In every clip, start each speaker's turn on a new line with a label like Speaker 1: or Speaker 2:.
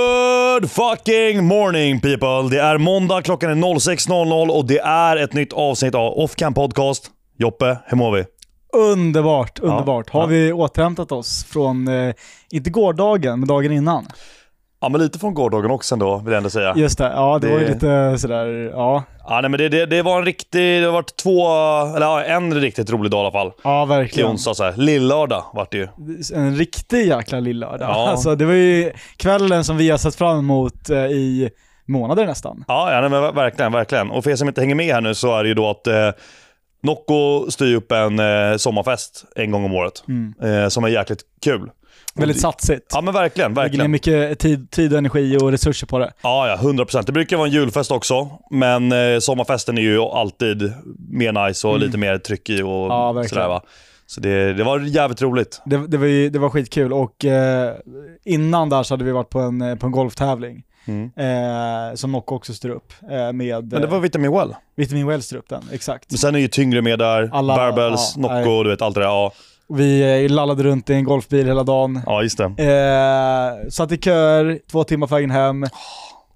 Speaker 1: Good fucking morning people! Det är måndag, klockan är 06.00 och det är ett nytt avsnitt av Offcam Podcast. Joppe, hur mår vi?
Speaker 2: Underbart, underbart.
Speaker 1: ja.
Speaker 2: Har vi återhämtat oss från, eh, inte gårdagen, men dagen innan?
Speaker 1: Ja, men lite från gårdagen också ändå, vill jag ändå säga.
Speaker 2: Just det, ja det,
Speaker 1: Det-
Speaker 2: var ju lite sådär, ja.
Speaker 1: Ja, nej, men det, det, det var en riktig... Det har varit två... Eller ja, en riktigt rolig dag i alla fall.
Speaker 2: Ja,
Speaker 1: Till
Speaker 2: verkligen.
Speaker 1: onsdag så här. Lillördag vart det ju.
Speaker 2: En riktig jäkla lillördag.
Speaker 1: Ja.
Speaker 2: Alltså det var ju kvällen som vi har sett fram emot eh, i månader nästan.
Speaker 1: Ja, ja nej, men ver- verkligen, verkligen. Och för er som inte hänger med här nu så är det ju då att eh, Nocco styr upp en eh, sommarfest en gång om året. Eh, som är jäkligt kul.
Speaker 2: Väldigt
Speaker 1: det-
Speaker 2: satsigt.
Speaker 1: Ja men verkligen,
Speaker 2: Lägger ner
Speaker 1: verkligen.
Speaker 2: mycket tid, tid, energi och resurser på det.
Speaker 1: Ja, ja, 100%. Det brukar vara en julfest också, men eh, sommarfesten är ju alltid mer nice och lite mer tryck i och
Speaker 2: Mm. Ja, verkligen.
Speaker 1: sådär va. Så det, det var jävligt roligt.
Speaker 2: Det, det, var, ju, det var skitkul och eh, innan där så hade vi varit på en, eh, på en golftävling.
Speaker 1: Mm.
Speaker 2: Eh, som Nocco också styr upp. Eh, med, eh,
Speaker 1: Men det var Vitamin Well.
Speaker 2: Vitamin Well styr upp den, exakt.
Speaker 1: Men sen är ju Tyngre med där,
Speaker 2: Alla-
Speaker 1: Barbells,
Speaker 2: ja,
Speaker 1: Nocco, du vet allt det där. Ja,
Speaker 2: Vi eh, lallade runt i en golfbil hela dagen.
Speaker 1: ja just det.
Speaker 2: Eh, satt i köer, två timmar på vägen hem.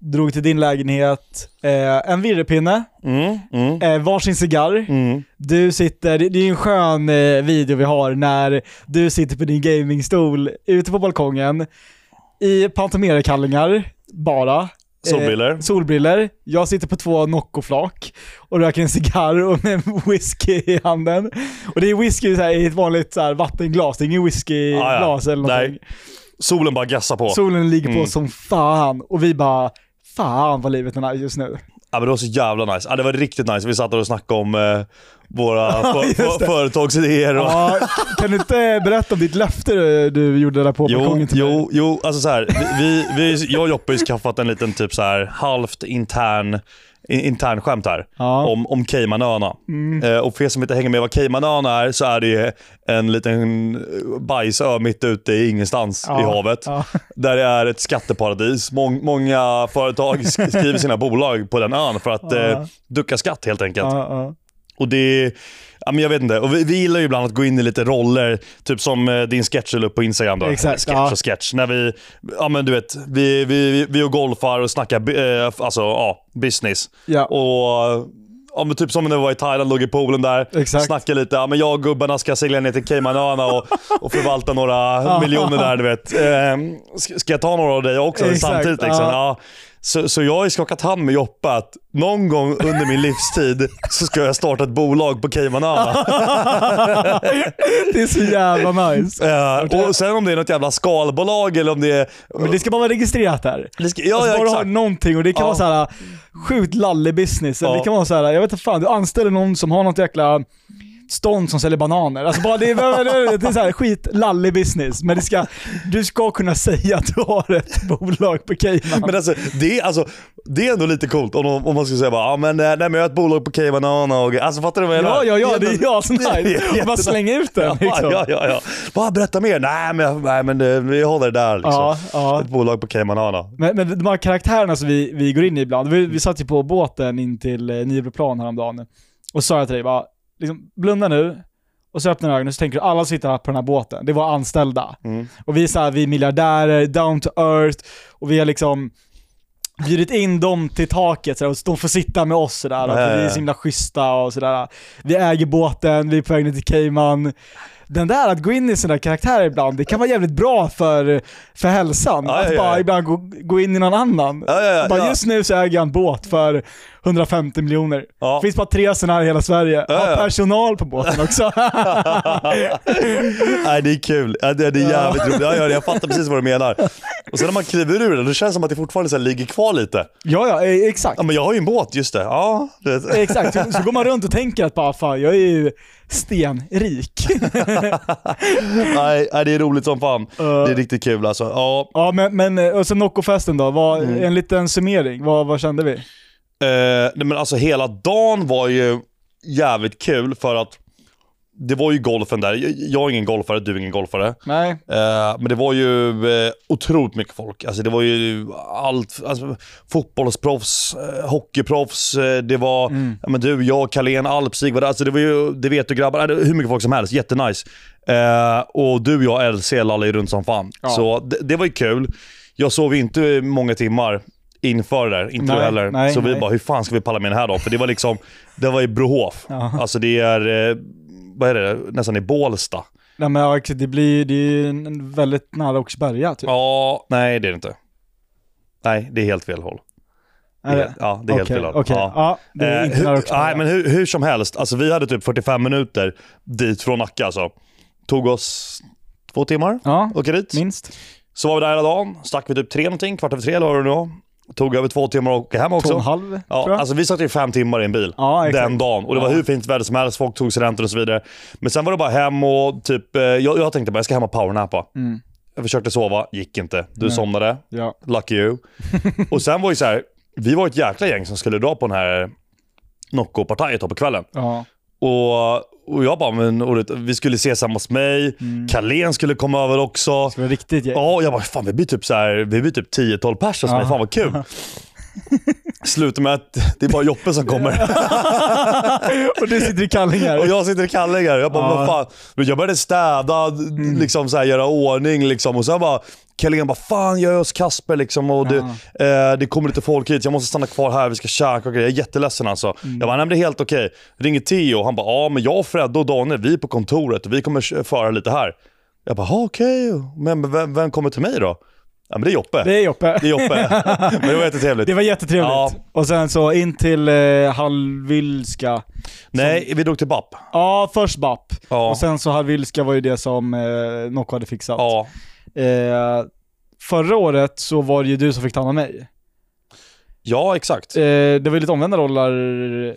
Speaker 2: Drog till din lägenhet. Eh, en virrepinne,
Speaker 1: Mm, mm,
Speaker 2: eh, varsin cigarr.
Speaker 1: mm.
Speaker 2: Du sitter, det det är ju en skön eh, video vi har när du sitter på din gamingstol ute på balkongen i pantomerkallingar bara.
Speaker 1: Solbriller.
Speaker 2: Eh, solbriller. Jag sitter på två Nocco-flak och röker en cigarr och med en whisky i handen. Och det är whisky så här, i ett vanligt så här, vattenglas, det är ingen whiskyglas eller
Speaker 1: Ah, Nej.
Speaker 2: någonting.
Speaker 1: Solen bara gassar på.
Speaker 2: Solen ligger på
Speaker 1: Mm.
Speaker 2: som fan och vi bara Fan vad livet är nice just nu.
Speaker 1: Ja, men det var så jävla nice. Ja, det var riktigt nice. Vi satt där och snackade om eh, våra för,
Speaker 2: just
Speaker 1: för,
Speaker 2: det.
Speaker 1: företagsidéer. Och...
Speaker 2: Ja, kan du inte berätta om ditt löfte du, du gjorde där på
Speaker 1: Jo,
Speaker 2: balkongen till mig?
Speaker 1: jo, jo, alltså så här, vi, vi, jag och Joppe har ju skaffat en liten typ så här halvt intern, i- intern skämt här.
Speaker 2: Ja. Mm.
Speaker 1: Om, om Caymanöarna. Eh, och för er som inte hänger med vad Caymanöarna är så är det ju en liten bajsö mitt ute i ingenstans
Speaker 2: Ja,
Speaker 1: i havet.
Speaker 2: ja.
Speaker 1: Där det är ett skatteparadis. Mång, många företag sk- skriver sina bolag på den ön för att eh, ducka skatt helt enkelt.
Speaker 2: Ja, ja.
Speaker 1: Och det Ja, men jag vet inte. Och vi, vi gillar ju ibland att gå in i lite roller, typ som eh, din sketch du la upp på Instagram. Då.
Speaker 2: Exakt,
Speaker 1: sketch
Speaker 2: ja.
Speaker 1: och sketch. När vi, ja, men du vet, vi, vi, vi, vi och golfar och snackar bu- eh, alltså, ja, business.
Speaker 2: Ja.
Speaker 1: Och, ja, men typ som när vi var i Thailand, låg i poolen där.
Speaker 2: Exakt.
Speaker 1: Snackade lite. Ja, men jag och gubbarna ska segla ner till Caymanöarna och, och förvalta några miljoner där. Du vet. Ehm, ska, ska jag ta några av dig också
Speaker 2: Exakt,
Speaker 1: samtidigt? Liksom?
Speaker 2: ja.
Speaker 1: Ja. Så, så jag har ju skakat hand med Joppe att någon gång under min livstid så ska jag starta ett bolag på Caymanöarna.
Speaker 2: Det är så jävla nice.
Speaker 1: Eh, och sen om det är något jävla skalbolag eller om det är...
Speaker 2: Men det ska bara vara registrerat där.
Speaker 1: Det ska- Ja,
Speaker 2: alltså
Speaker 1: ja
Speaker 2: bara du har
Speaker 1: exakt.
Speaker 2: någonting och det kan
Speaker 1: Ja.
Speaker 2: vara såhär sjukt lallig business. Eller
Speaker 1: Ja.
Speaker 2: Det kan vara såhär, jag vet inte fan, du anställer någon som har något jäkla stånd som säljer bananer. Alltså bara det är, det är såhär skit lallig business. Men det ska, du ska kunna säga att du har ett bolag på Cayman.
Speaker 1: Men alltså, det, är, alltså, det är ändå lite coolt om, de- om man skulle säga bara, ah, men, eh, nej, men jag har ett bolag på Caymanöarna och... Alltså fattar du vad jag menar?
Speaker 2: Ja, ja, ja, det är jag som
Speaker 1: Det är
Speaker 2: är Bara
Speaker 1: jättenice.
Speaker 2: slänga ut den liksom.
Speaker 1: Ja, ja, ja. Bara berätta mer. Nej, men, nej, men eh, vi håller det där liksom.
Speaker 2: Ja, ja.
Speaker 1: Ett bolag på Caymanöarna.
Speaker 2: Men, men de här karaktärerna som vi, vi går in i ibland, vi, vi
Speaker 1: Mm.
Speaker 2: satt ju på båten in till eh, Nybroplan häromdagen och sa jag till dig bara, liksom, blunda nu och så öppnar du ögonen och så tänker du alla sitter här på den här båten, det var anställda.
Speaker 1: Mm.
Speaker 2: Och vi är så här, vi är miljardärer, down to earth och vi har liksom bjudit in dem till taket så där, och de får sitta med oss sådär, och
Speaker 1: Ja, ja,
Speaker 2: att vi är
Speaker 1: ja.
Speaker 2: så himla schyssta och sådär. Vi äger båten, vi är på väg ner till Cayman. Den där att gå in i sina karaktärer ibland, det kan vara jävligt bra för, för hälsan.
Speaker 1: Ja, ja,
Speaker 2: att
Speaker 1: ja,
Speaker 2: bara
Speaker 1: ja.
Speaker 2: ibland gå, gå in i någon annan.
Speaker 1: Ja, ja, ja,
Speaker 2: bara,
Speaker 1: ja.
Speaker 2: Just nu så äger jag en båt för 150 miljoner.
Speaker 1: Ja.
Speaker 2: Det finns bara tre sådana här i hela Sverige.
Speaker 1: Ja,
Speaker 2: Ha
Speaker 1: ja.
Speaker 2: personal på båten också.
Speaker 1: Nej, det är kul. Ja, Det, det är jävligt roligt. Ja, ja, jag fattar precis vad du menar. Och sen när man kliver ur den, då känns det som att det fortfarande så här, ligger kvar lite.
Speaker 2: ja, ja, eh, exakt.
Speaker 1: Ja, men jag har ju en båt, just det. Ja, du vet.
Speaker 2: Exakt, så, så går man runt och tänker att bara fan, jag är ju stenrik.
Speaker 1: Nej, nej, det är roligt som fan. Det är riktigt kul alltså. Ja,
Speaker 2: ja men, men eh, och sen Nocco-festen då, vad,
Speaker 1: Mm.
Speaker 2: en liten summering, vad, vad kände vi?
Speaker 1: Eh, nej, men alltså hela dagen var ju jävligt kul för att det var ju golfen där. Jag- Jag är ingen golfare, du är ingen golfare.
Speaker 2: Nej,
Speaker 1: Eh, men det var ju eh, otroligt mycket folk. Alltså det var ju allt. Alltså, fotbollsproffs, eh, hockeyproffs, eh, det var
Speaker 2: Mm.
Speaker 1: ja, men du, jag, Carlén, Alpsig var där. Alltså det var ju, det vet du grabbar, eh, hur mycket folk som helst. Jättenice. Eh, och du, jag, LC lallade ju runt som fan. Så det, det var ju kul. Jag sov ju inte många timmar inför det där. Inte
Speaker 2: Nej,
Speaker 1: du heller.
Speaker 2: nej,
Speaker 1: så vi
Speaker 2: nej.
Speaker 1: bara, hur fan ska vi palla med den här då? För det var liksom, det var i Brohof.
Speaker 2: Ja.
Speaker 1: Alltså det är, eh, vad är det, nästan i Bålsta.
Speaker 2: Nej men ja, exakt, det blir ju- det är ju en- en väldigt nära Oxberga typ.
Speaker 1: Ja, nej det är det inte. Nej, det är helt fel håll. Det är
Speaker 2: Är det?
Speaker 1: helt- Ja, det är helt
Speaker 2: Okej,
Speaker 1: fel håll.
Speaker 2: okej.
Speaker 1: Ja.
Speaker 2: Ja, det är
Speaker 1: Eh,
Speaker 2: inte nära
Speaker 1: hur,
Speaker 2: Oxberga.
Speaker 1: nej, men hur, hur som helst, alltså, vi hade typ 45 minuter dit från Nacka. Alltså. Tog oss två timmar
Speaker 2: Ja,
Speaker 1: att åka dit.
Speaker 2: minst.
Speaker 1: Så var vi där hela dagen, stack vid typ tre någonting, kvart över tre eller vad det nu var. Tog över två timmar att åka hem
Speaker 2: Två och en
Speaker 1: också.
Speaker 2: halv, tror
Speaker 1: Ja,
Speaker 2: jag.
Speaker 1: alltså vi satt ju fem timmar i en bil
Speaker 2: ja, exakt.
Speaker 1: den dagen. Och det var
Speaker 2: Ja.
Speaker 1: hur fint väder som helst, folk tog studenter och så vidare. Men sen var det bara hem och typ, eh, jag, jag tänkte bara jag ska hem och powernappa.
Speaker 2: Mm.
Speaker 1: Jag försökte sova, gick inte. Du
Speaker 2: Nej.
Speaker 1: somnade,
Speaker 2: Ja.
Speaker 1: lucky you. och sen var ju så här, vi var ett jäkla gäng som skulle dra på den här Nocco-partajet då på kvällen.
Speaker 2: Ja.
Speaker 1: Och, och jag bara, men och, det- vi skulle ses hemma hos mig.
Speaker 2: Mm.
Speaker 1: Kalén skulle komma över också.
Speaker 2: Det var riktigt gäng.
Speaker 1: Ja, och jag bara, fan vi blir typ så här, vi blir typ 10-12 pers alltså,
Speaker 2: Ja.
Speaker 1: men fan vad kul. Slutar med att det är bara Joppe som kommer.
Speaker 2: och du sitter i
Speaker 1: Och
Speaker 2: kallingar.
Speaker 1: jag sitter i kallingar. Jag bara,
Speaker 2: Ja. Mm.
Speaker 1: vad fan. Men Jag började städa, liksom så här, göra ordning liksom. Och sen bara, Kellingen bara, fan jag är hos Kasper liksom. Och det, eh, det kommer lite folk hit, jag måste stanna kvar här, vi ska käka och grejer. Jag är jätteledsen alltså.
Speaker 2: Mm.
Speaker 1: Jag bara, nej men det är helt okej. Ringer Theo, han bara, ja men jag, Fredde och Daniel, vi är på kontoret och vi kommer föra lite här. Jag bara, "Ja, okej. Men vem, vem kommer till mig då? Ja men det är Joppe.
Speaker 2: Det är Joppe.
Speaker 1: Det är Joppe. Men det var jättetrevligt.
Speaker 2: Det var jättetrevligt.
Speaker 1: Ja.
Speaker 2: Och sen så in till eh, Hallwylska.
Speaker 1: Nej, vi drog till BAP.
Speaker 2: Ja, först BAP.
Speaker 1: Ja.
Speaker 2: Och sen så Hallwylska var ju det som eh, Nocco hade fixat.
Speaker 1: ja.
Speaker 2: Eh, förra året så var det ju du som fick ta hand om mig.
Speaker 1: ja, exakt.
Speaker 2: Eh, det var ju lite omvända roller.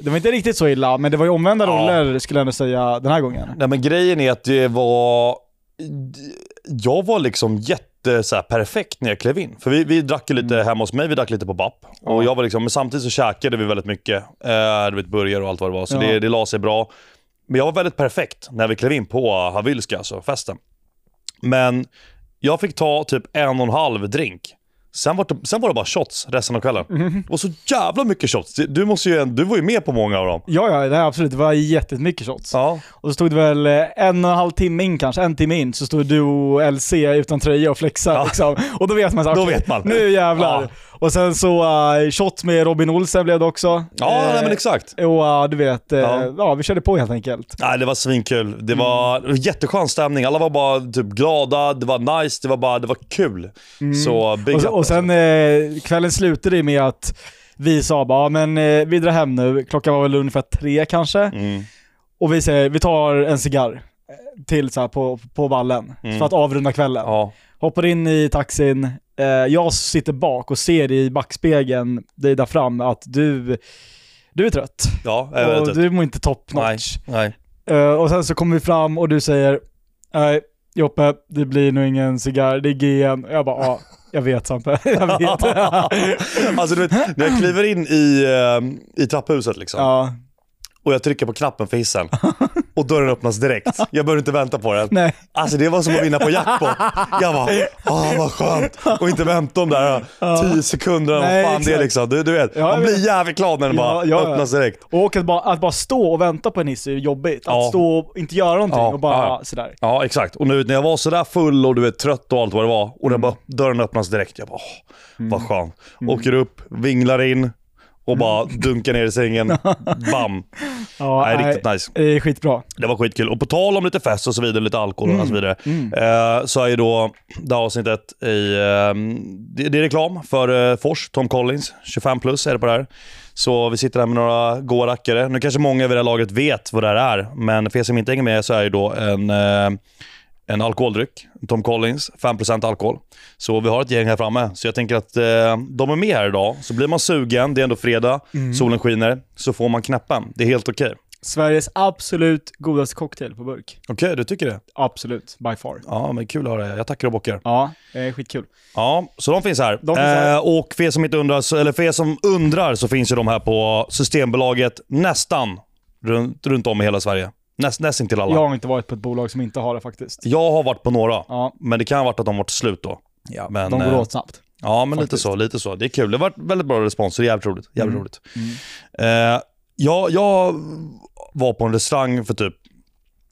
Speaker 2: Det var inte riktigt så illa, men det var ju omvända
Speaker 1: Ja.
Speaker 2: roller skulle jag ändå säga den här gången.
Speaker 1: Nej, men grejen är att det var... Jag var liksom jätte så här, perfekt när jag klev in. För vi, vi drack ju
Speaker 2: Mm.
Speaker 1: lite hemma hos mig, vi drack lite på BAP. Och jag var liksom, men samtidigt så käkade vi väldigt mycket. Eh, du vet, burgare och allt vad det var. Så
Speaker 2: Ja.
Speaker 1: det, det la sig bra. Men jag var väldigt perfekt när vi klev in på Havylska, alltså festen. Men jag fick ta typ en och en halv drink. Sen var, det, sen var det bara shots resten av kvällen.
Speaker 2: Mm.
Speaker 1: Det var så jävla mycket shots. Du, måste ju, du var ju med på många av dem.
Speaker 2: Ja, ja, nej, absolut. Det var jättemycket shots.
Speaker 1: Ja.
Speaker 2: Och så stod det väl eh, en och en halv timme in kanske, en timme in, så stod du och LC utan tröja och flexade liksom. Och då vet man såhär,
Speaker 1: Då vet man.
Speaker 2: nu jävlar.
Speaker 1: Ja.
Speaker 2: Och sen så uh, shot med Robin Olsen blev det också.
Speaker 1: Ja,
Speaker 2: Eh,
Speaker 1: nej, men exakt.
Speaker 2: Och eh, du vet, eh,
Speaker 1: Ja.
Speaker 2: ja. vi körde på helt enkelt.
Speaker 1: Nej, det var svinkul. Det var
Speaker 2: Mm.
Speaker 1: det var jätteskön stämning. Alla var bara typ glada, det var nice, det var bara det var kul. Så big
Speaker 2: Mm. Och,
Speaker 1: up.
Speaker 2: se- och sen eh, kvällen slutade det med att vi sa bara, "Ja, men eh, vi drar hem nu, klockan var väl ungefär tre kanske.
Speaker 1: Mm.
Speaker 2: Och vi säger, vi tar en cigarr eh, till så här på, på ballen,
Speaker 1: Mm.
Speaker 2: för att avrunda kvällen.
Speaker 1: Ja.
Speaker 2: Hoppar in i taxin. Eh, jag sitter bak och ser i backspegeln, dig där fram, att du, du är trött.
Speaker 1: Ja, jag vet
Speaker 2: och
Speaker 1: inte.
Speaker 2: du mår inte top notch.
Speaker 1: Nej.
Speaker 2: Eh, och sen så kommer vi fram och du säger, nej Joppe, det blir nog ingen cigarr, det är GN. Och jag bara, ja, jag vet Sampe, jag vet.
Speaker 1: Alltså du vet, när jag kliver in i, eh, i trapphuset liksom
Speaker 2: ja,
Speaker 1: och jag trycker på knappen för hissen och dörren öppnas direkt. Jag behöver inte vänta på den.
Speaker 2: nej.
Speaker 1: Alltså det var som att vinna på jackpot. Jag bara, ah vad skönt. Och inte vänta om där
Speaker 2: Ja.
Speaker 1: 10 sekunderna, vad
Speaker 2: Nej,
Speaker 1: fan det är
Speaker 2: exakt.
Speaker 1: liksom. Du, du vet,
Speaker 2: Ja,
Speaker 1: man
Speaker 2: jag
Speaker 1: blir
Speaker 2: vet.
Speaker 1: jävligt glad när den
Speaker 2: Ja,
Speaker 1: bara
Speaker 2: ja, ja.
Speaker 1: öppnas direkt.
Speaker 2: Och att bara, att bara stå och vänta på en hiss är ju jobbigt. Att
Speaker 1: Ja.
Speaker 2: stå och inte göra någonting
Speaker 1: Ja,
Speaker 2: och bara
Speaker 1: ja.
Speaker 2: sådär.
Speaker 1: Ja, exakt. Och nu när jag var sådär full och du vet trött och allt vad det var och den bara, dörren öppnas direkt. Jag bara, åh, vad skönt. Åker upp, vinglar in och bara dunkar ner i sängen. Bam.
Speaker 2: Ja,
Speaker 1: Nej, riktigt nice.
Speaker 2: Det är skitbra.
Speaker 1: Det var skitkul. Och på tal om lite fest och så vidare, lite alkohol och så vidare. Eh, så är ju då det här avsnittet i... Eh, det, det är reklam för eh, Fors, Tom Collins. 25 plus är det på det här. Så vi sitter här med några goa rackare. Nu kanske många vid det här laget vet vad det här är, men för er som inte hänger med så är ju då en... Eh, en alkoholdryck, Tom Collins, 5% alkohol. Så vi har ett gäng här framme. Så jag tänker att eh, de är med här idag. Så blir man sugen, det är ändå fredag, solen skiner, så får man knäppen. Det är helt okej.
Speaker 2: Sveriges absolut godaste cocktail på burk.
Speaker 1: Okej, du tycker det?
Speaker 2: Absolut, by far.
Speaker 1: Ja, men kul att höra. det. Jag tackar och bockar.
Speaker 2: Ja, eh, skitkul.
Speaker 1: Ja, så de finns här.
Speaker 2: De finns här.
Speaker 1: Eh, och för er, som inte undrar, så, eller för er som undrar så finns ju de här på Systembolaget nästan runt, runt om i hela Sverige. Näst, nästan till alla.
Speaker 2: Jag har inte varit på ett bolag som inte har det faktiskt.
Speaker 1: Jag har varit på några,
Speaker 2: Ja,
Speaker 1: men det kan ha varit att de varit slut då. Ja, men,
Speaker 2: de går
Speaker 1: eh,
Speaker 2: åt snabbt.
Speaker 1: Ja, men lite
Speaker 2: faktiskt.
Speaker 1: så, lite så. Det är kul. Det har varit väldigt bra respons, så det är jävligt roligt. Jävligt
Speaker 2: Mm.
Speaker 1: roligt. Eh, jag, jag var på en restaurang för typ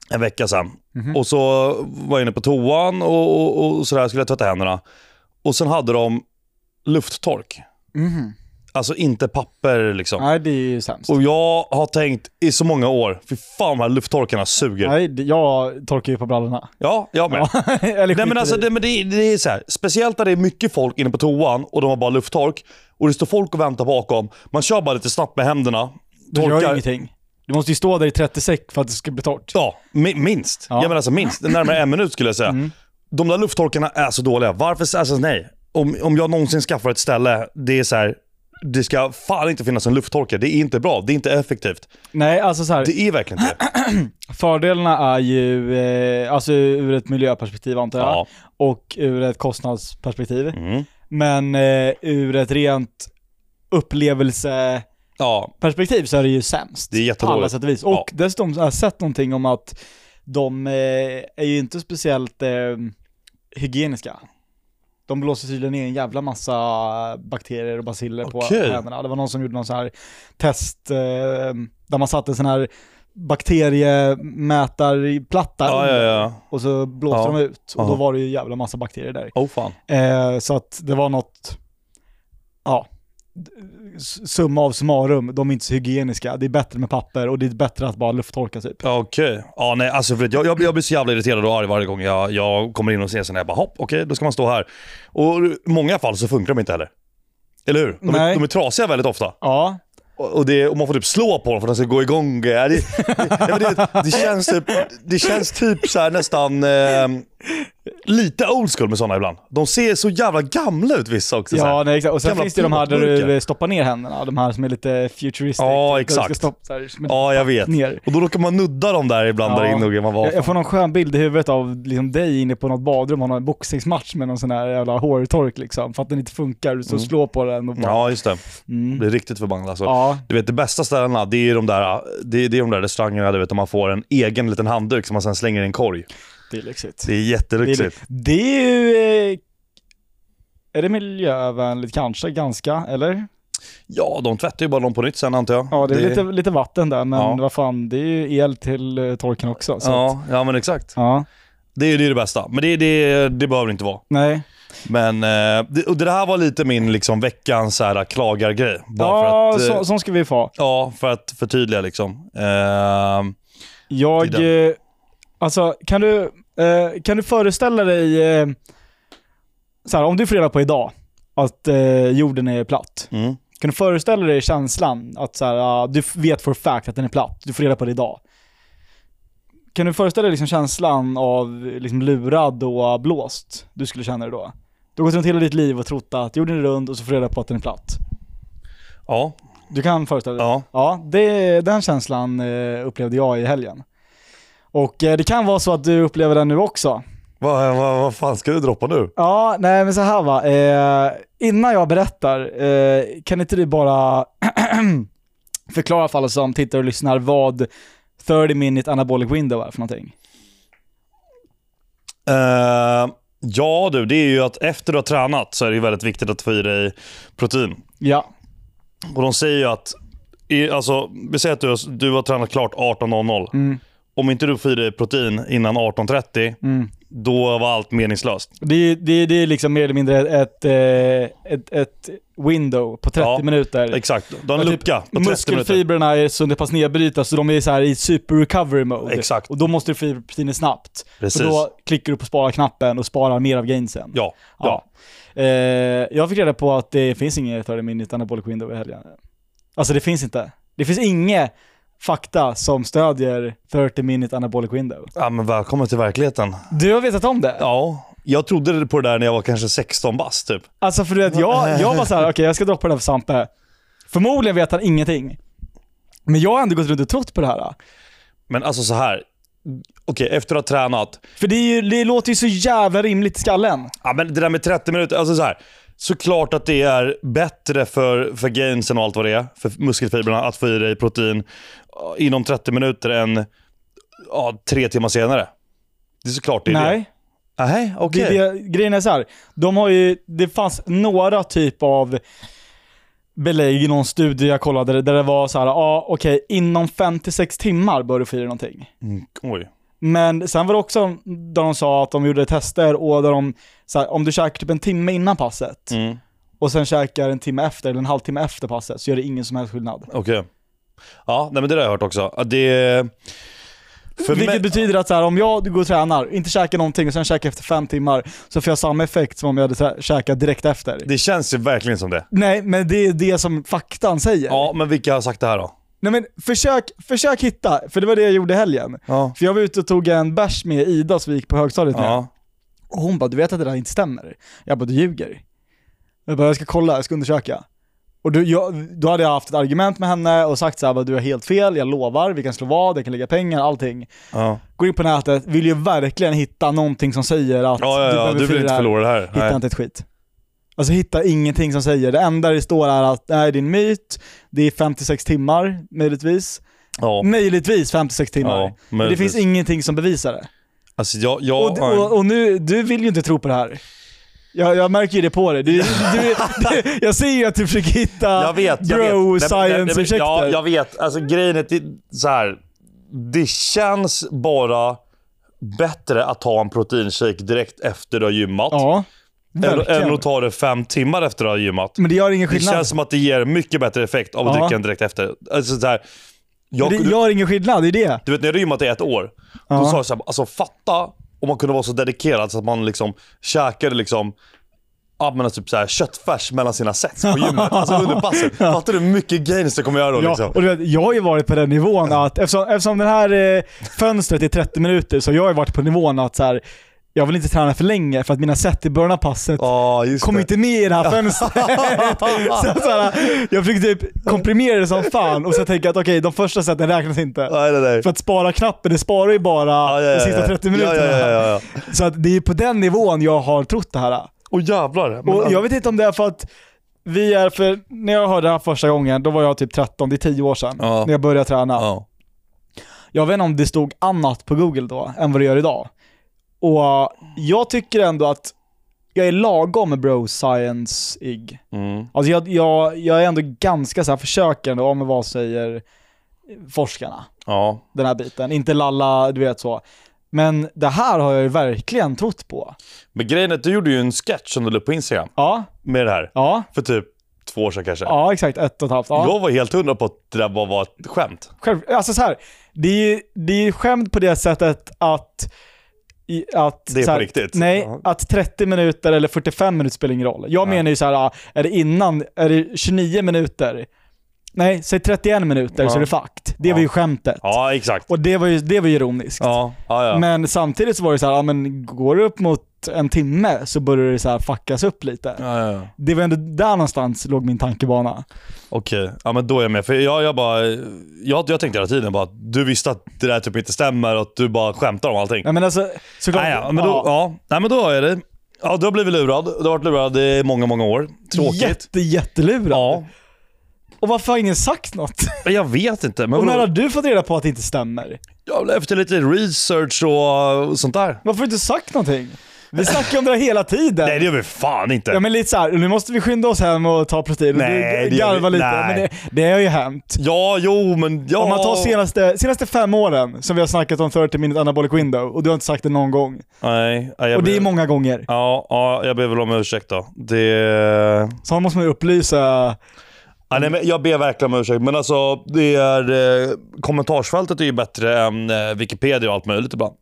Speaker 1: en vecka sedan.
Speaker 2: Mhm.
Speaker 1: Och så var jag inne på toan och, och, och sådär, skulle jag tvätta händerna. Och sen hade de lufttork.
Speaker 2: Mhm.
Speaker 1: Alltså inte papper liksom.
Speaker 2: Nej, det är ju sämst.
Speaker 1: Och jag har tänkt i så många år, fy fan de här lufttorkarna suger.
Speaker 2: Nej, det- jag torkar ju på brallorna.
Speaker 1: Ja, jag med.
Speaker 2: Eller
Speaker 1: Nej men alltså, det, men det, det är så här. speciellt när det är mycket folk inne på toan och de har bara lufttork och det står folk och väntar bakom. Man kör bara lite snabbt med händerna.
Speaker 2: du gör ju
Speaker 1: Torkar.
Speaker 2: ingenting. Du måste ju stå där i 30 sek för att det ska bli torrt.
Speaker 1: Ja, mi- minst.
Speaker 2: Ja. Mm.
Speaker 1: Jag menar alltså minst. Närmare en minut skulle jag säga. De där lufttorkarna är så dåliga. Varför? Alltså nej. Om, om jag någonsin skaffar ett ställe, det är så här. Det ska fan inte finnas en lufttorkare. Det är inte bra. Det är inte effektivt.
Speaker 2: Nej, alltså så här.
Speaker 1: Det är verkligen inte det.
Speaker 2: Fördelarna är ju, eh, alltså ur ett miljöperspektiv antar jag.
Speaker 1: Ja.
Speaker 2: Och ur ett kostnadsperspektiv.
Speaker 1: Mm.
Speaker 2: Men eh, ur ett rent upplevelseperspektiv
Speaker 1: ja,
Speaker 2: så är det ju sämst.
Speaker 1: Det är
Speaker 2: på alla
Speaker 1: jättedåligt.
Speaker 2: sätt och vis. Och
Speaker 1: Ja.
Speaker 2: dessutom har jag sett någonting om att de eh, är ju inte speciellt eh, hygieniska. De blåser tydligen ner en jävla massa bakterier och baciller
Speaker 1: Okej.
Speaker 2: på händerna. Det var någon som gjorde någon sån här test eh, där man satte en sån här bakteriemätarplatta
Speaker 1: Ja, ja, ja.
Speaker 2: och så blåste
Speaker 1: Ja.
Speaker 2: de ut och då
Speaker 1: Aha.
Speaker 2: var det ju jävla massa bakterier där.
Speaker 1: Oh fan.
Speaker 2: Eh, så att det var något, ja, s- summa av summarum, de är inte så hygieniska. Det är bättre med papper och det är bättre att bara lufttorka typ.
Speaker 1: Ja, Okej. Ja, nej, alltså för att jag, jag, blir- jag blir så jävla irriterad och arg varje gång jag, jag kommer in och ser sådana här. Jag bara hopp, okej, då ska man stå här. Och i många fall så funkar de inte heller. Eller hur? De,
Speaker 2: Nej.
Speaker 1: är, de är trasiga väldigt ofta.
Speaker 2: Ja,
Speaker 1: Och, och, det, och man får typ slå på dem för att de ska gå igång. Ja, Det, det, ja, men det, det, känns, typ, det känns typ så här nästan eh, lite old school med sådana ibland. De ser så jävla gamla ut vissa också. så här.
Speaker 2: ja nej, exakt. Och sen
Speaker 1: Gamla
Speaker 2: finns det ju de här där du
Speaker 1: plåtburkar.
Speaker 2: stoppar ner händerna, de här som är lite futuristic.
Speaker 1: Ja,
Speaker 2: där du Ska
Speaker 1: exakt.
Speaker 2: stoppa, så här, som en-
Speaker 1: ja jag vet.
Speaker 2: ner.
Speaker 1: Och då råkar man nudda dem där ibland.
Speaker 2: Ja.
Speaker 1: Där inne och man bara,
Speaker 2: jag, jag får någon skön bild i huvudet av liksom, dig inne på något badrum och har en boxningsmatch med någon sån här jävla hårtork liksom, för att den inte funkar. Du står och slår på den och bara...
Speaker 1: Mm. ja just det.
Speaker 2: Mm.
Speaker 1: Blir riktigt förbannad alltså.
Speaker 2: Ja,
Speaker 1: Du vet, de bästa ställena, det är ju de där, det är, det är de där restaurangerna du vet, där man får en egen liten handduk som man sen slänger i en korg.
Speaker 2: det är lyxigt.
Speaker 1: Det är
Speaker 2: Det är,
Speaker 1: jätteryxigt.
Speaker 2: det är ju... eh, Är det miljövänligt kanske? Ganska, eller?
Speaker 1: Ja, de tvättar ju bara dem på nytt sen antar jag.
Speaker 2: Ja, det är Lite, lite vatten där, men
Speaker 1: Ja.
Speaker 2: vad fan, det är ju el till eh, torken också. Så Att,
Speaker 1: Ja, ja, men exakt.
Speaker 2: ja.
Speaker 1: Det är det, är det bästa. Men det, det, det behöver det inte vara.
Speaker 2: Nej.
Speaker 1: Men eh, det, och det här var lite min liksom, veckans så här, klagargrej. Bara
Speaker 2: Ja,
Speaker 1: för att, eh,
Speaker 2: så, sån ska vi få.
Speaker 1: ja, för att förtydliga liksom. Ehm,
Speaker 2: Jag...
Speaker 1: Det
Speaker 2: eh, Alltså, kan du, eh, kan du föreställa dig... Eh, så här, om du får reda på idag att eh, jorden är platt.
Speaker 1: mm.
Speaker 2: Kan du föreställa dig känslan att så här, ah, du f- vet for fact att den är platt, du får reda på det idag. Kan du föreställa dig liksom känslan av eh, liksom lurad och blåst du skulle känna det då? Du har gått runt hela ditt liv och trott att jorden är rund och så får du reda på att den är platt.
Speaker 1: ja,
Speaker 2: Du kan föreställa dig?
Speaker 1: ja.
Speaker 2: Ja, det, den känslan eh, upplevde jag i helgen. Och eh, det kan vara så att du upplever den nu också.
Speaker 1: Vad vad vad fan ska du droppa nu?
Speaker 2: Ja, nej men så här va. Eh, innan jag berättar, eh, kan inte du bara förklara för alla som tittar och lyssnar vad 30 minute anabolic window är för någonting?
Speaker 1: Eh, ja du, det är ju att efter du har tränat så är det ju väldigt viktigt att få i dig protein.
Speaker 2: Ja.
Speaker 1: Och de säger ju att, i, alltså, vi säger att du, har- du har tränat klart 18.00.
Speaker 2: Mm.
Speaker 1: Om inte du får i dig protein innan 18.30,
Speaker 2: Mm.
Speaker 1: då var allt meningslöst.
Speaker 2: Det, är- det, är- det är liksom mer eller mindre ett, eh, ett, ett window på 30
Speaker 1: Ja,
Speaker 2: minuter.
Speaker 1: Exakt, du har en
Speaker 2: Ja, typ
Speaker 1: lucka på 30 minuter.
Speaker 2: Muskelfibrerna är så pass nedbrytna så de är så här i super recovery mode.
Speaker 1: Exakt.
Speaker 2: Och då måste du få i proteiner snabbt.
Speaker 1: Precis.
Speaker 2: Och då klickar du på spara-knappen och sparar mer av gainsen.
Speaker 1: Ja,
Speaker 2: Ja.
Speaker 1: ja.
Speaker 2: Eh, jag fick reda på att det finns inget 30 minute anabolic window i helgen. Alltså det finns inte. Det finns inga fakta som stödjer 30 minute anabolic window.
Speaker 1: ja men välkommen till verkligheten.
Speaker 2: Du har vetat om det?
Speaker 1: Ja, jag trodde på det där när jag var kanske 16 bast typ.
Speaker 2: Alltså för du vet, jag, jag var så här, okej jag ska droppa den här för Sampe. Förmodligen vet han ingenting. Men jag har ändå gått runt och trott på det här.
Speaker 1: Men alltså så här. Okej, efter att ha tränat.
Speaker 2: För det, är ju, det låter ju så jävla rimligt i skallen.
Speaker 1: Ja, men det där med 30 minuter, alltså så här. Såklart att det är bättre för, för gainsen och allt vad det är, för muskelfibrerna, att få i dig protein ja, inom 30 minuter än ja, tre timmar senare. Det är såklart det är
Speaker 2: Nej.
Speaker 1: det. Nej, okej.
Speaker 2: Det, det, grejen är så här, de har ju, det fanns några typ av belägg i någon studie jag kollade där det var så här, ja ah, okej, inom 56 timmar bör du få i dig någonting.
Speaker 1: Mm, Oj.
Speaker 2: Men sen var det också där de sa att de gjorde tester och där de, så här, om du käkar typ en timme innan passet
Speaker 1: Mm.
Speaker 2: och sen käkar en timme efter eller en halvtimme efter passet så gör det ingen som helst skillnad.
Speaker 1: Okej. Ja, nej, men det där har jag hört också. Att det... För
Speaker 2: Vilket
Speaker 1: mig-
Speaker 2: betyder att så här, om jag går och tränar, inte käkar någonting och sen käkar efter fem timmar så får jag samma effekt som om jag hade trä- käkat direkt efter.
Speaker 1: det känns ju verkligen som det.
Speaker 2: Nej, men det är det som faktan säger.
Speaker 1: Ja, men vilka har sagt det här då?
Speaker 2: Nej men försök, försök hitta, för det var det jag gjorde i helgen.
Speaker 1: Ja.
Speaker 2: För jag var ute och tog en bärs med Ida som vi gick på högstadiet med.
Speaker 1: Ja.
Speaker 2: Och hon bara, du vet att det där inte stämmer? Jag bara, du ljuger. Jag bara, jag ska kolla, jag ska undersöka. Och du, jag, då hade jag haft ett argument med henne och sagt så här, bara, du har helt fel, jag lovar, vi kan slå vad, jag kan lägga pengar, allting.
Speaker 1: Ja,
Speaker 2: Går in på nätet, vill ju verkligen hitta någonting som säger att
Speaker 1: ja, ja, ja.
Speaker 2: behöver
Speaker 1: du vill
Speaker 2: fira
Speaker 1: inte
Speaker 2: det här.
Speaker 1: förlora det här.
Speaker 2: Hittar
Speaker 1: Nej.
Speaker 2: inte ett skit. Alltså hitta ingenting som säger, det enda det står är att nej, det är en myt, det är 56 timmar möjligtvis.
Speaker 1: Ja.
Speaker 2: Möjligtvis 56 timmar.
Speaker 1: Ja,
Speaker 2: Mm. men det finns
Speaker 1: möjligtvis.
Speaker 2: ingenting som bevisar det.
Speaker 1: Alltså, jag, jag,
Speaker 2: och, och, och nu, du vill ju inte tro på det här. Jag, jag märker ju det på dig. Du, du, du, jag ser ju att du försöker hitta
Speaker 1: jag vet, jag vet. Nej, men- nej, nej, men-
Speaker 2: bro-science-ursäkter.
Speaker 1: Ja, jag vet. Alltså grejen är till, så här. Det känns bara bättre att ta en proteinshake direkt efter du har gymmat.
Speaker 2: Ja,
Speaker 1: eller,
Speaker 2: verkligen.
Speaker 1: eller att ta det fem timmar efter du har gymmat.
Speaker 2: Men det gör ingen
Speaker 1: Det
Speaker 2: skillnad.
Speaker 1: känns som att det ger mycket bättre effekt av att
Speaker 2: Ja.
Speaker 1: dricka en direkt efter. Alltså, så här, jag,
Speaker 2: det gör ingen skillnad, det är det.
Speaker 1: Du vet när jag rymmat i ett år,
Speaker 2: Ja.
Speaker 1: då sa jag såhär, alltså fatta om man kunde vara så dedikerad så att man liksom käkade liksom Ja men alltså typ såhär köttfärs mellan sina sets på gymmet, alltså under passet. Fattar du hur mycket gains det kommer göra då
Speaker 2: Ja,
Speaker 1: liksom?
Speaker 2: och du vet, jag har ju varit på den nivån att, eftersom, eftersom det här eh, fönstret är 30 minuter, så jag har ju varit på nivån att så här, jag vill inte träna för länge för att mina set i början av passet
Speaker 1: Ja just
Speaker 2: kom
Speaker 1: det.
Speaker 2: inte med i det här fönstret. så, så här, jag fick typ komprimera det som fan och så tänker jag att okej, de första seten räknas inte.
Speaker 1: Nej, nej, nej.
Speaker 2: För att spara-knappen, det sparar ju bara
Speaker 1: Ja, ja,
Speaker 2: de
Speaker 1: ja,
Speaker 2: sista
Speaker 1: ja.
Speaker 2: 30 minuterna.
Speaker 1: Ja, ja, ja, ja, ja.
Speaker 2: Så att det är på den nivån jag har trott det här.
Speaker 1: Och jävlar. Men,
Speaker 2: Och jag vet inte om det är för att vi är, för när jag hörde det här första gången, då var jag typ 13, det är 10 år sedan,
Speaker 1: Ja.
Speaker 2: när jag började träna.
Speaker 1: ja.
Speaker 2: Jag vet inte om det stod annat på Google då än vad det gör idag. Och jag tycker ändå att jag är lagom bro science-ig.
Speaker 1: Mm.
Speaker 2: Alltså jag, jag, jag är ändå ganska så här försökande om vad säger forskarna,
Speaker 1: ja.
Speaker 2: den här biten. Inte lalla, du vet så. Men det här har jag ju verkligen trott på.
Speaker 1: Men grejen är att du gjorde ju en sketch som du la upp på Instagram
Speaker 2: Ja,
Speaker 1: med det här.
Speaker 2: ja,
Speaker 1: För typ två år sedan kanske.
Speaker 2: ja exakt. Ett och ett halvt. Ja.
Speaker 1: Jag var helt hundra på att det där bara var ett skämt.
Speaker 2: Själv, alltså så här, det är ju det är ju skämt på det sättet att... i- att
Speaker 1: Det är
Speaker 2: så här,
Speaker 1: på riktigt.
Speaker 2: Nej,
Speaker 1: Ja.
Speaker 2: att 30 minuter eller 45 minuter spelar ingen roll. Jag menar ju så här, ah, är det innan, är det 29 minuter? Nej, säg 31 minuter så
Speaker 1: Ja.
Speaker 2: är det fakt. Det var
Speaker 1: Ja.
Speaker 2: ju skämtet.
Speaker 1: Ja exakt.
Speaker 2: Och det var ju, det var ju ironiskt.
Speaker 1: Ja, ja, ja.
Speaker 2: Men samtidigt så var det så här, ja, men går det upp mot en timme så börjar det så här fuckas upp lite.
Speaker 1: ja, ja, ja.
Speaker 2: Det var ändå där någonstans låg min tankebana.
Speaker 1: Okej, ja men då är jag med. För jag, jag bara, jag, jag tänkte hela tiden bara att du visste att det där typ inte stämmer och att du bara skämtar om allting.
Speaker 2: Nej men alltså, såklart.
Speaker 1: Nej, ja, men då, ja. Nej men då är det. Ja, du har blivit lurad. Du har varit lurad i många, många år. Tråkigt.
Speaker 2: Jätte, jättelurad.
Speaker 1: Ja,
Speaker 2: Och varför har ingen sagt något?
Speaker 1: men jag vet inte. Men
Speaker 2: Och när har
Speaker 1: vadå?
Speaker 2: du fått reda på att det inte stämmer?
Speaker 1: Ja, efter lite research och, och sånt där.
Speaker 2: Varför har du inte sagt någonting? Vi snackar om det här hela tiden.
Speaker 1: Nej det gör vi fan inte.
Speaker 2: Ja men lite såhär, nu måste vi skynda oss hem och ta protein.
Speaker 1: Nej, det gör
Speaker 2: du
Speaker 1: vi-
Speaker 2: garvar lite.
Speaker 1: nej.
Speaker 2: Men det, det har ju hänt.
Speaker 1: Ja, jo men... Ja.
Speaker 2: Om man tar senaste, senaste fem åren som vi har snackat om 30 minute anabolic window och du har inte sagt det någon gång.
Speaker 1: Nej, nej jag
Speaker 2: Och det
Speaker 1: ber-
Speaker 2: är många gånger.
Speaker 1: Ja, ja, jag ber väl om ursäkt då. Det...
Speaker 2: Så man måste man ju upplysa.
Speaker 1: Ja, nej, men jag ber verkligen om ursäkt, men alltså, det är, eh, kommentarsfältet är ju bättre än eh, Wikipedia och allt möjligt ibland.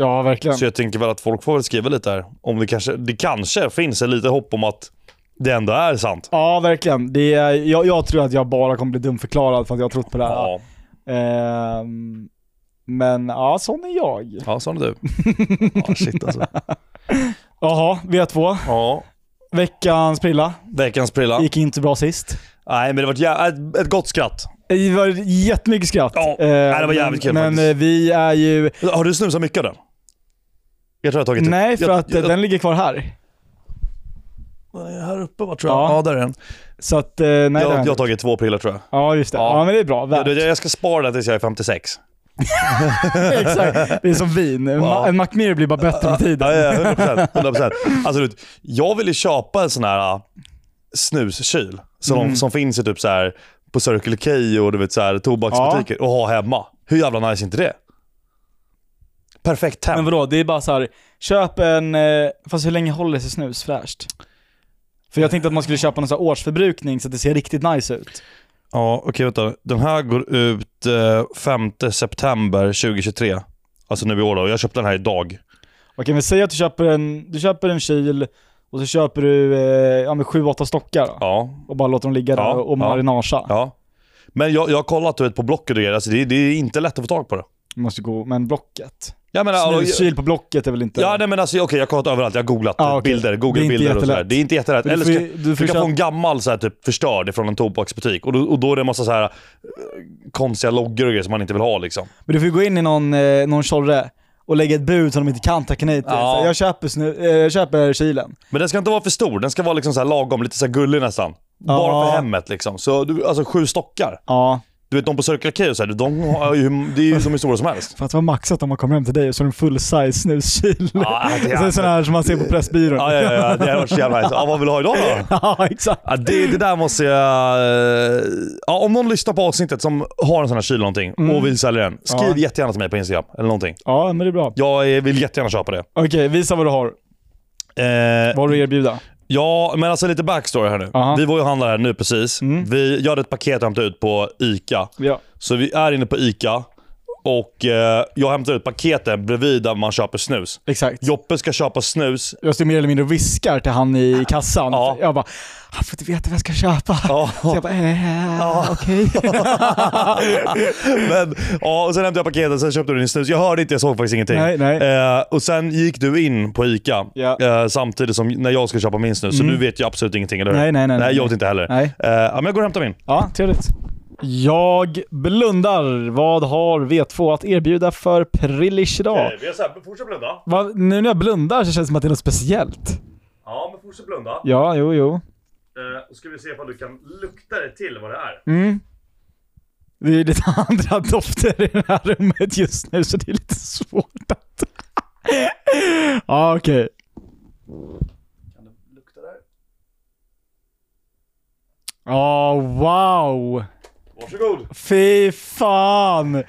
Speaker 2: Ja, verkligen.
Speaker 1: Så jag tänker väl att folk får väl skriva lite här. Om det, kanske, det kanske finns en lite hopp om att det ändå är sant.
Speaker 2: Ja, verkligen. Det är, jag, jag tror att jag bara kommer bli dumförklarad för att jag har trott på det här.
Speaker 1: Ja,
Speaker 2: Ehm, men ja, sån är jag.
Speaker 1: ja sån är du. Ja, shit alltså.
Speaker 2: Jaha, V2.
Speaker 1: Ja.
Speaker 2: Veckans prilla.
Speaker 1: Veckans prilla.
Speaker 2: Gick inte bra sist.
Speaker 1: Nej, men det var ett, jä- ett, ett gott skratt.
Speaker 2: Det var jättemycket skratt.
Speaker 1: Ja,
Speaker 2: Eh,
Speaker 1: nej, det var jävligt kul
Speaker 2: men, Men
Speaker 1: faktiskt.
Speaker 2: eh, vi är ju...
Speaker 1: Har du snusat mycket av den? Jag tror jag har tagit
Speaker 2: Nej, för
Speaker 1: jag,
Speaker 2: att eh,
Speaker 1: jag,
Speaker 2: den ligger kvar här.
Speaker 1: Här uppe va, tror jag.
Speaker 2: Ja.
Speaker 1: Ja, där är den.
Speaker 2: Så att, eh, nej det har
Speaker 1: jag, jag har
Speaker 2: hänt.
Speaker 1: tagit två prillor tror jag.
Speaker 2: Ja, just det. Ja.
Speaker 1: Ja.
Speaker 2: men det är bra. Värt.
Speaker 1: Jag, jag ska spara den tills jag är 56.
Speaker 2: Exakt. Det är som vin. En Ma- En McMeer blir bara bättre med tiden.
Speaker 1: Ja, ja, 100%. 100%. Alltså, du, vet, jag ville köpa en sån här ah, snuskyl som,
Speaker 2: Mm.
Speaker 1: som finns i typ så här, på Circle K och du vet, så här, tobaksbutiker och ha hemma. Hur jävla nice är inte det? perfekt
Speaker 2: Men
Speaker 1: temp.
Speaker 2: vadå, det är bara så här, köp en... eh, Fast hur länge håller sig snus fräscht? För jag tänkte att man skulle köpa någon så här årsförbrukning så att det ser riktigt nice ut.
Speaker 1: Ja, okej vänta. Den här går ut eh, 5 september 2023. Alltså nu i år då. Jag köpte den här idag.
Speaker 2: Okej men säg att du köper en, du köper en kyl och så köper du eh, ja, men 7-8 stockar då.
Speaker 1: Ja,
Speaker 2: Och bara låter dem ligga där
Speaker 1: Ja,
Speaker 2: och
Speaker 1: ja.
Speaker 2: marinagea.
Speaker 1: ja. Men jag, jag har kollat du vet, på Blocket och grejer. Alltså, det, är- det är inte lätt att få tag på det.
Speaker 2: Måste gå, men Blocket.
Speaker 1: Jag menar,
Speaker 2: Snuskyl på Blocket är väl inte...
Speaker 1: ja, nej, men alltså, okej, jag har kollat överallt. Jag har googlat
Speaker 2: Ja, Ah, okej.
Speaker 1: bilder.
Speaker 2: Det är inte
Speaker 1: Google-bilder och sådär.
Speaker 2: jättelätt.
Speaker 1: Det är inte jättelätt.
Speaker 2: Men
Speaker 1: Eller
Speaker 2: du
Speaker 1: ska,
Speaker 2: får, ju- du
Speaker 1: Du
Speaker 2: får
Speaker 1: kan
Speaker 2: köpa...
Speaker 1: få en gammal så här, typ, förstörd från en tobaksbutik och då, och då är det en massa så här, eh, konstiga loggor och grejer som man inte vill ha. Liksom.
Speaker 2: Men du får ju gå in i någon, eh, någon tjorre och lägga ett bud som de inte kan tacka nej till.
Speaker 1: Ja.
Speaker 2: Så Jag köper, snu, eh, jag köper kylen.
Speaker 1: Men den ska inte vara för stor. Den ska vara liksom så här, lagom, lite så här, gullig nästan. Bara
Speaker 2: Ja.
Speaker 1: för hemmet. Liksom. Så, du, alltså sju stockar.
Speaker 2: Ja.
Speaker 1: Du vet de på Circle K, och så här, de har ju, det är ju som hur stora som helst.
Speaker 2: För att vara maxat om man kommer hem till dig och så har du en full-size snuskyl.
Speaker 1: Ja, Ah, det är- Ah,
Speaker 2: Sen sån här som man ser på Pressbyrån.
Speaker 1: Ja, ja, ja, ja, det hade varit så jävla nice. Ja, vad vill du ha idag då?
Speaker 2: Ja, exakt.
Speaker 1: Ja, det, det där måste jag... eh, Ja, om någon lyssnar på avsnittet som har en sån här kyl eller någonting och vill sälja den, skriv
Speaker 2: Ja.
Speaker 1: jättegärna till mig på Instagram eller någonting.
Speaker 2: Ja, men det är bra.
Speaker 1: Jag eh, vill jättegärna köpa det.
Speaker 2: Okej, visa vad du har.
Speaker 1: Eh,
Speaker 2: Vad har du att erbjuda?
Speaker 1: Ja, men alltså lite backstory här nu.
Speaker 2: Aha.
Speaker 1: Vi var ju och handlade här nu precis. Vi, jag hade ett paket att hämta ut på ICA.
Speaker 2: Ja.
Speaker 1: Så vi är inne på ICA och eh, jag hämtar ut paketen bredvid där man köper snus.
Speaker 2: Exakt.
Speaker 1: Joppe ska köpa snus.
Speaker 2: Jag står mer eller mindre och viskar till han i kassan.
Speaker 1: Ja.
Speaker 2: Jag bara, han får inte veta vad jag ska köpa.
Speaker 1: Ja.
Speaker 2: Så jag bara, eh,
Speaker 1: Ja.
Speaker 2: okej.
Speaker 1: Men, ja, och sen hämtade jag paketet, sen köpte du din snus. Jag hörde inte, jag såg faktiskt ingenting.
Speaker 2: Nej, nej.
Speaker 1: Eh, och sen gick du in på ICA
Speaker 2: Ja. Mm.
Speaker 1: eh, samtidigt som när jag ska köpa min snus. Så du vet ju absolut ingenting, eller hur?
Speaker 2: Nej, nej, nej,
Speaker 1: nej
Speaker 2: nej.
Speaker 1: jag vet inte heller.
Speaker 2: Nej.
Speaker 1: Eh, ja, men jag går och hämtar min.
Speaker 2: Ja, trevligt. Jag blundar. Vad har V2 att erbjuda för prillish idag?
Speaker 1: Eh, Vi har så här, fortsätt blunda.
Speaker 2: Va, nu när jag blundar så känns det som att det är något speciellt.
Speaker 1: Ja, men fortsätt blunda.
Speaker 2: Ja, jo, jo.
Speaker 1: Då ska vi se om du kan lukta det till vad det är.
Speaker 2: Mm. Det är lite andra dofter i det här rummet just nu så det är lite svårt att... ja, okej.
Speaker 1: Kan du lukta där?
Speaker 2: Ja, wow!
Speaker 1: Varsågod!
Speaker 2: Fy fan!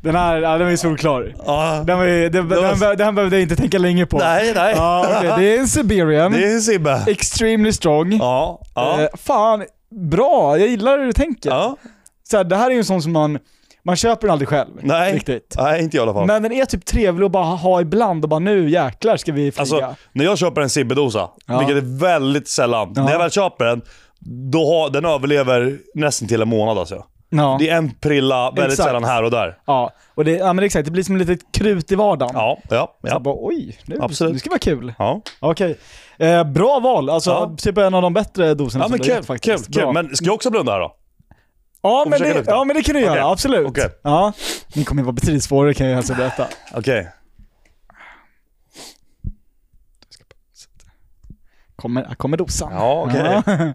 Speaker 2: Den här, ja, den är solklar.
Speaker 1: Ja.
Speaker 2: Den, var ju- den,
Speaker 1: var-
Speaker 2: den, den, den behövde jag inte tänka länge på.
Speaker 1: Nej, nej.
Speaker 2: Ja, okej. Det är en Siberian.
Speaker 1: Det är Sibbe.
Speaker 2: Extremely strong.
Speaker 1: Ja. Ja.
Speaker 2: Eh, fan, bra. Jag gillar hur du tänker.
Speaker 1: ja.
Speaker 2: Så här, det här är ju en sån som man, man köper den aldrig själv.
Speaker 1: Nej.
Speaker 2: Riktigt.
Speaker 1: Nej, inte jag i alla fall.
Speaker 2: Men den är typ trevlig att bara ha ibland och bara nu jäklar ska vi flyga.
Speaker 1: Alltså, när jag köper en Sibbe-dosa,
Speaker 2: Ja.
Speaker 1: vilket är väldigt sällan. När jag väl köper den, då har, den överlever nästan till en månad alltså.
Speaker 2: ja.
Speaker 1: Det är en prilla väldigt
Speaker 2: Exakt.
Speaker 1: sällan här och där.
Speaker 2: ja. Och det, ja men exakt, det blir som ett litet krut i vardagen.
Speaker 1: Ja, ja,
Speaker 2: Så
Speaker 1: ja.
Speaker 2: bara, oj, nu,
Speaker 1: Absolut.
Speaker 2: nu ska det vara kul.
Speaker 1: ja.
Speaker 2: Okej. Eh, bra val, alltså
Speaker 1: Ja.
Speaker 2: typ en av de bättre doserna
Speaker 1: ja men
Speaker 2: som du har
Speaker 1: kul,
Speaker 2: gett
Speaker 1: kul,
Speaker 2: faktiskt. Bra.
Speaker 1: kul. Men ska jag också blunda här då?
Speaker 2: ja, men
Speaker 1: försöka
Speaker 2: det,
Speaker 1: lukta.
Speaker 2: ja men det kan du
Speaker 1: Okej.
Speaker 2: göra, absolut.
Speaker 1: Okej.
Speaker 2: Ja. Ni kommer ju vara betydligt svårare kan jag alltså berätta.
Speaker 1: Okej.
Speaker 2: Kommer, här kommer dosan.
Speaker 1: Ja, okej.
Speaker 2: Ja.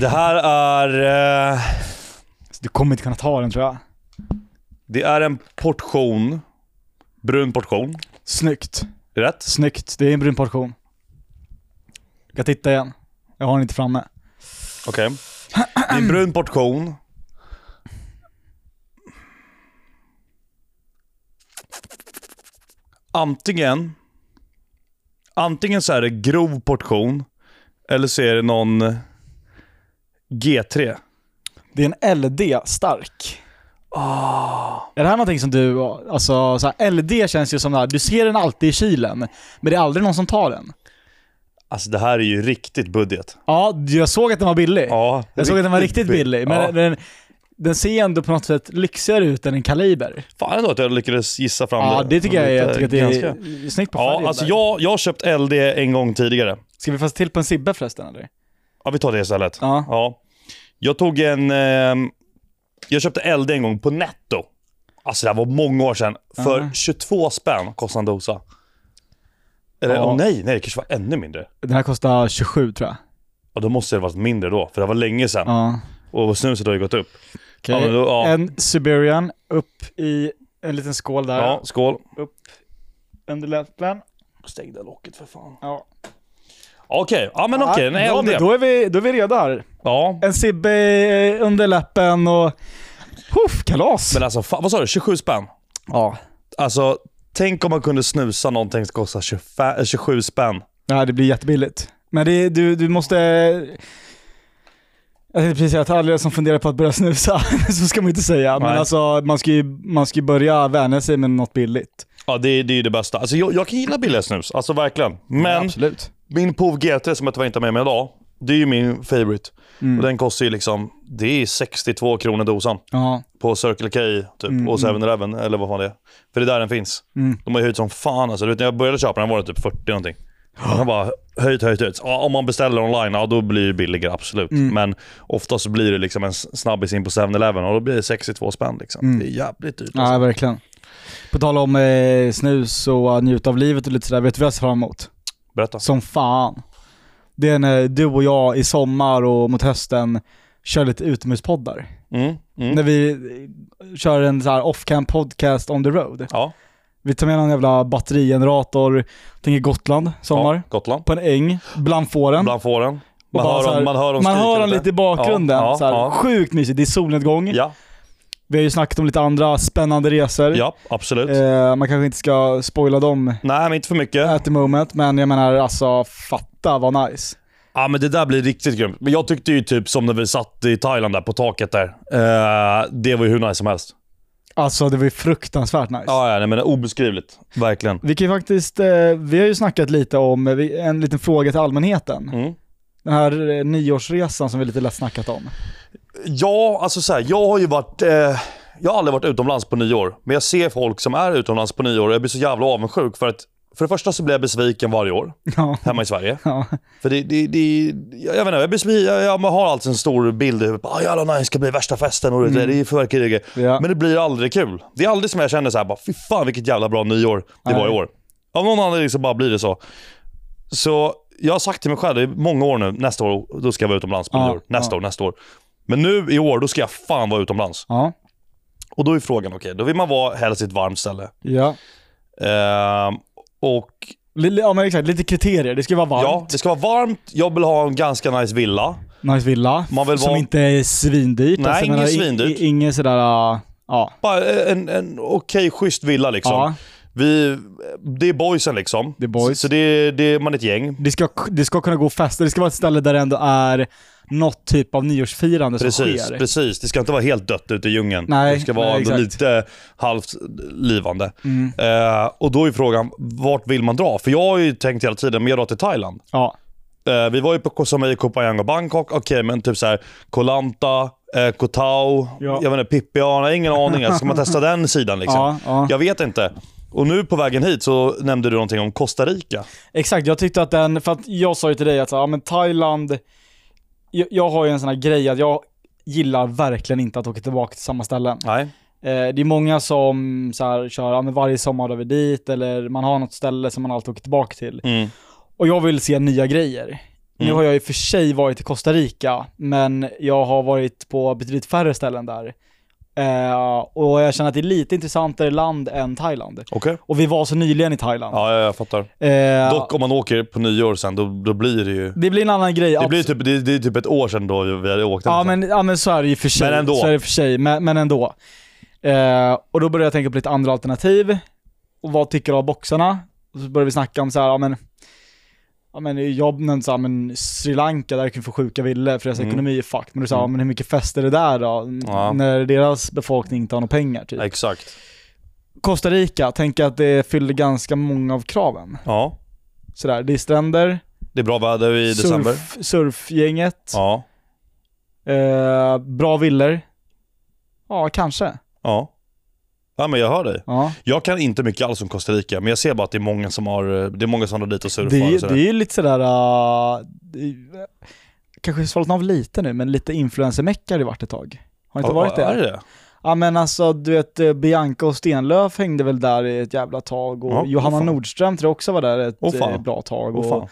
Speaker 1: Det här är... Eh,
Speaker 2: Så Du kommer inte kunna ta den tror jag.
Speaker 1: det är en portion. Brun portion.
Speaker 2: Snyggt.
Speaker 1: Rätt?
Speaker 2: Snyggt. Det är en brun portion. Jag kan titta igen. Jag har den inte framme.
Speaker 1: Okej. Det är en brun portion. Antingen... Antingen så är det grov portion, eller så är det någon G3.
Speaker 2: Det är en LD stark.
Speaker 1: Ah.
Speaker 2: Är det här någonting som du, alltså så här, LD känns ju som det här, du ser den alltid i kylen, men det är aldrig någon som tar den.
Speaker 1: Alltså det här är ju riktigt budget.
Speaker 2: Ja, jag såg att den var billig.
Speaker 1: Ja,
Speaker 2: jag såg att den var riktigt billig, men
Speaker 1: Ja.
Speaker 2: den, den ser ändå på något sätt lyxigare ut än en Kaliber.
Speaker 1: Fan ändå att jag lyckades gissa fram
Speaker 2: Ja, det tycker jag, är- jag tycker att det är
Speaker 1: Ganska.
Speaker 2: snyggt på färgen
Speaker 1: Ja,
Speaker 2: där.
Speaker 1: alltså jag, jag har köpt LD en gång tidigare.
Speaker 2: Ska vi fast till på en Sibbe förresten eller?
Speaker 1: Ja, vi tar det istället.
Speaker 2: Ja.
Speaker 1: Ja. Jag tog en... Eh, jag köpte LD en gång på Netto. Alltså det här var många år sedan. För
Speaker 2: Aha.
Speaker 1: 22 spänn kostade en dosa. Eller
Speaker 2: Ja.
Speaker 1: åh nej, nej det kanske var ännu mindre.
Speaker 2: Den här kostar 27 tror jag.
Speaker 1: Ja, då måste det ha varit mindre då, för det var länge sedan.
Speaker 2: Ja.
Speaker 1: Och snuset har ju gått upp.
Speaker 2: Okej.
Speaker 1: Ja, men då- ja.
Speaker 2: En Siberian upp i en liten skål där.
Speaker 1: Ja, skål.
Speaker 2: Upp under läppen.
Speaker 1: Stäng det locket för fan.
Speaker 2: Ja.
Speaker 1: Okej, ja men okej.
Speaker 2: ja,
Speaker 1: en
Speaker 2: men
Speaker 1: LD.
Speaker 2: då, är vi, då är vi redo här.
Speaker 1: Ja,
Speaker 2: En Sibbe under läppen och Puff, kalas!
Speaker 1: Men alltså, fan, vad sa du? 27 spänn?
Speaker 2: ja.
Speaker 1: Alltså, tänk om man kunde snusa någonting som kostar 25, eh, 27 spänn.
Speaker 2: Nej, det blir jättebilligt. Men det, du, du måste... Jag tänkte precis säga att alla som funderar på att börja snusa, så ska man inte säga. Men
Speaker 1: Nej.
Speaker 2: alltså, man ska ju, man ska ju börja vänja sig med något billigt.
Speaker 1: Ja, det, det är ju det bästa. Alltså, jag, jag kan gilla billiga snus, alltså verkligen. Men
Speaker 2: absolut.
Speaker 1: min POV GT som jag tyvärr inte har med mig idag, det är ju min favorite.
Speaker 2: Mm.
Speaker 1: Och den kostar ju liksom, det är 62 kronor dosan
Speaker 2: Ja.
Speaker 1: på Circle K typ,
Speaker 2: Mm,
Speaker 1: och 7-Eleven eller vad fan det är. För det är där den finns.
Speaker 2: Mm.
Speaker 1: De har ju höjt som fan alltså. Du vet, när jag började köpa den var den typ 40 någonting. Den har bara höjt, höjt, höjt. Ja, om man beställer online, ja, då blir det billigare absolut.
Speaker 2: Mm.
Speaker 1: Men oftast blir det liksom en s- snabbis in på 7-Eleven och då blir det 62 spänn liksom. Det är jävligt dyrt alltså.
Speaker 2: Mm. ja, verkligen. På tal om eh, snus och att njuta av livet och lite sådär, vet du vad jag ser fram emot?
Speaker 1: Berätta.
Speaker 2: Som fan. Det är när du och jag i sommar och mot hösten kör lite utomhuspoddar.
Speaker 1: Mm, mm.
Speaker 2: När vi eh, kör en så här off-camp podcast on the road.
Speaker 1: Ja,
Speaker 2: Vi tar med någon jävla batterigenerator, tänker Gotland, sommar.
Speaker 1: ja, Gotland.
Speaker 2: På en äng, bland fåren.
Speaker 1: Bland fåren. Man,
Speaker 2: bara
Speaker 1: hör
Speaker 2: så här-
Speaker 1: dem- man hör dem
Speaker 2: man
Speaker 1: skrika
Speaker 2: hör dem lite i bakgrunden.
Speaker 1: Ja, ja,
Speaker 2: så här,
Speaker 1: ja.
Speaker 2: Sjukt mysigt, det är solnedgång.
Speaker 1: Ja,
Speaker 2: Vi har ju snackat om lite andra spännande resor.
Speaker 1: ja, absolut.
Speaker 2: Eh, man kanske inte ska spoila dem
Speaker 1: Nej, men inte för mycket.
Speaker 2: at the moment, men jag menar alltså fatta vad nice.
Speaker 1: Ja men det där blir riktigt grymt. Men jag tyckte ju typ som när vi satt i Thailand där på taket där. Eh, det var ju hur nice som helst.
Speaker 2: Alltså det var ju fruktansvärt nice.
Speaker 1: Ja, ja nej, men det är obeskrivligt. Verkligen.
Speaker 2: Vi kan ju faktiskt, eh, vi har ju snackat lite om, eh, vi- en liten fråga till allmänheten.
Speaker 1: Mm.
Speaker 2: Den här eh, nyårsresan som vi lite lätt snackat om.
Speaker 1: Ja, alltså så här, jag har ju varit... Eh, jag har aldrig varit utomlands på nyår. Men jag ser folk som är utomlands på nyår och jag blir så jävla avundsjuk för att för det första så blir jag besviken varje år
Speaker 2: Ja.
Speaker 1: hemma i Sverige.
Speaker 2: Ja.
Speaker 1: För det, det, det jag, jag vet inte, jag, blir, svi- jag, jag har alltid en stor bild i huvudet. Ah, jävlar nice, det ska bli värsta festen och det, det är fyrverkerier.
Speaker 2: Ja.
Speaker 1: Men det blir aldrig kul. Det är aldrig som jag känner så här, bara, fy fan vilket jävla bra nyår det var i
Speaker 2: Nej.
Speaker 1: år. Av någon anledning så bara blir det så. Så jag har sagt till mig själv i många år nu, nästa år då ska jag vara utomlands på
Speaker 2: Ja,
Speaker 1: nyår. Nästa
Speaker 2: ja.
Speaker 1: år, nästa år. Men nu i år, då ska jag fan vara utomlands.
Speaker 2: Ja.
Speaker 1: Och då är frågan, okej, då vill man vara helst i ett varmt ställe.
Speaker 2: ja.
Speaker 1: Ehm, och
Speaker 2: Lille, ja men exakt, lite kriterier. Det ska vara
Speaker 1: ja,
Speaker 2: varmt,
Speaker 1: det ska vara varmt. Jag vill ha en ganska nice villa.
Speaker 2: nice villa,
Speaker 1: Man vill
Speaker 2: som
Speaker 1: vara-
Speaker 2: inte är svindyrt. Alltså,
Speaker 1: Nej,
Speaker 2: jag
Speaker 1: inget
Speaker 2: menar, i-
Speaker 1: svindyrt.
Speaker 2: i- Inget sådär, äh, ja.
Speaker 1: Bara eh, en, en okej, schysst villa liksom.
Speaker 2: ja.
Speaker 1: Vi, det är boysen liksom.
Speaker 2: Det är boys.
Speaker 1: Så, så det, det, man är ett gäng.
Speaker 2: Det, ska, det ska kunna gå att festa, det ska vara ett ställe där det ändå är något typ av nyårsfirande som
Speaker 1: Precis,
Speaker 2: sker.
Speaker 1: precis. Det ska inte vara helt dött ute i djungeln.
Speaker 2: Nej,
Speaker 1: det ska vara
Speaker 2: nej,
Speaker 1: ändå
Speaker 2: exakt.
Speaker 1: lite halvt livande.
Speaker 2: Mm.
Speaker 1: Eh, och då är frågan, vart vill man dra? För jag har ju tänkt hela tiden, men jag drar till Thailand.
Speaker 2: Ja.
Speaker 1: Eh, vi var ju på Koh Samui, Koh Phangan och Bangkok. Okej, men typ så här, Koh Lanta, eh, Koh Tao,
Speaker 2: Ja.
Speaker 1: jag vet inte, Pipiana, ingen aning. Alltså, Ska man testa den sidan liksom?
Speaker 2: Ja, ja.
Speaker 1: Jag vet inte. Och nu på vägen hit så nämnde du någonting om Costa Rica.
Speaker 2: Exakt, jag tyckte att den, för att jag sa ju till dig att så, här, ja, men Thailand, jag, jag har ju en sån här grej att jag gillar verkligen inte att åka tillbaka till samma ställen.
Speaker 1: Nej.
Speaker 2: Eh, det är många som så här, kör, ja, men varje sommar drar vi dit eller man har något ställe som man alltid åker tillbaka till.
Speaker 1: Mm.
Speaker 2: Och jag vill se nya grejer. Nu
Speaker 1: Mm.
Speaker 2: har jag i och för sig varit i Costa Rica, men jag har varit på betydligt färre ställen där. Eh, och jag känner att det är lite intressantare land än Thailand.
Speaker 1: Okej.
Speaker 2: Och vi var så nyligen i Thailand.
Speaker 1: Ja, ja, jag fattar.
Speaker 2: Eh,
Speaker 1: Dock om man åker på nyår sen, då, då blir det ju...
Speaker 2: det blir en annan grej.
Speaker 1: Det,
Speaker 2: absolut.
Speaker 1: blir typ, det, det är typ ett år sedan då vi hade åkt.
Speaker 2: Ja
Speaker 1: den.
Speaker 2: men, ja men så är det ju för sig.
Speaker 1: Men ändå.
Speaker 2: Så är det för sig, men, men ändå. Eh, och då började jag tänka på lite andra alternativ. Och vad tycker du av boxarna? Och så började vi snacka om så här, ja men, ja men jag nämnde så här, men Sri Lanka, där kan du få sjuka ville för deras
Speaker 1: Mm.
Speaker 2: ekonomi är fucked. Men du sa, ja
Speaker 1: Mm.
Speaker 2: men hur mycket fester är det där då?
Speaker 1: Ja.
Speaker 2: När deras befolkning inte har några pengar typ.
Speaker 1: Exakt.
Speaker 2: Costa Rica, tänker att det fyller ganska många av kraven.
Speaker 1: Ja.
Speaker 2: Sådär, det är stränder,
Speaker 1: Det är bra väder i december.
Speaker 2: surf, surfgänget,
Speaker 1: Ja.
Speaker 2: eh, bra villor. Ja, kanske.
Speaker 1: Ja. Ja men jag hör dig.
Speaker 2: Ja.
Speaker 1: Jag kan inte mycket alls om Costa Rica, men jag ser bara att det är många som har, det är många som har dit och surfar
Speaker 2: Det,
Speaker 1: och
Speaker 2: är- det
Speaker 1: sådär.
Speaker 2: är ju lite sådär, uh, det, är- kanske svalnat av lite nu, men lite influencer-mecka har det varit ett tag. Har det inte
Speaker 1: Ja,
Speaker 2: varit
Speaker 1: Är
Speaker 2: det?
Speaker 1: det?
Speaker 2: Ja men alltså du vet eh, Bianca och Stenlöf hängde väl där i ett jävla tag och
Speaker 1: Ja, åh
Speaker 2: Johanna
Speaker 1: fan.
Speaker 2: Nordström tror jag också var där ett
Speaker 1: Åh fan.
Speaker 2: eh, bra tag.
Speaker 1: Åh,
Speaker 2: Och,
Speaker 1: fan.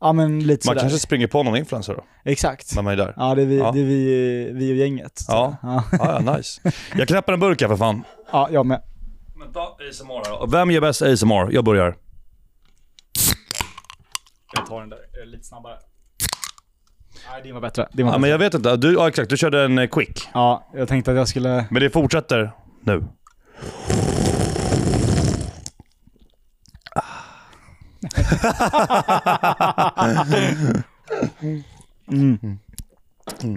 Speaker 2: Ja men lite
Speaker 1: Man
Speaker 2: sådär.
Speaker 1: kanske springer på någon influencer då,
Speaker 2: Exakt.
Speaker 1: när man är där.
Speaker 2: Ja det är vi,
Speaker 1: Ja.
Speaker 2: Det är vi, vi och gänget. så.
Speaker 1: Ja.
Speaker 2: Ja.
Speaker 1: Ah, ja, nice. Jag knäpper en burk här för fan.
Speaker 2: ja, jag med.
Speaker 1: Vänta, ASMR då. Vem gör bäst ASMR? Jag börjar.
Speaker 2: Jag tar den där lite snabbare. Nej, det var bättre. Det var
Speaker 1: Ja,
Speaker 2: bättre.
Speaker 1: men jag vet inte. Du, ja, exakt, du körde en eh, quick.
Speaker 2: ja, jag tänkte att jag skulle...
Speaker 1: Men det fortsätter nu. Mm.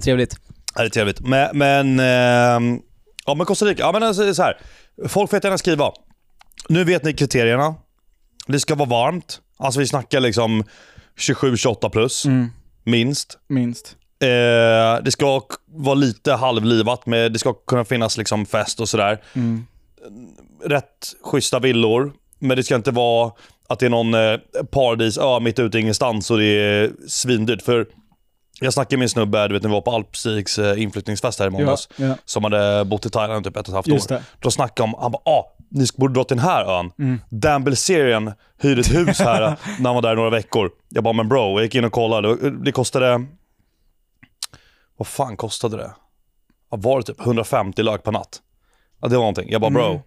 Speaker 3: Trevligt.
Speaker 1: Ja, det är trevligt. Men, men, ehm, ja, men Costa Rica. Ja, men alltså, det är så här. Folk får gärna skriva. Nu vet ni kriterierna. Det ska vara varmt. Alltså vi snackar liksom 27-28 plus,
Speaker 2: Mm,
Speaker 1: minst.
Speaker 2: minst.
Speaker 1: Eh, det ska k- vara lite halvlivat, men det ska kunna finnas liksom fest och sådär.
Speaker 2: Mm.
Speaker 1: Rätt schyssta villor, men det ska inte vara att det är någon eh, paradisö mitt ute i ingenstans och det är svindyrt. För jag snackade med en snubbe, du vet när vi var på Alpstigs eh, inflyttningsfest här i
Speaker 2: Ja,
Speaker 1: måndags
Speaker 2: ja,
Speaker 1: som hade bott i Thailand typ ett och ett halvt
Speaker 2: just
Speaker 1: år.
Speaker 2: det. Mm.
Speaker 1: Då snackade om, han bara, ah, ni borde dra till den här ön. Dan Bilzerian hyrde ett hus här eh, när han var där i några veckor. Jag bara, men bro, jag gick in och kollade. Det kostade, vad fan kostade det? Ja, var det typ 150 lök per natt? Ja, det var någonting. Jag bara, bro.